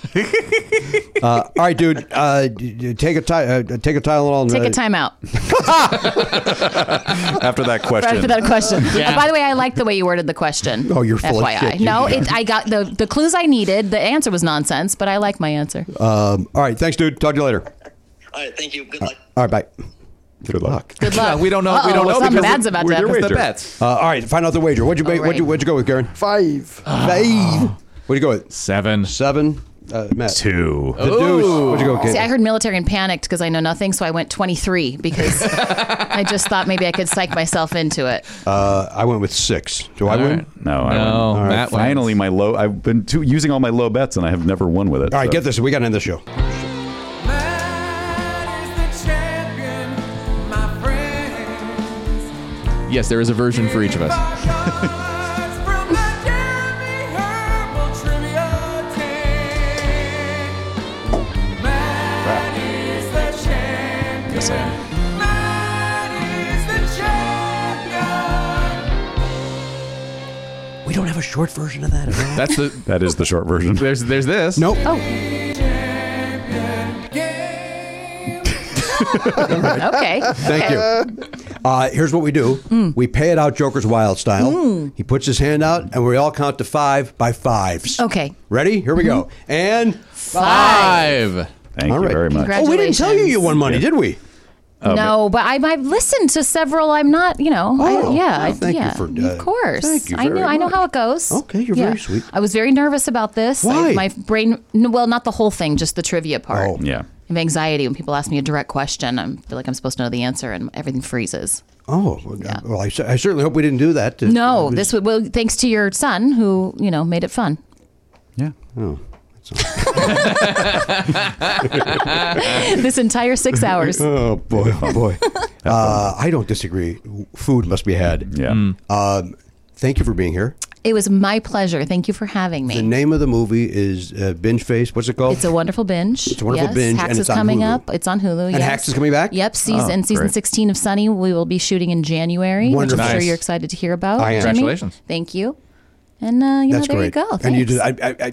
Speaker 2: Uh, all right, dude. Uh, d- d- take a ty- uh, take a Tylenol. And,
Speaker 9: Take a
Speaker 2: uh,
Speaker 9: timeout
Speaker 7: After that question.
Speaker 9: for that question.
Speaker 7: Yeah.
Speaker 9: Uh, by the way, I like the way you worded the question.
Speaker 2: Oh, you're full of
Speaker 9: FYI.
Speaker 2: shit. You-
Speaker 9: No, it, I got the the clues I needed. The answer was nonsense, but I like my answer.
Speaker 2: Um, all right, thanks, dude. Talk to you later.
Speaker 12: All right, thank you. Good luck.
Speaker 2: All right, bye. Good luck.
Speaker 9: Good luck.
Speaker 8: we don't know. we
Speaker 9: Uh-oh,
Speaker 8: don't know
Speaker 9: something
Speaker 8: because
Speaker 9: bad's about to
Speaker 8: we're-
Speaker 9: happen.
Speaker 8: it's the bets.
Speaker 2: Uh, all right, find out the wager. What'd you, ba-
Speaker 9: All
Speaker 2: what'd you
Speaker 9: right.
Speaker 2: what'd you go with, Garen?
Speaker 6: Five.
Speaker 2: Five. What'd you go with?
Speaker 8: Seven.
Speaker 2: Seven. Uh, Matt.
Speaker 7: Two.
Speaker 2: The deuce. What'd you go with?
Speaker 9: See, I
Speaker 2: Caitlin?
Speaker 9: heard military and panicked because I know nothing, so I went 23 because I just thought maybe I could psych myself into it.
Speaker 2: Uh, I went with six. Do I
Speaker 8: All
Speaker 2: win?
Speaker 8: right.
Speaker 7: No, I
Speaker 8: No,
Speaker 7: wouldn't.
Speaker 8: Matt wins.
Speaker 7: Finally, my low. I've been too, using all my low bets, and I have never won with it.
Speaker 2: All right,
Speaker 7: so.
Speaker 2: get this. We got to end the show.
Speaker 8: Yes, there is a version for each of us.
Speaker 7: Yes, I am.
Speaker 2: We don't have a short version of that at all.
Speaker 8: That's the.
Speaker 7: That is the short version.
Speaker 8: There's there's this.
Speaker 2: nope.
Speaker 9: Okay.
Speaker 2: Thank you. Uh, here's what we do
Speaker 9: Hmm.
Speaker 2: we pay it out Joker's Wild style. He puts his hand out, and we all count to five by fives.
Speaker 9: Okay. Mm-hmm.
Speaker 2: Ready? Here we go. And
Speaker 8: Five.
Speaker 7: Thank
Speaker 2: All
Speaker 7: you
Speaker 2: right.
Speaker 7: very much.
Speaker 9: Congrats.
Speaker 2: oh, we didn't tell you you won money,
Speaker 7: Yeah.
Speaker 2: did we? Um,
Speaker 9: no, but I, I've listened to several. I'm not, you know,
Speaker 2: Oh,
Speaker 9: I, yeah,
Speaker 2: well,
Speaker 9: I-
Speaker 2: thank you
Speaker 9: yeah,
Speaker 2: for, uh,
Speaker 9: of course.
Speaker 2: thank you
Speaker 9: I
Speaker 2: very
Speaker 9: know, I know
Speaker 2: much.
Speaker 9: how it goes.
Speaker 2: Okay, you're very sweet.
Speaker 9: I was very nervous about this. I-
Speaker 2: Why?
Speaker 9: my brain, n- well, not the whole thing, just the trivia part.
Speaker 2: Oh.
Speaker 7: Yeah.
Speaker 9: I have anxiety when people ask me a direct question. I feel like I'm supposed to know the answer, and everything freezes.
Speaker 2: Oh, well, well I, cer- I certainly hope we didn't do that.
Speaker 9: No, this would well, thanks to your son who you know made it fun.
Speaker 7: Yeah.
Speaker 2: Oh.
Speaker 9: this entire six hours.
Speaker 2: Oh boy, oh boy. uh, I don't disagree. Food must be had.
Speaker 7: Yeah.
Speaker 2: Um, thank you for being here.
Speaker 9: It was my pleasure. Thank you for having
Speaker 2: The
Speaker 9: me.
Speaker 2: name of the movie is uh, Binge Face. What's it called?
Speaker 9: It's a wonderful binge. It's
Speaker 2: a wonderful
Speaker 9: yes.
Speaker 2: binge,
Speaker 9: Hacks
Speaker 2: and
Speaker 9: is
Speaker 2: it's on
Speaker 9: coming
Speaker 2: Hulu.
Speaker 9: up. It's on Hulu.
Speaker 2: And
Speaker 9: yes.
Speaker 2: Hacks is coming back? Oh,
Speaker 9: Yep. Season and season
Speaker 7: great.
Speaker 9: sixteen of Sunny. We will be shooting in January, which
Speaker 2: Wonderful.
Speaker 9: I'm sure
Speaker 2: Nice.
Speaker 9: you're excited to hear about.
Speaker 2: I am.
Speaker 9: Jimmy.
Speaker 8: Congratulations.
Speaker 9: Thank you. And uh, you
Speaker 2: That's
Speaker 9: know, there
Speaker 2: great.
Speaker 9: you go.
Speaker 2: And you
Speaker 9: Thanks.
Speaker 2: did. I, I, I,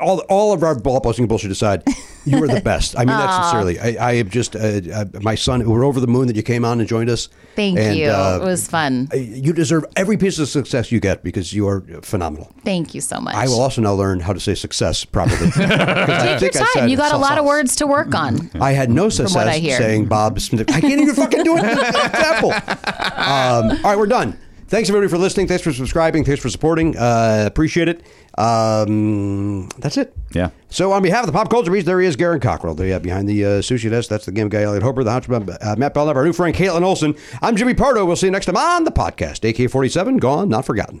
Speaker 2: all, all of our ball busting bullshit aside, you were the best. I mean that sincerely. I, I have just uh, uh, my son. We're over the moon that you came on and joined us.
Speaker 9: Thank
Speaker 2: And,
Speaker 9: you.
Speaker 2: uh,
Speaker 9: it was fun.
Speaker 2: you deserve every piece of success you get because you are phenomenal.
Speaker 9: Thank you so much.
Speaker 2: I will also now learn how to say success properly.
Speaker 9: Take your time. You got a lot of words to work on.
Speaker 2: I had no success
Speaker 9: what I hear.
Speaker 2: saying Bob Smith. I can't even fucking do it. in the Example. Um, all right, we're done. Thanks everybody for listening. Thanks for subscribing. Thanks for supporting. Uh, appreciate it. Um, that's it.
Speaker 7: Yeah.
Speaker 2: So on behalf of the Pop Culture Beast, there he is, Garen Cockrell. There, yeah, behind the uh, sushi desk, that's the game guy, Elliot Hoper, the Hunchback, uh, Matt Belknap, our new friend, Caitlin Olson. I'm Jimmy Pardo. We'll see you next time on the podcast. AK-47, gone, not forgotten.